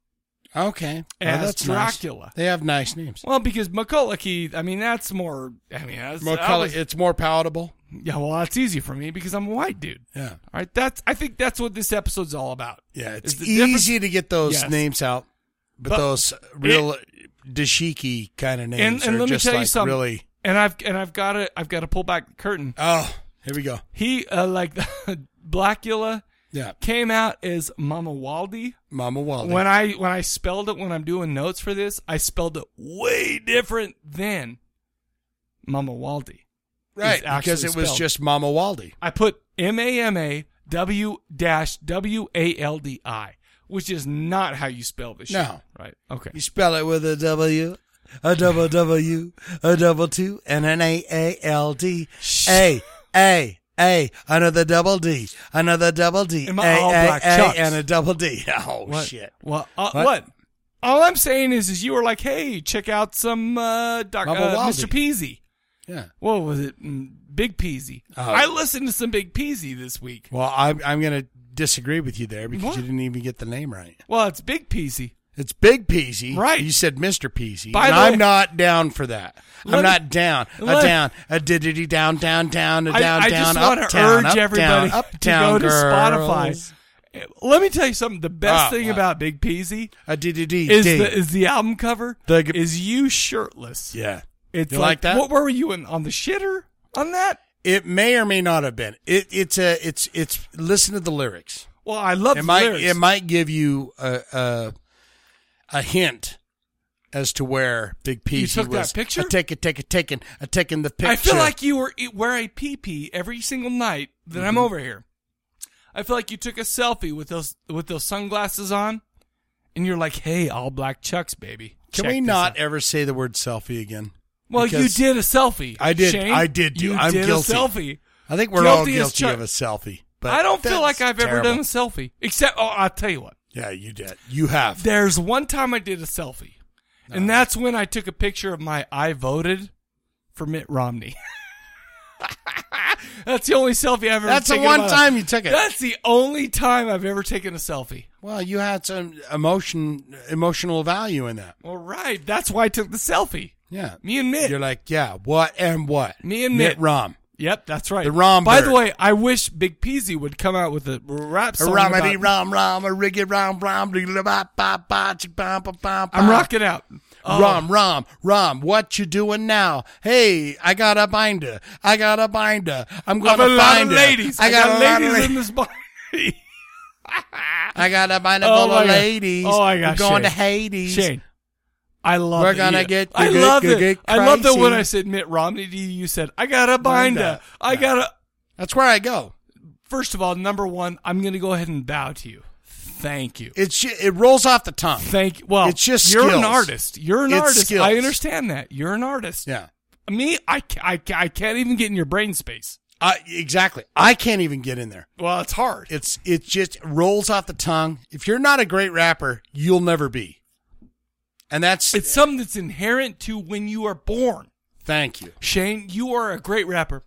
B: Okay. Well,
A: As
B: Oh, that's nice.
A: Dracula.
B: They have nice names.
A: Well, because McCullochie, I mean, that's more. I mean, that's,
B: More
A: that
B: color-
A: was-
B: it's more palatable.
A: yeah, well, that's easy for me because I'm a white dude.
B: Yeah.
A: All right, that's. I think that's what this episode's all about.
B: Yeah,
A: Is
B: it's
A: the difference-
B: easy to get those
A: Yes.
B: names out, but,
A: But
B: those real dashiki kind of names are just like really.
A: And I've and I've got to I've got to pull back the curtain.
B: Oh, here we go.
A: He uh, like Blackula.
B: Yeah.
A: Came out as Mama Waldy.
B: Mama Walde.
A: When I when I spelled it when I'm doing notes for this, I spelled it way different than Mama Waldy.
B: right
A: It's actually
B: because it was
A: spelled.
B: just Mama Walde.
A: I put M A M A W dash W A L D I, which is not how you spell this.
B: No.
A: shit. right? Okay.
B: You spell it with a W, a double W, a double two, and an A A L D A A A. Another double D, another double D,
A: Am I all black chucks?
B: and a double D. Oh
A: What?
B: shit!
A: Well, uh,
B: What?
A: what? All I'm saying is, is you were like, "Hey, check out some uh, doc, uh,
B: Mama Waldy.
A: Mr. Peasy."
B: Yeah.
A: What was it? Mm, Big Peasy.
B: Oh.
A: I listened to some Big Peasy this week.
B: Well, I'm I'm gonna disagree with you there because
A: What?
B: you didn't even get the name right.
A: Well, it's Big Peasy.
B: It's Big Peasy.
A: Right.
B: You said Mr. Peasy.
A: By
B: and
A: the
B: I'm
A: way-
B: not down for that.
A: Let
B: I'm
A: me-
B: not down. A
A: let-
B: down. A diddity down, down, down, a
A: I-
B: down,
A: I
B: down,
A: just wanna
B: uptown,
A: urge
B: uptown,
A: everybody to
B: uptown
A: go to
B: girls.
A: Spotify. Let me tell you something. The best
B: Ah,
A: thing
B: what?
A: about Big Peasy
B: A diddity
A: is
B: dee.
A: the, is the album cover
B: The-
A: is you shirtless.
B: Yeah.
A: It's
B: You like that?
A: What where were you in on the shitter on that?
B: It may or may not have been. It, it's a. It's it's. Listen to the lyrics.
A: Well, I love
B: it
A: the
B: might
A: lyrics.
B: it might give you a, a a hint as to where Big Peasy
A: took that
B: was.
A: picture?
B: I take it, take it, taking, I taking the picture.
A: I feel like you were you wear a PP every single night that I'm
B: Mhm.
A: over here. I feel like you took a selfie with those with those sunglasses on, and you're like, "Hey, all black chucks, baby."
B: Can
A: Check
B: we
A: this
B: not
A: out."
B: ever say the word selfie again?
A: Well,
B: Because-
A: you did a selfie.
B: I did.
A: Shane.
B: I did do.
A: You
B: I'm
A: did
B: guilty.
A: A selfie.
B: I think we're all
A: Guilty as
B: guilty
A: chu-
B: of a selfie. But
A: I don't feel
B: that's
A: like I've ever
B: terrible.
A: done a selfie, except oh, I'll tell you what.
B: Yeah, you did. You have.
A: There's one time I did a selfie, and that's when I took a picture of my I voted for Mitt Romney. that's the only selfie I've ever
B: That's the
A: taken
B: one
A: in my
B: time
A: life.
B: you took it.
A: That's the only time I've ever taken a selfie.
B: Well, you had some emotion, emotional value in that.
A: All right. That's why I took the selfie.
B: Yeah,
A: me and Mitt.
B: You're like, yeah, what and what?
A: Me and
B: Mitt
A: Mitt.
B: Rom.
A: Yep, that's right.
B: The Rom
A: By
B: Bird.
A: the way, I wish Big Peasy would come out with a rap
B: A
A: song.
B: romedy
A: about-
B: rom rom a riggy rom rom dee da ba ba ba chi ba ba ba.
A: I'm rocking out. Oh.
B: Rom rom rom. What you doing now? Hey, I got a binder. I got a binder. I'm
A: Of
B: gonna
A: a lot
B: find
A: of
B: her.
A: ladies.
B: I got, a lot of
A: ladies
B: ladies.
A: in this bar.
B: I got a binder
A: Oh
B: full
A: my
B: of
A: God.
B: ladies.
A: Oh my
B: We're
A: gosh,
B: going to
A: Shane.
B: Hades.
A: Shane, I love.
B: We're
A: that
B: gonna
A: you-
B: get
A: I
B: good,
A: love
B: good,
A: it.
B: good
A: I love that when
B: crazy.
A: I said Mitt Romney to you, you said I got a binder.
B: Binder.
A: I got a.
B: That's where I go.
A: First of all, number one, I'm going to go ahead and bow to you. Thank you.
B: It's ju- it rolls off the tongue.
A: Thank you. Well,
B: it's just
A: you're an
B: skills.
A: artist. You're an
B: It's
A: artist.
B: skills.
A: I understand that. You're an artist.
B: Yeah.
A: Me, I, ca- I, ca- I can't even get in your brain space.
B: I exactly. I can't even get in there.
A: Well, it's hard.
B: It's it just rolls off the tongue. If you're not a great rapper, you'll never be. And that's
A: It's something that's inherent to when you are born.
B: thank you. Uh,
A: Shane, you are a great rapper.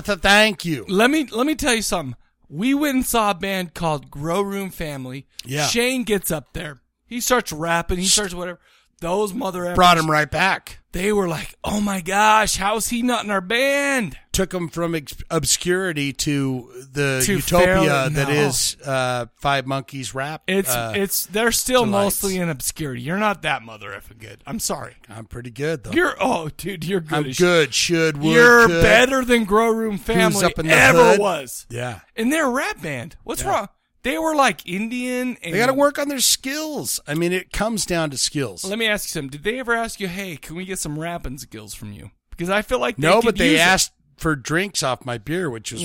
B: thank you.
A: Let me let me tell you something. We went and saw a band called Grow Room Family.
B: Yeah.
A: Shane gets up there. He starts rapping. He starts whatever. Those mother effers-
B: Brought him right back.
A: They were like, "Oh my gosh, how's he not in our band?"
B: Took him from ex- obscurity to the
A: To
B: utopia
A: fairly-
B: that
A: no.
B: is uh, Five Monkeys rap.
A: It's
B: uh,
A: it's they're still
B: delights.
A: mostly in obscurity. You're not that mother effing good. I'm sorry.
B: I'm pretty good though.
A: You're oh dude, you're good.
B: I'm
A: as
B: good. Should would,
A: You're
B: could.
A: better than Grow Room Family
B: Who's up in the
A: ever
B: hood?
A: was.
B: Yeah.
A: And they're a rap band. What's wrong? They were like Indian. And
B: They got to work on their skills. I mean, it comes down to skills.
A: Let me ask you something. Did they ever ask you, "Hey, can we get some rapping skills from you?" Because I feel like they
B: no,
A: could
B: but they
A: use it.
B: asked for drinks off my beer, which was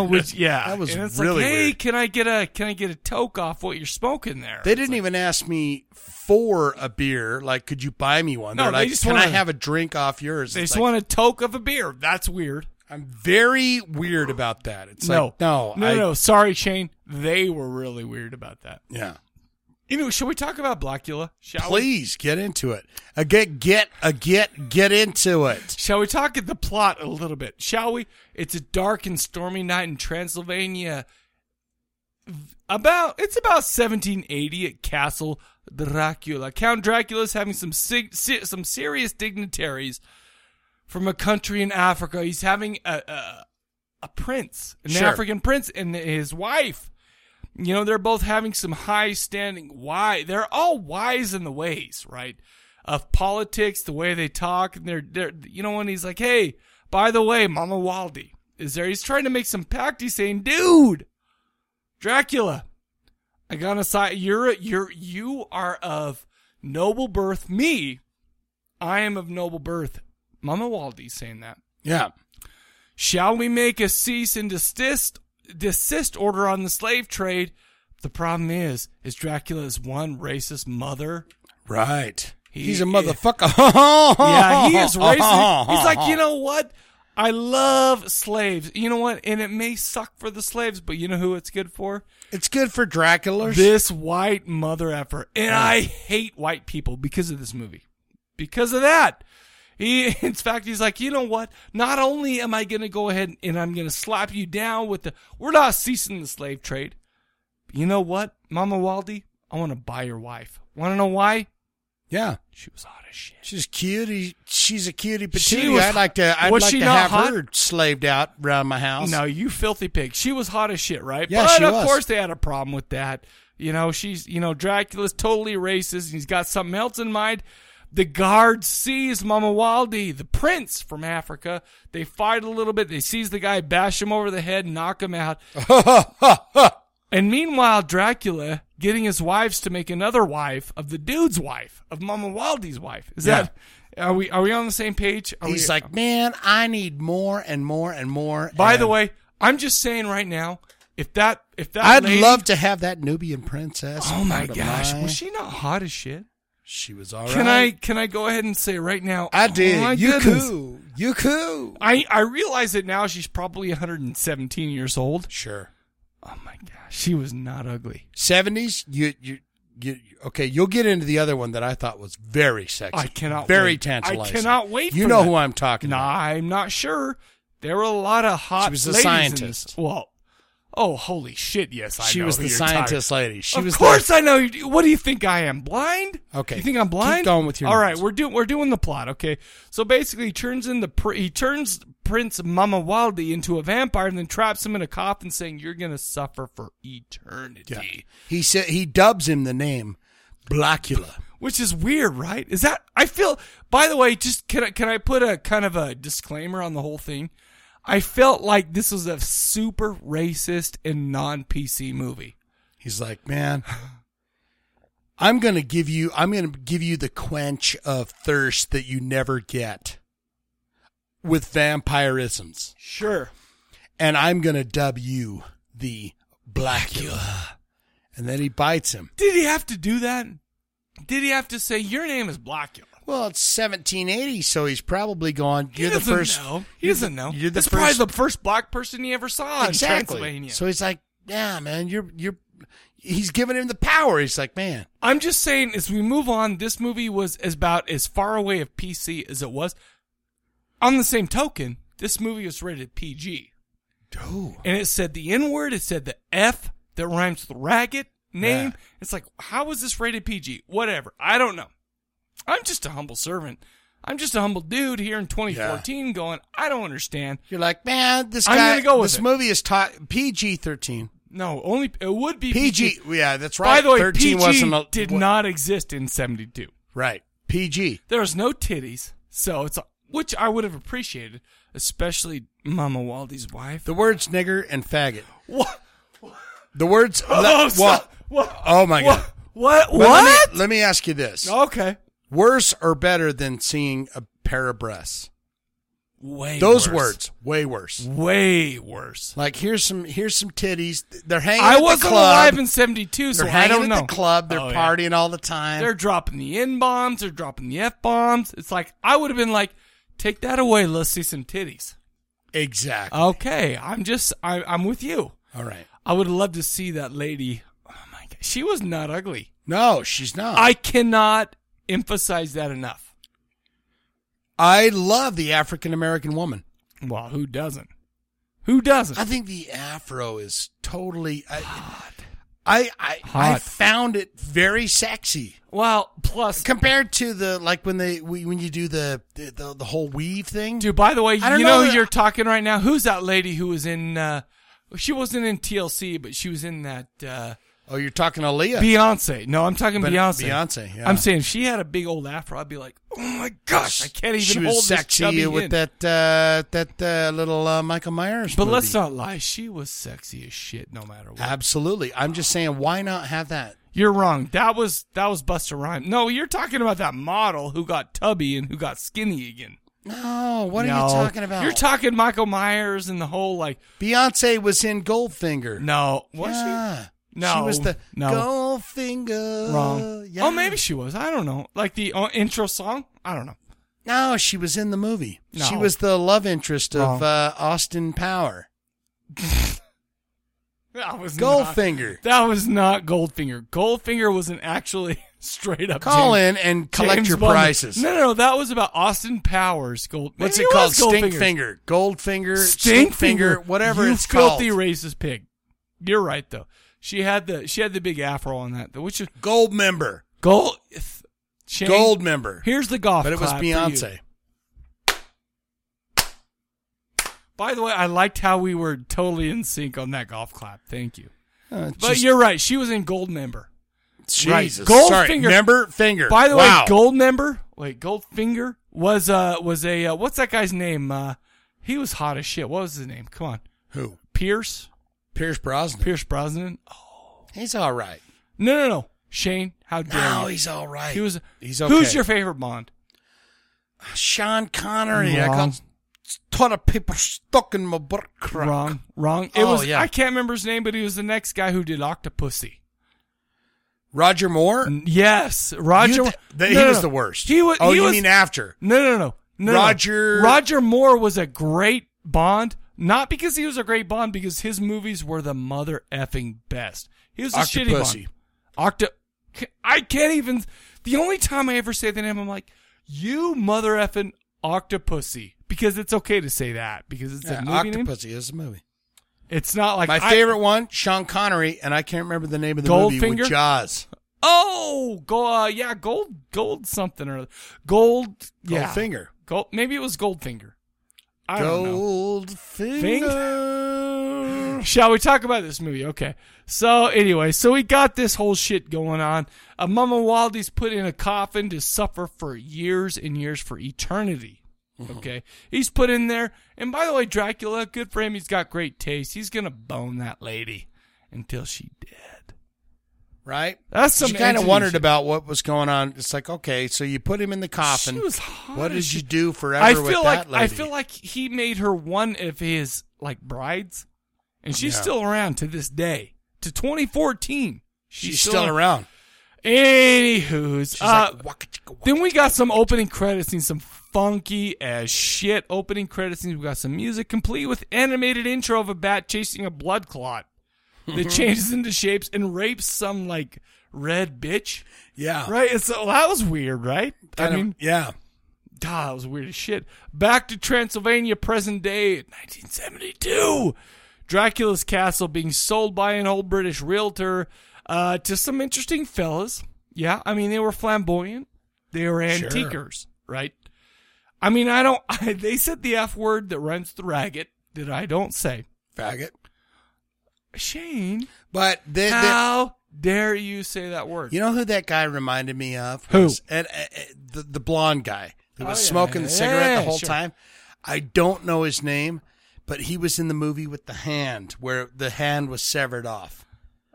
B: weird.
A: which yeah,
B: that was
A: and it's
B: really
A: like,
B: weird.
A: hey, can I get a can I get a toke off what you're smoking there?
B: They didn't even ask me for a beer. Like, could you buy me one?
A: No,
B: They're
A: they
B: like,
A: just
B: can I
A: wanna-
B: have a drink off yours?
A: They
B: It's
A: just
B: like,
A: want a toke of a beer. That's weird.
B: I'm very weird about that. It's
A: no,
B: like, no,
A: no,
B: I-
A: no. Sorry, Shane. They were really weird about that.
B: Yeah.
A: Anyway, should we talk about Blackula? Shall we?
B: Please get into it. A get, get, a get, get into it.
A: Shall we talk at the plot a little bit? Shall we? It's a dark and stormy night in Transylvania. About it's about 1780 at Castle Dracula. Count Dracula's having some sig- si- some serious dignitaries from a country in Africa. He's having a a, a prince, an
B: Sure.
A: African prince, and his wife. You know, they're both having some high standing. Why? They're all wise in the ways, right? Of politics, the way they talk, and they're, they're you know, when he's like, hey, by the way, Mama Waldy is there. He's trying to make some pact. He's saying, dude, Dracula, I gotta say, you're, a- you're, you are of noble birth. Me, I am of noble birth. Mama Waldy's saying that.
B: Yeah.
A: Shall we make a cease and desist desist order on the slave trade? The problem is, is Dracula's one racist mother.
B: Right.
A: He
B: He's a
A: is-
B: motherfucker.
A: yeah, he is racist. He's like, you know what? I love slaves. You know what? And it may suck for the slaves, but you know who it's good for?
B: It's good for Dracula. Uh,
A: This white mother effer. And I hate white people because of this movie. Because of that. He, in fact, he's like, you know what? Not only am I going to go ahead and I'm going to slap you down with the, we're not ceasing the slave trade. You know what, Mama Waldy? I want to buy your wife. Want to know why?
B: Yeah.
A: She was hot as shit.
B: She's cutie. She's a cutie
A: She
B: patootie.
A: was-
B: I'd like to. I'd
A: was
B: like
A: she
B: to
A: not
B: have
A: hot?
B: her slaved out around my house.
A: No, you filthy pig. She was hot as shit, right?
B: Yeah,
A: but
B: she
A: of
B: was.
A: course they had a problem with that. You know, she's you know, Dracula's totally racist and he's got something else in mind. The guard sees Mama Waldi, the prince from Africa. They fight a little bit. They seize the guy, bash him over the head, knock him out. and meanwhile, Dracula getting his wives to make another wife of the dude's wife, of Mama Waldi's wife. Is
B: Yeah.
A: that are we are we on the same page? Are
B: He's
A: we-
B: like, man, I need more and more and more.
A: By the
B: and
A: way, I'm just saying right now, if that if that
B: I'd
A: lady-
B: love to have that Nubian princess.
A: Oh my
B: part of
A: gosh,
B: my-
A: was she not hot as shit?
B: She was all
A: can I
B: right.
A: can I go ahead and say right now?
B: I did.
A: Oh my
B: You
A: goodness.
B: coo. You coo.
A: I I realize it now. She's probably 117 years old.
B: Sure.
A: Oh my gosh, she was not ugly.
B: Seventies. You you. You, okay, you'll get into the other one that I thought was very sexy.
A: I cannot
B: very
A: wait.
B: tantalizing.
A: I cannot wait.
B: You
A: for
B: know
A: that.
B: who I'm talking
A: nah,
B: about.
A: I'm not sure. There were a lot of hot.
B: She was the
A: ladies in
B: scientist.
A: this. Well, oh holy shit! Yes, I
B: She
A: know
B: was
A: who
B: the
A: you're
B: scientist
A: talking-
B: lady. She
A: of
B: was the-
A: course I know. you- What do you think I am? Blind?
B: Okay,
A: You think I'm
B: keep
A: blind?
B: going with your
A: All
B: notes.
A: right, we're doing we're doing the plot. Okay, so basically, he turns in the pr- he turns Prince Mama Waldi into a vampire and then traps him in a coffin, saying you're gonna suffer for eternity.
B: He said he dubs him the name Blackula.
A: which is weird, right? Is that I feel? By the way, just can I can I put a kind of a disclaimer on the whole thing? I felt like this was a super racist and non PC movie.
B: He's like, man, I'm gonna give you I'm gonna give you the quench of thirst that you never get with vampirisms.
A: Sure.
B: And I'm gonna dub you the Blackula. And then he bites him.
A: Did he have to do that? Did he have to say your name is Blackula?
B: Well, it's 1780, so he's probably going. You're the
A: doesn't
B: first.
A: know. He doesn't know.
B: You're the
A: That's
B: first.
A: probably the first black person he ever saw in
B: exactly.
A: Transylvania.
B: So he's like, yeah, man, you're you're. He's giving him the power. He's like, man,
A: I'm just saying, as we move on, this movie was as about as far away of PC as it was. On the same token, this movie was rated PG. And it said the N word. It said the F that rhymes with ragged name. It's like, how was this rated PG? Whatever. I don't know. I'm just a humble servant. I'm just a humble dude here in 2014 going, I don't understand.
B: You're like, man, this
A: I'm
B: guy,
A: gonna go with
B: this
A: it.
B: movie is taught PG thirteen.
A: No, only it would be
B: PG. Yeah, that's right.
A: By the way,
B: 13
A: PG
B: wasn't a-
A: did
B: wa-
A: not exist in 72.
B: Right. PG.
A: There was no titties, so it's which I would have appreciated, especially Mama Waldy's wife.
B: The words nigger and faggot.
A: What?
B: The words.
A: Oh,
B: le-
A: so-
B: wa-
A: what?
B: Oh my
A: What?
B: god.
A: What?
B: But Let
A: Uh, What?
B: me, let me ask you this.
A: Okay.
B: Worse or better than seeing a pair of breasts?
A: Way
B: Those
A: worse.
B: words, way worse.
A: Way worse.
B: Like here's some here's some titties. They're hanging.
A: I
B: at the
A: wasn't
B: club.
A: alive in '72, so
B: They're
A: I
B: hanging
A: don't
B: at
A: know.
B: the club. They're
A: Oh, yeah.
B: partying all the time.
A: They're dropping the n bombs. They're dropping the f bombs. It's like I would have been like, take that away. Let's see some titties.
B: Exactly.
A: Okay, I'm just I, I'm with you.
B: All right.
A: I would love to see that lady. Oh my god, she was not ugly.
B: No, she's not.
A: I cannot emphasize that enough.
B: I love the African American woman.
A: Well, who doesn't? Who doesn't?
B: I think the afro is totally. I, I I, I
A: Hot.
B: found it very sexy.
A: Well, plus
B: compared to the like when they when you do the the, the, the whole weave thing.
A: Dude, by the way,
B: I don't
A: you know,
B: know
A: who you're talking right now. Who's that lady who was in? uh She wasn't in TLC, but she was in that. uh
B: Oh, you're talking Aaliyah,
A: Beyonce. No, I'm talking
B: But-
A: Beyonce.
B: Beyonce. Yeah.
A: I'm saying if she had a big old afro, I'd be like, oh my gosh, I can't even
B: she
A: hold
B: was
A: this
B: sexy
A: chubby
B: with
A: in.
B: that uh, that uh, little uh, Michael Myers.
A: But
B: movie.
A: let's not lie, she was sexy as shit. No matter what.
B: Absolutely. I'm just saying, why not have that?
A: You're wrong. That was that was Buster Rhyme. No, you're talking about that model who got tubby and who got skinny again.
B: No, what are
A: No.
B: you talking about?
A: You're talking Michael Myers and the whole like
B: Beyonce was in Goldfinger.
A: No, was she?
B: she?
A: No,
B: she was the
A: no.
B: Goldfinger.
A: wrong.
B: Yeah.
A: Oh, maybe she was. I don't know. Like the uh, intro song. I don't know.
B: No, she was in the movie.
A: No.
B: She was the love interest of
A: Wrong.
B: uh, Austin Power.
A: That was
B: Goldfinger.
A: Not, that was not Goldfinger. Goldfinger was an actually straight up.
B: Call
A: James-
B: in and collect
A: James
B: your
A: Bond.
B: prices.
A: No, no, no, that was about Austin Powers. Gold.
B: What's
A: Maybe
B: it called?
A: was Goldfinger.
B: Stinkfinger. Goldfinger.
A: Stink finger,
B: Whatever
A: you
B: it's called.
A: filthy racist pig. You're right though. She had the she had the big afro on that, though, which is
B: gold member.
A: Gold Shane,
B: Gold member.
A: Here's the golf.
B: But it was
A: clap for you.
B: Beyonce.
A: By the way, I liked how we were totally in sync on that golf clap. Thank you.
B: Uh, it's
A: but
B: just-
A: you're right. She was in gold member.
B: Jesus. Sorry, member, finger.
A: By the
B: Wow.
A: way, gold member. Wait, gold finger was uh was a uh, what's that guy's name? Uh, he was hot as shit. What was his name? Come on.
B: Who?
A: Pierce.
B: Pierce Brosnan.
A: Pierce Brosnan. Oh,
B: he's all right.
A: No, no, no. Shane, how dare you?
B: No, he's all right.
A: He was.
B: He's okay.
A: Who's your favorite Bond?
B: Sean Connery. I
A: Wrong.
B: got a ton of people stuck in my butt crack.
A: Wrong. Wrong. Um, It
B: oh,
A: was.
B: yeah.
A: I can't remember his name, but he was the next guy who did Octopussy.
B: Roger Moore?
A: Yes. Roger.
B: You th- th- he was the worst.
A: He was.
B: Oh,
A: he
B: you
A: was-
B: mean after.
A: No, no, no, no. no.
B: Roger-
A: Roger Moore was a great Bond, not because he was a great Bond, because his movies were the mother effing best. He was a shitty
B: Octopussy.
A: Bond. Octo. I can't even. The only time I ever say the name, I'm like, you mother effing octopussy, because it's okay to say that because it's
B: Yeah,
A: a movie name.
B: Octopussy is a movie.
A: It's not like
B: My
A: I-
B: favorite one, Sean Connery, and I can't remember the name of the movie
A: Goldfinger?
B: with Jaws.
A: Oh, go, uh, yeah, gold, gold something or gold, yeah,
B: Goldfinger.
A: Gold, maybe it was Goldfinger. I don't know.
B: Goldfinger.
A: Shall we talk about this movie? Okay. So anyway, so we got this whole shit going on. Uh, Mama Waldy's put in a coffin to suffer for years and years for eternity.
B: Mm-hmm.
A: Okay. He's put in there. And by the way, Dracula, good for him. He's got great taste. He's going to bone that lady until she dead.
B: Right?
A: That's some
B: She kind of
A: entity
B: wondered
A: shit.
B: about what was going on. It's like, okay, so you put him in the coffin.
A: She was hot
B: what
A: as
B: did you
A: shit.
B: do forever
A: I feel
B: with
A: like
B: that lady?
A: I feel like he made her one of his like brides, and she's
B: Yeah.
A: still around to this day to 2014. She's,
B: She's still around.
A: Anywho's, uh, then we got some opening credits and some funky as shit opening credits. scenes. we got some music complete with animated intro of a bat chasing a blood clot that changes into shapes and rapes some like red bitch.
B: Yeah.
A: Right. It's so that was weird, right?
B: Kind
A: I
B: of-
A: mean,
B: yeah.
A: God, that was weird as shit. Back to Transylvania, present day, 1972. Dracula's castle being sold by an old British realtor uh, to some interesting fellas. Yeah, I mean they were flamboyant. They were
B: Sure.
A: antiquers, right? I mean, I don't. I, they said the F word that runs through ragged that I don't say.
B: Faggot.
A: Shane.
B: But they,
A: how dare you say that word?
B: You know who that guy reminded me of?
A: Who?
B: Was- and, uh, uh, the, the blonde guy who
A: Oh,
B: was
A: yeah.
B: smoking the cigarette
A: Yeah,
B: the whole
A: sure.
B: time. I don't know his name, but he was in the movie with the hand where the hand was severed off.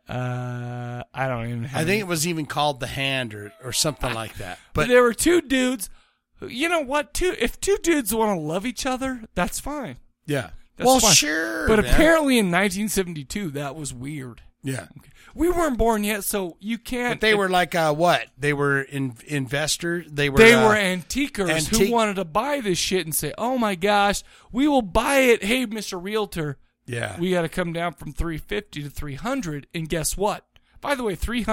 A: Uh, I don't even.
B: I think it was even called the hand or, or something like that.
A: But
B: But
A: there were two dudes. who- You know what? Two if two dudes want to love each other, that's fine.
B: yeah,
A: That's
B: well,
A: fine.
B: sure.
A: But
B: man.
A: apparently in 1972, that was weird.
B: yeah.
A: We weren't born yet, so you
B: But
A: can't.
B: they were like uh, what? They were in, investor. They were
A: They
B: uh,
A: were antiquers
B: antique-
A: who wanted to buy this shit and say, "Oh my gosh, we will buy it." Hey, Mister Realtor,
B: Yeah.
A: we got to come down from three fifty to three hundred. And guess what? By the way, three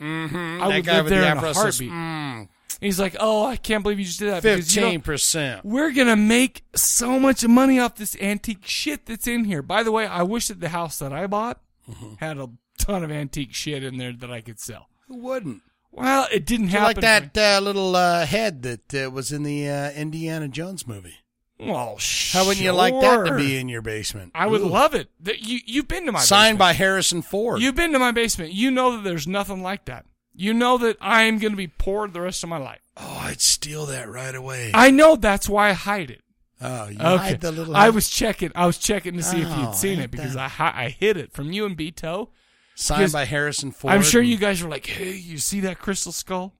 B: Mhm.
A: I
B: That
A: would
B: guy
A: live
B: with
A: there
B: the
A: in a
B: afro says,
A: heartbeat.
B: "Mm."
A: He's like, "Oh, I can't believe you just did that." because you don't-
B: fifteen percent.
A: We're gonna make so much money off this antique shit that's in here. By the way, I wish that the house that I bought
B: Mm-hmm.
A: had a ton of antique shit in there that I could sell.
B: Who wouldn't?
A: Well, it didn't
B: You're
A: happen.
B: Like that uh, little uh, head that uh, was in the uh, Indiana Jones movie.
A: Well,
B: how wouldn't you like that to
A: sure.
B: be in your basement?
A: I would
B: Ooh.
A: love it. That you you've been to my
B: Signed
A: basement.
B: by Harrison Ford.
A: You've been to my basement. You know that there's nothing like that. You know that I'm going to be poor the rest of my life.
B: oh, I'd steal that right away.
A: I know that's why I hide it.
B: Oh, you
A: okay.
B: hide the little.
A: I was checking. I was checking to see if
B: Oh,
A: you'd seen
B: ain't
A: it because
B: that-
A: I hi- I hid it from you and Beto.
B: Signed
A: Because
B: by Harrison
A: I'm
B: Ford
A: sure
B: and-
A: you guys were like, "Hey, you see that crystal skull?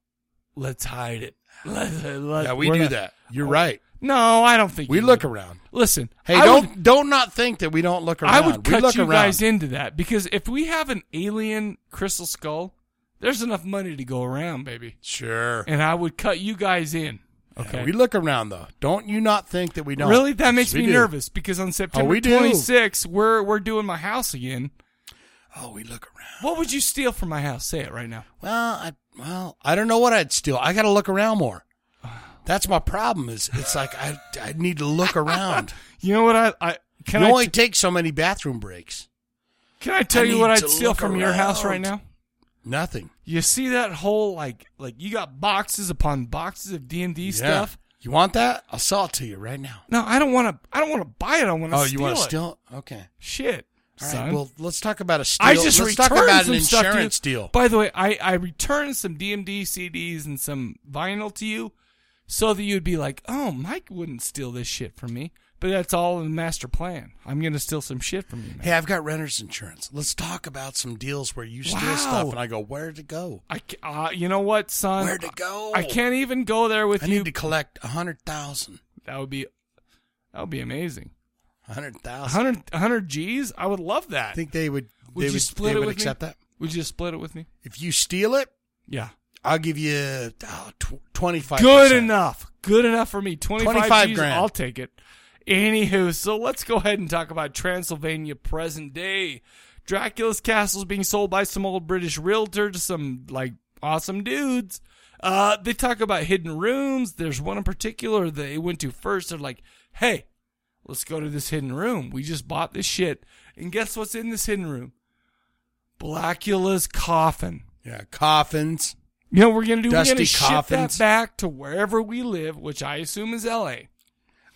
A: Let's hide it." Let- let-
B: Yeah, we
A: we're
B: do
A: not-
B: that. You're right.
A: No, I don't think
B: We
A: you
B: look
A: do.
B: around.
A: Listen,
B: Hey,
A: I
B: don't
A: would-
B: don't not think that we don't look around.
A: I would
B: we
A: cut
B: look
A: you
B: around.
A: guys into that because if we have an alien crystal skull, there's enough money to go around, baby.
B: Sure.
A: And I would cut you guys in. Okay.
B: We look around though. Don't you not think that we don't?
A: Really, that makes
B: Yes, we
A: me
B: do. Oh,
A: nervous because on September
B: we do.
A: 26th, we're we're doing my house again. Oh, we look around. What would you steal from my house? Say it right now.
B: Well, I well, I don't know what I'd steal. I got to look around more. That's my problem. Is it's like I I need to look around.
A: you know what I I can
B: you
A: I
B: only
A: t-
B: take so many bathroom breaks.
A: Can I tell
B: I
A: you
B: need
A: what I'd
B: to
A: steal
B: look
A: from your house right
B: around.
A: now?
B: Nothing.
A: You see that whole like like you got boxes upon boxes of D and D
B: Yeah.
A: stuff.
B: You want that? I'll sell it to you right now.
A: No, I don't want to. I don't want to buy it. I want to.
B: oh, you
A: want to
B: steal? it? Okay.
A: Shit.
B: All right.
A: son.
B: Well, let's talk about a steal.
A: I just
B: let's talk
A: returned
B: about
A: some
B: an
A: stuff to you.
B: insurance deal.
A: By the way, I I returned some DMD CDs and some vinyl to you, so that you'd be like, "Oh, Mike wouldn't steal this shit from me." But that's all in the master plan. I'm gonna steal some shit from you. Man.
B: Hey, I've got renter's insurance. Let's talk about some deals where you steal
A: Wow.
B: stuff and I go, where'd it go?
A: I, ca- uh, you know what, son?
B: Where'd it go?
A: I can't even go there with
B: I
A: you.
B: need to collect a hundred thousand.
A: That would be that would be amazing.
B: Hundred thousand.
A: 100, 100 G's? I would love that.
B: I think they would.
A: Would
B: they
A: you
B: would,
A: split
B: they
A: it
B: would
A: with me?
B: accept that
A: Would you split it with me?
B: if you steal it.
A: Yeah.
B: I'll give you oh, tw- twenty five.
A: Good enough. Good enough for me. 25,
B: 25
A: G's,
B: grand.
A: I'll take it. Anywho, so let's go ahead and talk about Transylvania present day. Dracula's castle is being sold by some old British realtor to some like awesome dudes. Uh, they talk about hidden rooms. There's one in particular they went to first. They're like, "Hey, let's go to this hidden room. We just bought this shit, and guess what's in this hidden room? Blackula's coffin.
B: Yeah, coffins.
A: You know, we're gonna do.
B: Dusty
A: we're gonna
B: coffins.
A: ship that back to wherever we live, which I assume is L.A.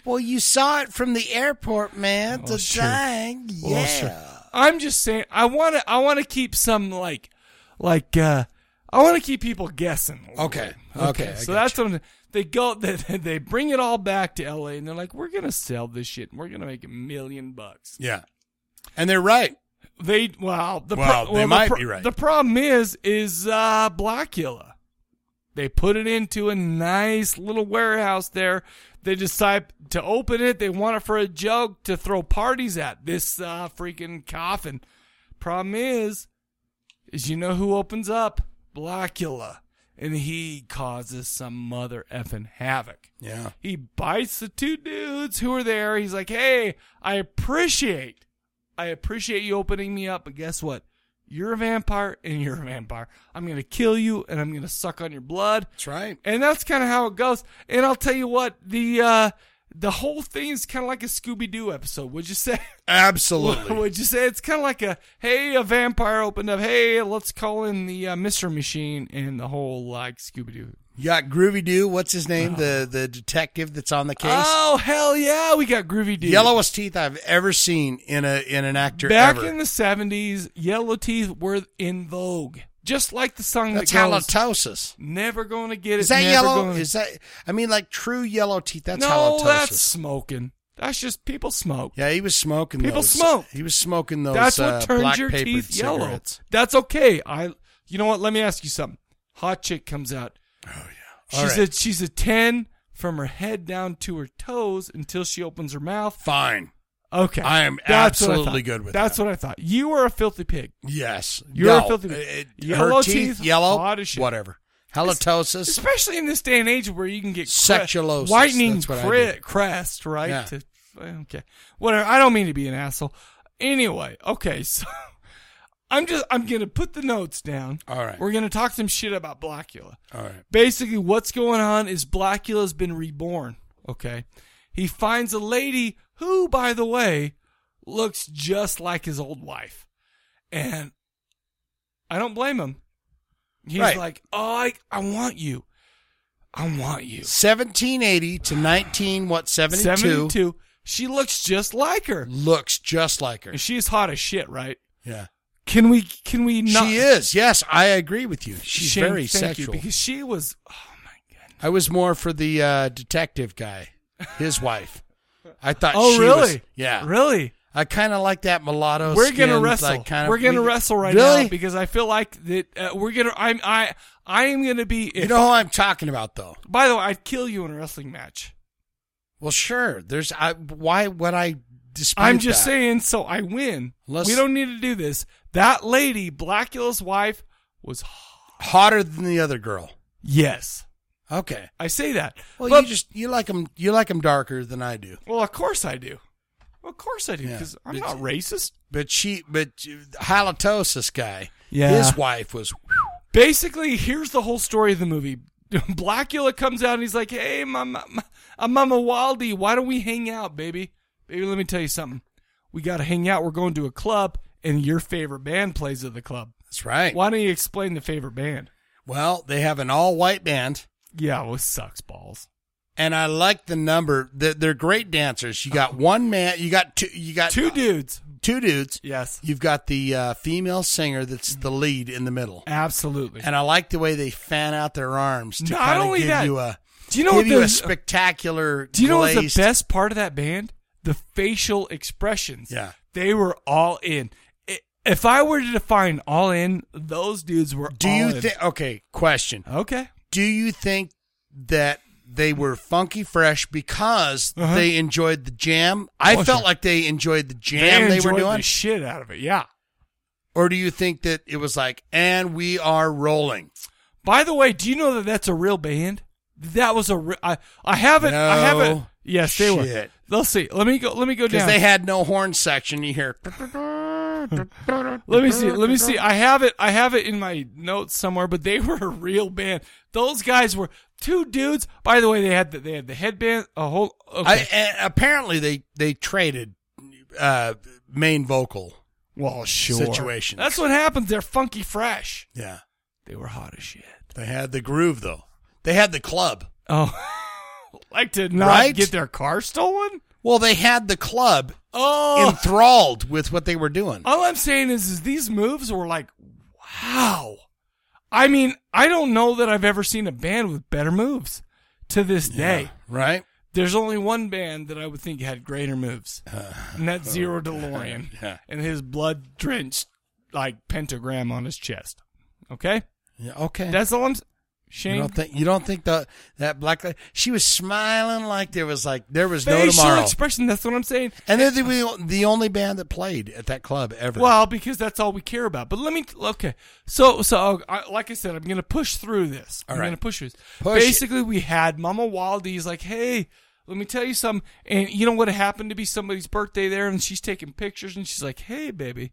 B: Well, you saw it from the airport, man.
A: Oh,
B: the
A: sure.
B: thing. Yeah.
A: Well, sure. I'm just saying. I want to. I want to keep some like, like. uh I want to keep people guessing. a little
B: Okay.
A: bit.
B: Okay, I
A: So that's what I'm, they go. They, they bring it all back to L.A. and they're like, "We're gonna sell this shit. and We're gonna make a million bucks."
B: Yeah. And they're right.
A: They well, the
B: Well,
A: pro-
B: they
A: the
B: might
A: pro-
B: be right.
A: The problem is, is uh, Blackula. They put it into a nice little warehouse there. They decide to open it. They want it for a joke to throw parties at. This uh, freaking coffin. Problem is, is you know who opens up? Blackula, and he causes some mother effing havoc.
B: Yeah.
A: He bites the two dudes who are there. He's like, "Hey, I appreciate, I appreciate you opening me up, but guess what? You're a vampire and you're a vampire. I'm going to kill you and I'm going to suck on your blood. That's right. And that's kind of how it goes. And I'll tell you what, the uh the whole thing is kind of like a Scooby Doo episode. Would you say?
B: Absolutely.
A: Would you say it's kind of like a hey, a vampire opened up. Hey, let's call in the uh, mystery machine and the whole like Scooby Doo.
B: You got Groovy Doo. What's his name? The the detective that's on the case.
A: Oh hell yeah, we got Groovy Doo.
B: Yellowest teeth I've ever seen in a in an actor
A: Back
B: ever.
A: in the seventies, yellow teeth were in vogue, just like the song
B: that's
A: that goes,
B: halitosis.
A: "Never gonna get it."
B: Is that
A: never
B: yellow?
A: gonna-"
B: Is that? I mean, like true yellow teeth. That's
A: no?
B: halitosis.
A: That's smoking. That's just people smoke.
B: Yeah, he was smoking.
A: People
B: those,
A: smoke.
B: He was smoking those.
A: That's what
B: uh,
A: turns
B: black
A: your
B: papered
A: teeth yellow.
B: cigarettes.
A: That's okay. I. You know what? Let me ask you something. Hot chick comes out. Oh yeah.
B: All
A: She's
B: right.
A: a she's a ten from her head down to her toes until she opens her mouth.
B: Fine.
A: Okay.
B: I am
A: That's what I
B: absolutely
A: thought.
B: good with
A: That's what I thought. You are a filthy pig.
B: Yes.
A: You're
B: No.
A: a filthy pig.
B: It- it-
A: yellow
B: her
A: teeth,
B: teeth, yellow,
A: hot as shit.
B: whatever. Halitosis.
A: Especially in this day and age where you can get cre-
B: Sexulosis,
A: whitening
B: that's what I
A: cre-
B: do.
A: crest, right?
B: Yeah.
A: To- okay. Whatever. I don't mean to be an asshole. Anyway, okay, so I'm just I'm gonna put the notes down.
B: All right.
A: We're gonna talk some shit about Blackula.
B: All right.
A: Basically, what's going on is Blackula's been reborn. Okay. He finds a lady who, by the way, looks just like his old wife. And I don't blame him. He's
B: Right.
A: like, oh, I, I want you. I want you.
B: 1780 to 19 what 72?
A: 72. She looks just like her.
B: Looks just like her.
A: And she's hot as shit, right?
B: Yeah.
A: Can we can we not
B: She is. Yes, I agree with you. She's
A: Shane,
B: very
A: thank you,
B: sexual.
A: because she was
B: I was more for the uh, detective guy, his wife. I thought
A: Oh,
B: she
A: really?
B: was- yeah.
A: Really?
B: I kind of like that mulatto
A: we're gonna
B: skinned,
A: wrestle.
B: like, kind of,
A: we're gonna
B: we-
A: wrestle right
B: really?
A: now because I feel like that uh, we're gonna. I'm I I am gonna be.
B: You know who I'm talking about though.
A: By the way, I'd kill you in a wrestling match.
B: Well, sure. There's I, why would I dispute
A: I'm just
B: that?
A: saying. So I win.
B: Let's-
A: we don't need to do this. That lady, Blackula's wife, was
B: hotter than the other girl.
A: Yes.
B: Okay.
A: I say that.
B: Well,
A: But-
B: you just you like them you like 'em darker than I do.
A: Well, of course I do. Of course I do
B: Yeah.
A: because I'm not racist.
B: But she but halitosis guy.
A: Yeah.
B: His wife was
A: Basically, here's the whole story of the movie. Blackula comes out and he's like, "Hey, my, my, my- I'm uh, Mama Wildy. Why don't we hang out, baby? Baby, let me tell you something. We got to hang out. We're going to a club, and your favorite band plays at the club.
B: That's right.
A: Why don't you explain the favorite band?
B: Well, they have an all white band.
A: Yeah, well, it sucks balls.
B: And I like the number. They're, they're great dancers. You got one man. You got two. You got
A: two dudes.
B: Two dudes.
A: Yes.
B: You've got the uh, female singer that's the lead in the middle.
A: Absolutely.
B: And I like the way they fan out their arms to
A: Not
B: kind of
A: only
B: give
A: that-
B: you a.
A: Do you know
B: give
A: what
B: you
A: the-
B: a spectacular?
A: Do you know what's the
B: glazed-
A: best part of that band? The facial expressions.
B: Yeah.
A: They were all in. I- If I were to define all in, those dudes were
B: Do
A: all
B: you
A: in.
B: think? Okay, question.
A: Okay.
B: Do you think that they were funky fresh because
A: Uh-huh.
B: they enjoyed the jam? I
A: Oh,
B: felt
A: sure.
B: like they enjoyed the jam they, were
A: enjoyed
B: doing.
A: the shit out of it. Yeah.
B: or do you think that it was like, and we are rolling?
A: By the way, do you know that that's a real band? That was a re- I I haven't I haven't
B: No
A: Yes, they
B: shit.
A: were. Let's see. Let me go let me go
B: Because
A: down.
B: they had no horn section. You hear,
A: Let me see. Let me see. I have it. I have it in my notes somewhere. But they were a real band. Those guys were two dudes. By the way, they had the, they had the headband. A whole. Okay.
B: I, and apparently they they traded uh, main vocal.
A: Well, sure.
B: Situation.
A: That's what happens. They're funky fresh.
B: Yeah,
A: they were hot as shit.
B: They had the groove though. They had the club.
A: Oh, like to not
B: Right?
A: get their car stolen.
B: Well, they had the club
A: Oh.
B: enthralled with what they were doing.
A: All I'm saying is, is these moves were like, wow. I mean, I don't know that I've ever seen a band with better moves to this day.
B: Right.
A: There's only one band that I would think had greater moves, and that's Zero DeLorean
B: Uh, yeah.
A: and his blood drenched like pentagram on his chest. Okay.
B: Yeah, okay.
A: That's all I'm. s- Shane,
B: You don't think you don't think that that black li- she was smiling like there was like there was no
A: facial
B: tomorrow.
A: expression. That's what I'm saying.
B: and they're the, the only band that played at that club ever.
A: Well, because that's all we care about. But let me. Okay, so so I, like I said, I'm gonna push through this.
B: All
A: I'm
B: right.
A: gonna push this.
B: Push it.
A: Basically, we had Mama Waldy's like, hey. Let me tell you something. And you know what happened to be somebody's birthday there, and she's taking pictures, and she's like, "Hey, baby,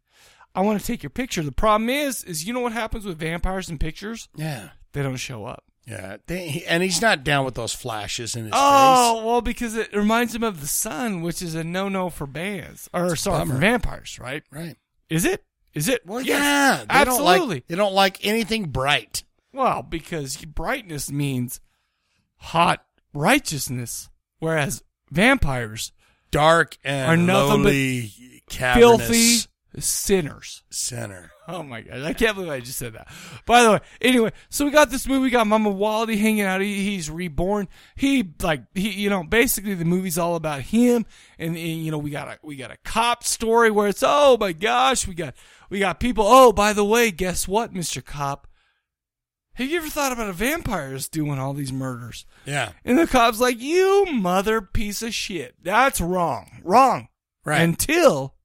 A: I want to take your picture. The problem is, is you know what happens with vampires and pictures?
B: Yeah.
A: They don't show up.
B: Yeah, they, and he's not down with those flashes in his face.
A: Oh well, because it reminds him of the sun, which is a no-no for bands or
B: It's a
A: sorry for
B: bummer.
A: vampires, right?
B: Right.
A: Is it? Is it? Well,
B: yeah, they don't like-
A: absolutely.
B: they don't like anything bright.
A: Well, because brightness means hot righteousness, whereas vampires
B: dark and
A: are nothing
B: lowly,
A: but
B: cavernous.
A: filthy sinners.
B: Sinner.
A: Oh my god! I can't believe I just said that. By the way, anyway, so we got this movie. We got Mama Wally hanging out. He, he's reborn. He like he, you know, basically the movie's all about him. And, and, you know, we got a we got a cop story where it's oh my gosh, we got we got people. Oh, by the way, guess what, Mister Cop? Have you ever thought about a vampire's doing all these murders?
B: Yeah.
A: And the cop's like, you mother piece of shit. That's wrong. Wrong.
B: Right.
A: Until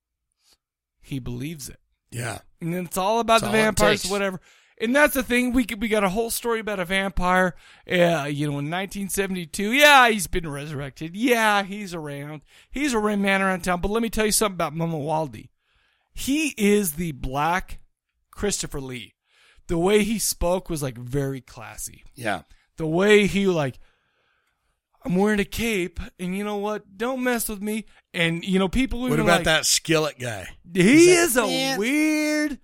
A: he believes it.
B: Yeah.
A: And then it's all about
B: That's
A: the
B: all it
A: vampires,
B: takes.
A: whatever. And that's the thing. We could, we got a whole story about a vampire. Uh, you know, in 1972. Yeah, he's been resurrected. Yeah, he's around. He's a red man around town. But let me tell you something about Mama Waldy. He is the black Christopher Lee. The way he spoke was like very classy
B: Yeah.
A: the way he like I'm wearing a cape and you know what? Don't mess with me. And you know, people who
B: What
A: were
B: about
A: like,
B: that skillet guy?
A: He
B: Is
A: is,
B: that-
A: a
B: Yeah.
A: weird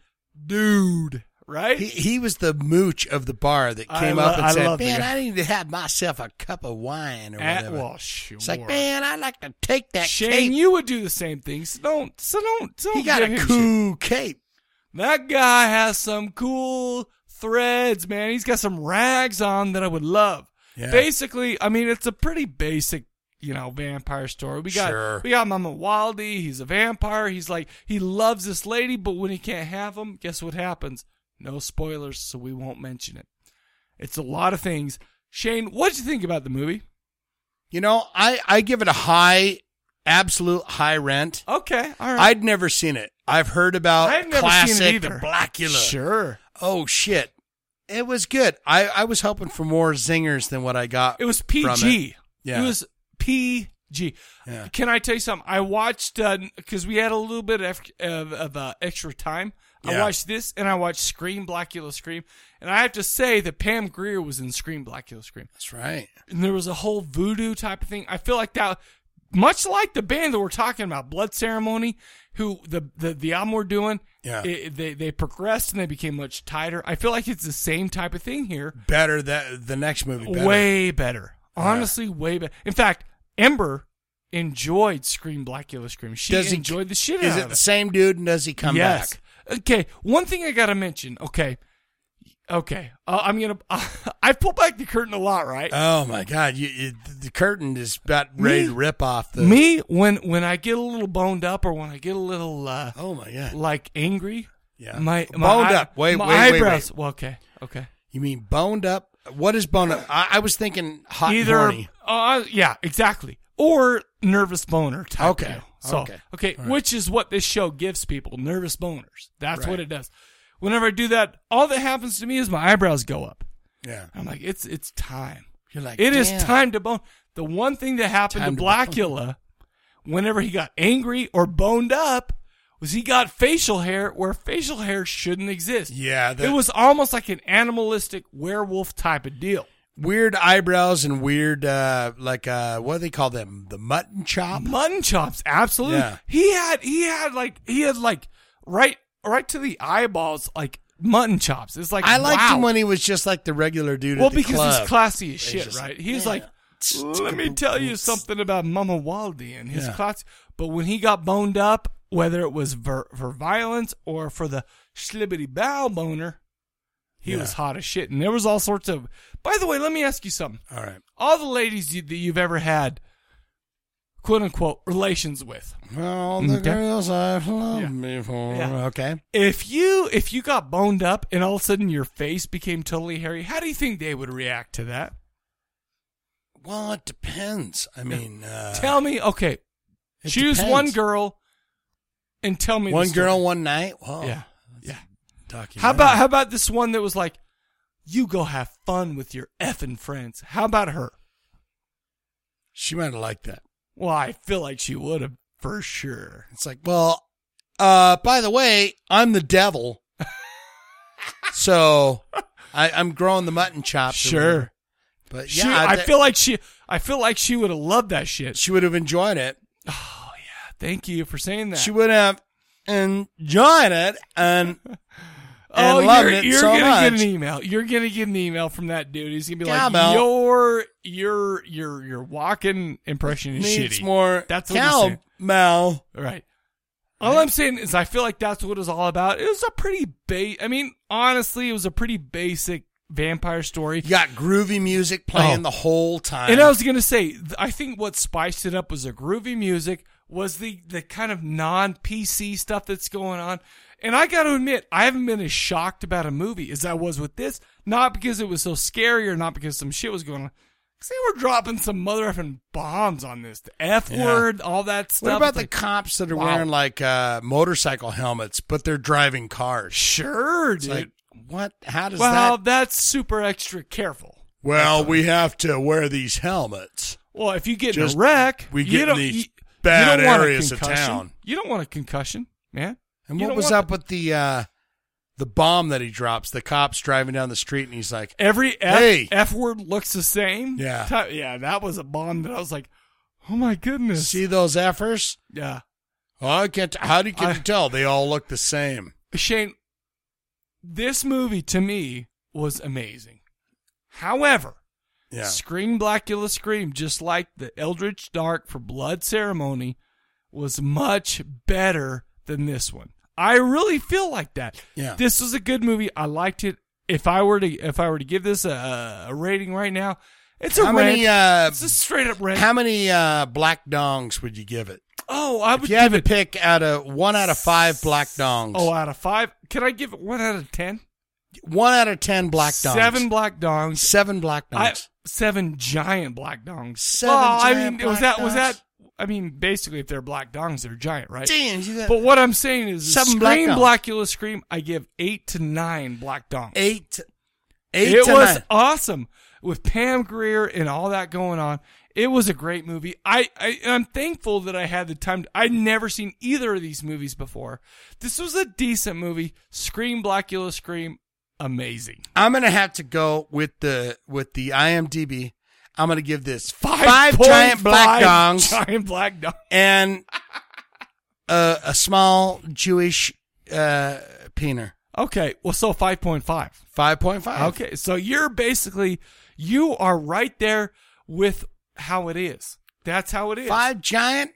A: dude, right?
B: He, he was the mooch of the bar that
A: I
B: came
A: lo-
B: up and
A: I
B: said,
A: love the
B: "Man,
A: guy."
B: I need to have myself a cup of wine or
A: At-
B: whatever."
A: well, sure.
B: It's like, man, I like to take that
A: Shane,
B: cape.
A: you would do the same thing. So don't, so don't, so don't.
B: He got
A: give
B: a
A: him
B: cool
A: shit.
B: cape.
A: That guy has some cool threads, man. He's got some rags on that I would love.
B: Yeah.
A: Basically, I mean, it's a pretty basic, you know, vampire story. We got
B: Sure.
A: we got Mama Waldy. He's a vampire. He's like he loves this lady, but when he can't have him, guess what happens? No spoilers, so we won't mention it. It's a lot of things. Shane, what'd you think about the movie?
B: You know, Oh, I I give it a high, absolute high rent.
A: Okay, all right.
B: I'd never seen it. I've heard about
A: I've never
B: classic
A: seen it either.
B: Blackula.
A: Sure.
B: Oh shit, it was good. I I was hoping for more zingers than what I got.
A: It was
B: from it.
A: PG.
B: Yeah.
A: It was PG. Can I tell you something? I watched because we had a little bit of of, of, uh, extra time. I
B: Yeah.
A: watched this and I watched Scream Blackula Scream, and I have to say that Pam Greer was in Scream Blackula Scream.
B: That's right.
A: And there was a whole voodoo type of thing. I feel like that, much like the band that we're talking about, Blood Ceremony, who the the, the album we're doing,
B: Yeah.
A: it- they they progressed and they became much tighter. I feel like it's the same type of thing here.
B: better that the next movie. Better.
A: Way better. Honestly, way better. In fact, Ember enjoyed Scream Blackula Scream. She
B: Does he-
A: enjoyed the shit
B: Is
A: out
B: it
A: of
B: the same dude? And does he come
A: yes.
B: back?
A: Okay. One thing I gotta mention. Okay. Okay. Uh, I'm gonna. I pull back the curtain a lot, right?
B: Oh my god, you, you, the curtain is about ready
A: Me-
B: to rip off the
A: Me when when I get a little boned up or when I get a little. Uh,
B: oh my god.
A: Like angry.
B: Yeah.
A: My, my
B: boned
A: eye-
B: up. Wait,
A: my
B: wait, wait,
A: eyebrows.
B: wait.
A: Well, okay. Okay.
B: You mean boned up? What is boned up? I, I was thinking hot and
A: either
B: horny.
A: uh, yeah exactly or nervous boner type
B: Okay.
A: deal. so
B: Okay.
A: okay, which is what this show gives people nervous boners that's
B: Right.
A: what it does whenever i do that all that happens to me is my eyebrows go up
B: Yeah.
A: i'm like it's it's time
B: You're like,
A: it is
B: "Damn."
A: time to bone the one thing that happened
B: Time to
A: to
B: bone.
A: blackula whenever he got angry or boned up was he got facial hair where facial hair shouldn't exist
B: Yeah, the-
A: it was almost like an animalistic werewolf type of deal
B: Weird eyebrows and weird uh like uh what do they call them? The mutton chop?
A: Mutton chops, absolutely.
B: Yeah.
A: He had he had like he had like right right to the eyeballs like mutton chops. It's like
B: I liked
A: wow.
B: him when he was just like the regular dude.
A: well
B: at the
A: because
B: club.
A: he's classy
B: He's
A: as shit,
B: just
A: right? He was like, let me tell you something about Mama Waldy and his
B: Yeah.
A: class. But when he got boned up, whether it was for, for violence or for the schlibbity bow boner, he
B: Yeah.
A: was hot as shit. And there was all sorts of. By the way, let me ask you something.
B: All right.
A: All the ladies you, that you've ever had, quote unquote, relations with. Mm,
B: All the
A: Okay.
B: girls I've loved before.
A: Mm-hmm. Yeah.
B: Oh, Okay.
A: If you if you got boned up and all of a sudden your face became totally hairy, how do you think they would react to that?
B: Well, it depends. I mean, uh,
A: tell me, okay,
B: it
A: choose
B: depends.
A: one girl and tell me the
B: one
A: story.
B: girl, one night. Whoa.
A: Yeah.
B: Documentary.
A: How about how about this one that was like, you go have fun with your effing friends. How about her?
B: She might have liked that.
A: Well, I feel like she would have for sure.
B: It's like, well, Uh, by the way, I'm the devil. so I, I'm growing the mutton chops. or
A: Sure.
B: whatever. But yeah,
A: She- I
B: that-
A: feel like she, I feel like she would have loved that shit. She
B: would have enjoyed it.
A: Oh yeah, thank you for saying that.
B: she would have enjoyed it and, and
A: oh,
B: loved
A: you're,
B: it
A: you're
B: so
A: gonna
B: much.
A: get an email. You're gonna get an email from that dude. He's gonna be like,
B: Cowbell.
A: your your your your walking impression is
B: Needs
A: shitty.
B: more
A: That's what he's saying.
B: cowbell.
A: Right. All I'm saying is I feel like that's what it's all about. It was a pretty ba- I mean, honestly, it was a pretty basic vampire story. Oh, You
B: got groovy music playing the whole time.
A: And I was gonna say, th- I think what spiced it up was the groovy music, was the the kind of non PC stuff that's going on. And I got to admit, I haven't been as shocked about a movie as I was with this. Not because it was so scary or not because some shit was going on. Because they were dropping some mother effing bombs on this. The F
B: Yeah.
A: word, all that stuff.
B: What about
A: It's
B: the
A: like,
B: cops that are
A: wow.
B: wearing like uh, motorcycle helmets, but they're driving cars?
A: Sure,
B: It's
A: dude.
B: like, what? How does
A: well,
B: that?
A: that's super extra careful.
B: Well, we have to wear these helmets.
A: Well, if you get
B: Just-
A: in a wreck,
B: we
A: you
B: get in
A: don't,
B: these
A: you- you
B: bad
A: don't want a
B: areas of
A: concussion.
B: town.
A: You don't want a concussion, man.
B: And
A: You
B: what
A: don't
B: was
A: want
B: up with the uh, the bomb that he drops? The cops driving down the street, and he's like,
A: Every F,
B: Hey.
A: F word looks the same.
B: Yeah.
A: Ti- yeah, that was a bomb that I was like, "Oh my goodness!"
B: See those effers?
A: Yeah.
B: I can't. How do you can
A: I-
B: you tell? They all look the same.
A: Shane, this movie to me was amazing. However,
B: Yeah.
A: Scream Blackula Scream, just like the Eldritch Dark for Blood Ceremony, was much better than this one. I really feel like that.
B: Yeah.
A: This was a good movie. I liked it. If I were to if I were to give this a, a rating right now, it's a
B: how
A: rant.
B: many? Uh,
A: it's a straight up rant.
B: How many uh, black dongs would you give it?
A: Oh, I would
B: If you had to pick out of one out of five black dongs,
A: Oh, out of five, can I give it one out of ten?
B: one out of ten black dongs,
A: Seven black dongs.
B: Seven black
A: I-
B: dongs.
A: seven giant black dongs.
B: Seven
A: Well, I
B: giant
A: mean, was
B: black
A: that was
B: dongs.
A: that? I mean, basically, if they're black dongs, they're giant, right?
B: Damn, you got-
A: But what I'm saying is,
B: Seven
A: Scream
B: black dongs.
A: Blackula Scream. I give eight to nine black dongs.
B: Eight, eight
A: It
B: to
A: was
B: nine.
A: awesome with Pam Greer and all that going on. It was a great movie. I, I and I'm thankful that I had the time. to- I'd never seen either of these movies before. This was a decent movie. Scream Blackula Scream, amazing.
B: I'm gonna have to go with the with the IMDb. I'm gonna give this five,
A: point
B: giant black
A: five
B: dongs
A: Giant black dong.
B: and a, a small Jewish uh, peener.
A: Okay, well, so five point five.
B: Five point five.
A: Okay, so you're basically you are right there with how it is. That's how it is.
B: Five giant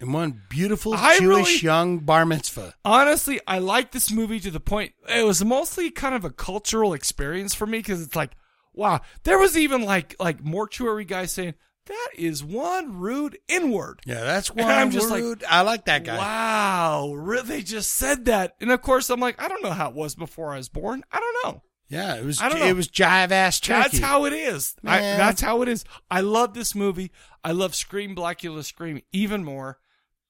B: and one beautiful
A: I
B: Jewish
A: really-
B: young bar mitzvah.
A: Honestly, I like this movie to the point it was mostly kind of a cultural experience for me because it's like, wow, there was even like like mortuary guys saying that is one rude N word.
B: Yeah, that's
A: And
B: one.
A: I'm just like,
B: rude- I like that guy.
A: Wow, re- they just said that, and of course I'm like, I don't know how it was before I was born. I don't know.
B: Yeah, it was.
A: I don't know.
B: It was jive ass turkey.
A: That's how it is. I,
B: Man.
A: that's how it is. I love this movie. I love Scream Blackula Scream even more.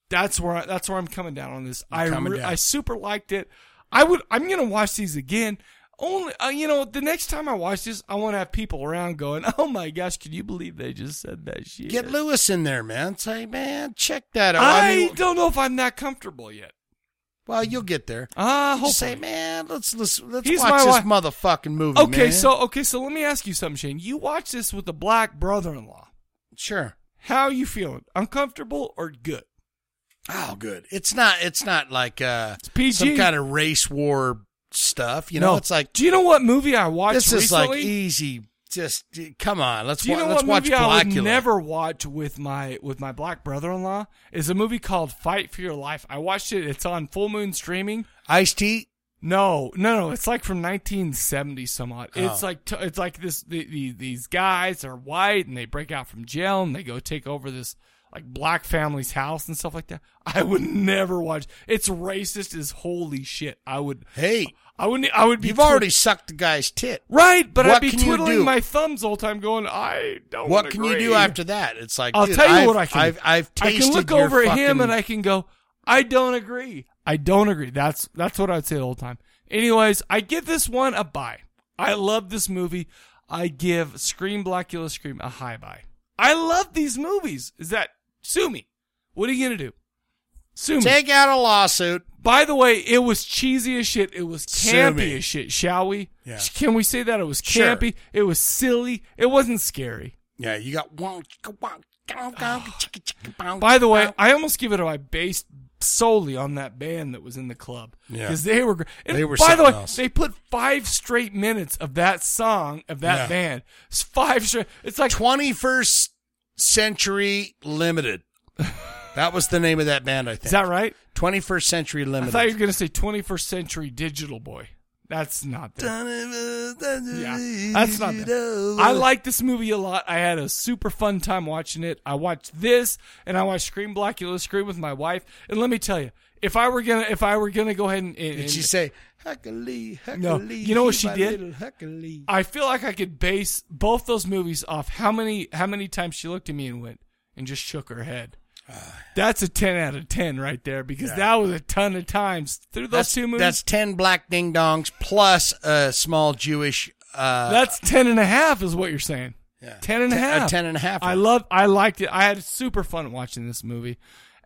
A: That's where I, that's where I'm coming down on this. I
B: coming
A: re-
B: down.
A: I super liked it. I would I'm gonna watch these again. Only uh, you know the next time I watch this, I want to have people around going, "Oh my gosh, can you believe they just said that shit?"
B: Get Lewis in there, man. Say, man, check that out.
A: I,
B: mean,
A: don't know if I'm that comfortable yet.
B: Well, you'll get there.
A: Ah,
B: Just say,
A: hopefully.
B: man, let's let's let's
A: He's
B: watch
A: my
B: this
A: wife.
B: motherfucking movie.
A: Okay,
B: man."
A: so okay, so let me ask you something, Shane. You watch this with a black brother-in-law.
B: Sure.
A: How you feeling? Uncomfortable or good?
B: Oh, good. It's not. It's not like uh,
A: PG.
B: some kind of race war stuff. You know,
A: No.
B: it's like
A: Do you know what movie I watched
B: this is like
A: recently?
B: easy. Just d- come on. Let's
A: Do you
B: wa-
A: know
B: let's
A: what
B: watch
A: movie I would
B: Blackula.
A: never watch with my with my black brother-in-law? Is a movie called Fight for Your Life. I watched it. It's on Full Moon streaming.
B: Ice Tea.
A: No, no, no. It's like from 1970 some odd. It's
B: Oh.
A: like t- it's like this. The, the, these guys are white and they break out from jail and they go take over this like black family's house and stuff like that. I would never watch. It's racist as holy shit. I would.
B: Hey,
A: I wouldn't. I would be.
B: You've
A: twi-
B: already sucked the guy's tit.
A: Right, but
B: What
A: I'd be
B: can you do?
A: twiddling my thumbs the whole time, going, "I don't."
B: What can you do
A: agree."
B: after that? It's like
A: I'll
B: dude,
A: tell you
B: I've-
A: what I can.
B: I've, I've
A: I
B: tasted
A: can look
B: your
A: over at him
B: fucking-
A: and I can go, "I don't agree. I don't agree." That's that's what I'd say the whole time. Anyways, I give this one a buy. I love this movie. I give Scream Blackula Scream a high buy. I love these movies. Is that sue me? What are you gonna do? Sue me.
B: Take out a lawsuit.
A: By the way, it was cheesy as shit. It was
B: Sue
A: campy
B: me.
A: as shit. Shall we?
B: Yeah.
A: Can we say that it was
B: Sure.
A: campy? It was silly. It wasn't scary.
B: Yeah, you got one.
A: By the way, I almost give it a I based solely on that band that was in the club.
B: Yeah.
A: Because they were gr- and
B: They were
A: by the way,
B: something else.
A: they put five straight minutes of that song of that
B: Yeah.
A: band. It's five straight it's like
B: 21st Century Limited. That was the name of that band, I think. Is that
A: right?
B: 21st Century
A: I
B: Limited.
A: thought you were gonna say twenty first century digital boy. That's not there. yeah, that's not there. I like this movie a lot. I had a super fun time watching it. I watched this and I watched Scream Blackula Scream with my wife. And let me tell you, if I were gonna if I were gonna go ahead and, and
B: Did she
A: and-
B: say, Huckabee, Huckabee?
A: No. You know what she
B: my
A: did?
B: little Huckabee."
A: I feel like I could base both those movies off how many how many times she looked at me and went and just shook her head. That's a ten out of ten right there because
B: Yeah.
A: that was a ton of times through those
B: That's,
A: two movies.
B: that's 10 black ding dongs plus a small Jewish. Uh,
A: That's ten and a half is what you're saying. Yeah. Ten and a
B: Ten-
A: half.
B: uh, ten and a half.
A: I love I liked it. I had super fun watching this movie.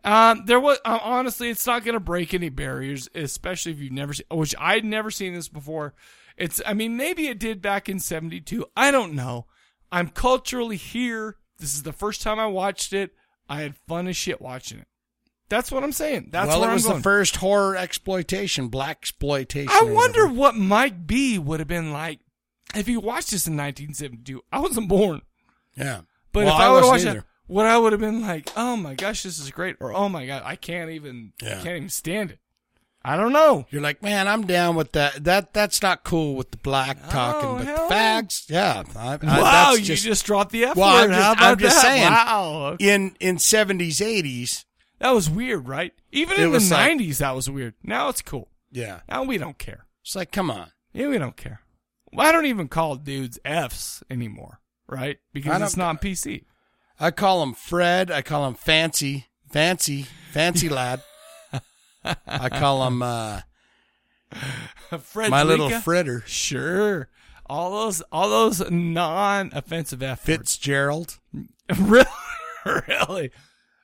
A: Um, there was uh, honestly, it's not going to break any barriers, especially if you've never seen, which I'd never seen this before. It's, I mean, maybe it did back in '72. I don't know. I'm culturally here. This is the first time I watched it. I had fun as shit watching it. That's what I'm saying. That's
B: well,
A: where
B: it was
A: I'm going.
B: the first horror exploitation, black exploitation.
A: I wonder what Mike B would have been like if he watched this in 1972. I wasn't born.
B: Yeah.
A: But
B: Well,
A: if I, would have
B: wasn't
A: watched
B: either.
A: that, what I would have been like, oh my gosh, this is great, or oh my god, I can't even, I
B: Yeah.
A: can't even stand it. I don't know.
B: You're like, man, I'm down with that. That that's not cool with the black talking, but
A: Oh,
B: the
A: hell
B: facts, yeah. I, I-
A: wow,
B: that's
A: you just, dropped the F
B: well, I'm
A: word.
B: just,
A: How about
B: I'm just
A: that?
B: saying.
A: wow,
B: In in 70s, 80s,
A: that was weird, right? Even
B: It
A: in the
B: was like-
A: 90s, that was weird. Now it's cool.
B: yeah,
A: Now we don't care.
B: It's like, come on.
A: Yeah, we don't care. Well, I don't even call dudes Fs anymore, right? Because
B: I
A: it's
B: don't-
A: not PC.
B: I call him Fred. I call him Fancy, Fancy, Fancy lad. I call him uh,
A: Fred
B: my little
A: Rika?
B: fritter.
A: Sure, all those all those non-offensive F
B: Fitzgerald.
A: really, really.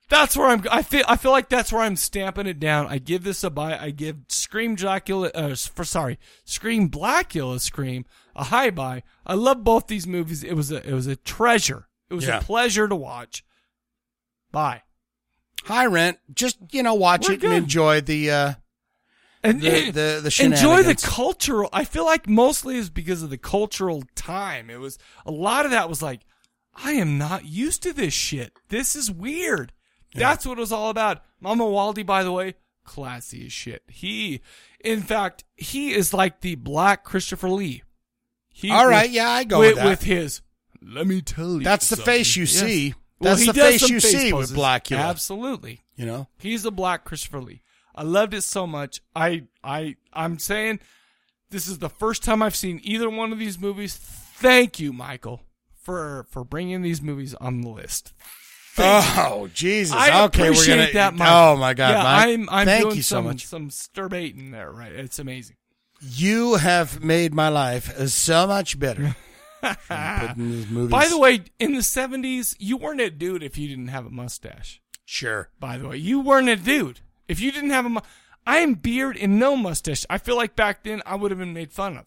A: That's where I'm. I feel. I feel like that's where I'm stamping it down. I give this a buy. I give Scream Dracula. Uh, for sorry, Scream Blackula Scream a high buy. I love both these movies. It was a. It was a treasure. It was
B: Yeah.
A: a pleasure to watch. Bye.
B: High rent. Just you know, watch
A: We're
B: it
A: good.
B: and enjoy the uh,
A: and
B: the, the the
A: enjoy the
B: shenanigans.
A: cultural. I feel like mostly is because of the cultural time. It was a lot of that was like, I am not used to this shit. This is weird. That's what it was all about. Mama Waldy, by the way, classy as shit. He, in fact, he is like the black Christopher Lee. He,
B: All right, yeah, I go with that.
A: with his. Let me tell you.
B: That's the face you
A: Yes.
B: see.
A: Well,
B: That's
A: he
B: the
A: does
B: face
A: some
B: you see with
A: poses.
B: Blackula.
A: Absolutely.
B: You know?
A: He's the black Christopher Lee. I loved it so much. I I I'm saying this is the first time I've seen either one of these movies. Thank you, Michael, for for bringing these movies on the list.
B: Oh, Jesus.
A: I
B: Okay, we're
A: appreciate
B: gonna-
A: that, Mike.
B: Oh, my God,
A: Yeah,
B: Mike.
A: I'm I'm
B: Thank
A: doing
B: you so
A: some
B: much.
A: some stirbating there, right? It's amazing.
B: You have made my life so much better. from putting these movies.
A: By the way, in the '70s, you weren't a dude if you didn't have a mustache.
B: sure.
A: By the way, you weren't a dude if you didn't have a. Mu- I am beard and no mustache. I feel like back then I would have been made fun of.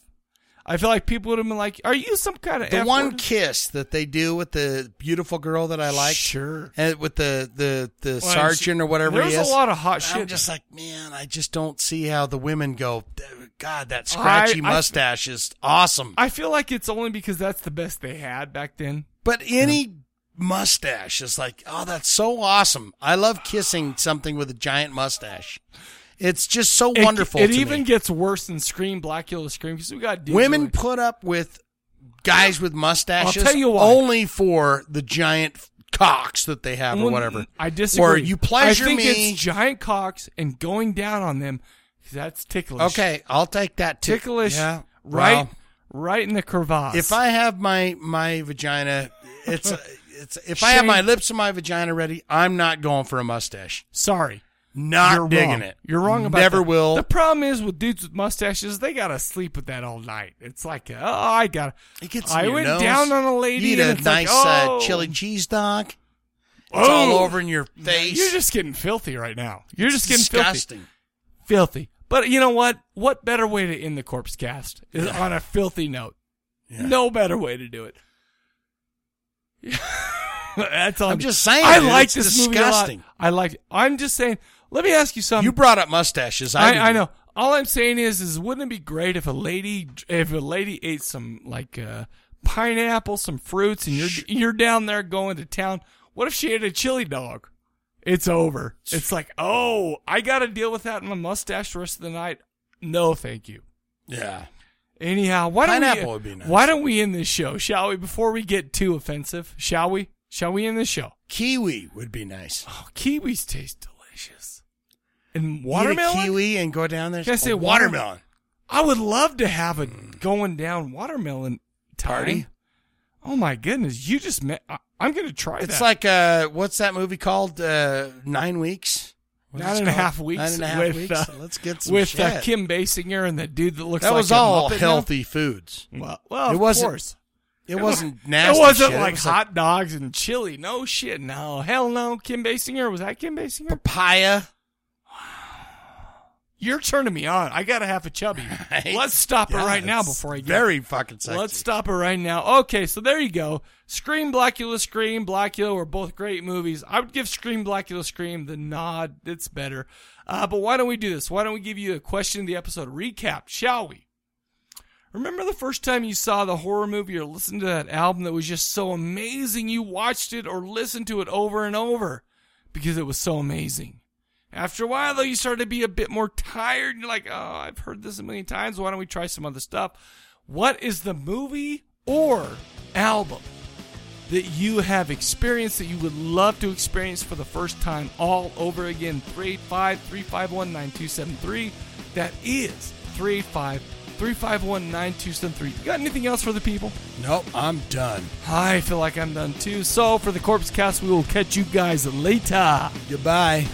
A: I feel like people would have been like, "Are you some kind of
B: The
A: F
B: one
A: word?"
B: kiss that they do with the beautiful girl that I like,
A: sure,
B: and with the the the
A: Well,
B: sergeant or whatever
A: There's
B: he is.
A: a lot of hot shit.
B: I'm just like, man, I just don't see how the women go. God, that scratchy
A: I- I-
B: mustache is awesome.
A: I feel like it's only because that's the best they had back then.
B: But any mustache is like, oh, that's so awesome. I love kissing something with a giant mustache. It's just so
A: It-
B: wonderful.
A: It,
B: to
A: even
B: me.
A: gets worse than Scream, Blackula Scream, because we got dudes
B: women
A: who are like-
B: put up with guys with mustaches.
A: I'll tell you why.
B: Only for the giant cocks that they have or
A: Well,
B: whatever.
A: I disagree.
B: Or you pleasure
A: I think
B: me.
A: It's giant cocks and going down on them. 'cause That's ticklish.
B: Okay, I'll take that too.
A: ticklish.
B: Yeah,
A: Right.
B: well.
A: right in the crevasse.
B: If I have my my vagina, it's it's if I have
A: Shane-
B: my lips and my vagina ready, I'm not going for a mustache.
A: Sorry.
B: Not
A: You're
B: digging
A: wrong.
B: it.
A: You're wrong about
B: Never
A: that.
B: will.
A: The problem is with dudes with mustaches, they gotta sleep with that all night. It's like, oh, I gotta.
B: It gets in
A: I
B: your
A: went
B: nose.
A: down on a lady.
B: You eat
A: and
B: a
A: it's
B: nice
A: like,
B: uh,
A: oh.
B: chili cheese dog.
A: It's all
B: Oh.
A: over in your face. You're just getting filthy right now. You're just getting
B: Disgusting.
A: filthy. Filthy. But you know what? What better way to end the corpse cast is
B: Yeah.
A: on a filthy note. No better way to do it. That's all
B: I'm just saying,
A: I
B: dude,
A: like
B: it's
A: this
B: disgusting.
A: movie a lot. I like. I'm just saying. Let me ask you something.
B: You brought up mustaches. I,
A: I,
B: didn't.
A: I, know. All I'm saying is, is wouldn't it be great if a lady, if a lady ate some like uh, pineapple, some fruits, and you're you're down there going to town? What if she ate a chili dog? It's over. It's like, oh, I got to deal with that in my mustache the rest of the night. No, thank you.
B: Yeah.
A: Anyhow, why don't
B: Pineapple
A: we,
B: would be nice.
A: Why don't we end this show, shall we? Before we get too offensive, shall we? Shall we end this show?
B: Kiwi would be nice.
A: Oh, kiwis taste delicious. And
B: Eat a
A: watermelon.
B: kiwi and go down there.
A: Can I say
B: Oh, Mm.
A: watermelon? I would love to have a going down watermelon time.
B: Party?
A: Oh my goodness! You just met. I, I'm gonna try
B: It's
A: that.
B: like uh, what's that movie called? Uh, nine weeks. What's
A: nine
B: it
A: and a
B: called?
A: half weeks.
B: Nine and a half
A: with,
B: weeks.
A: uh,
B: Let's get some
A: with Uh,
B: shit.
A: Kim Basinger and that dude that looks.
B: that
A: like
B: was
A: a
B: all
A: Muppet now.
B: healthy foods.
A: Well, well,
B: it
A: of
B: wasn't.
A: course.
B: It wasn't
A: wa-
B: nasty.
A: It wasn't
B: shit.
A: like
B: was
A: hot dogs and chili. No shit. No hell no. Kim Basinger was that Kim Basinger?
B: Papaya.
A: You're turning me on. I gotta have a chubby. Let's stop
B: Yeah,
A: it right now
B: it's
A: before I get
B: very fucking sexy.
A: Let's stop it right now. Okay, so there you go. Scream Blackula, Scream Blackula were both great movies. I would give Scream Blackula, Scream the nod. It's better. Uh, but why don't we do this? Why don't we give you a question of the episode recap, shall we? Remember the first time you saw the horror movie or listened to that album that was just so amazing you watched it or listened to it over and over because it was so amazing. After a while, though, you start to be a bit more tired. and You're like, oh, I've heard this a million times. Why don't we try some other stuff? What is the movie or album that you have experienced that you would love to experience for the first time all over again? 385 351 9273. That is 385 351 9273. You got anything else for the people?
B: Nope, I'm done.
A: I feel like I'm done too. So, for the Corpse Cast, we will catch you guys later.
B: Goodbye.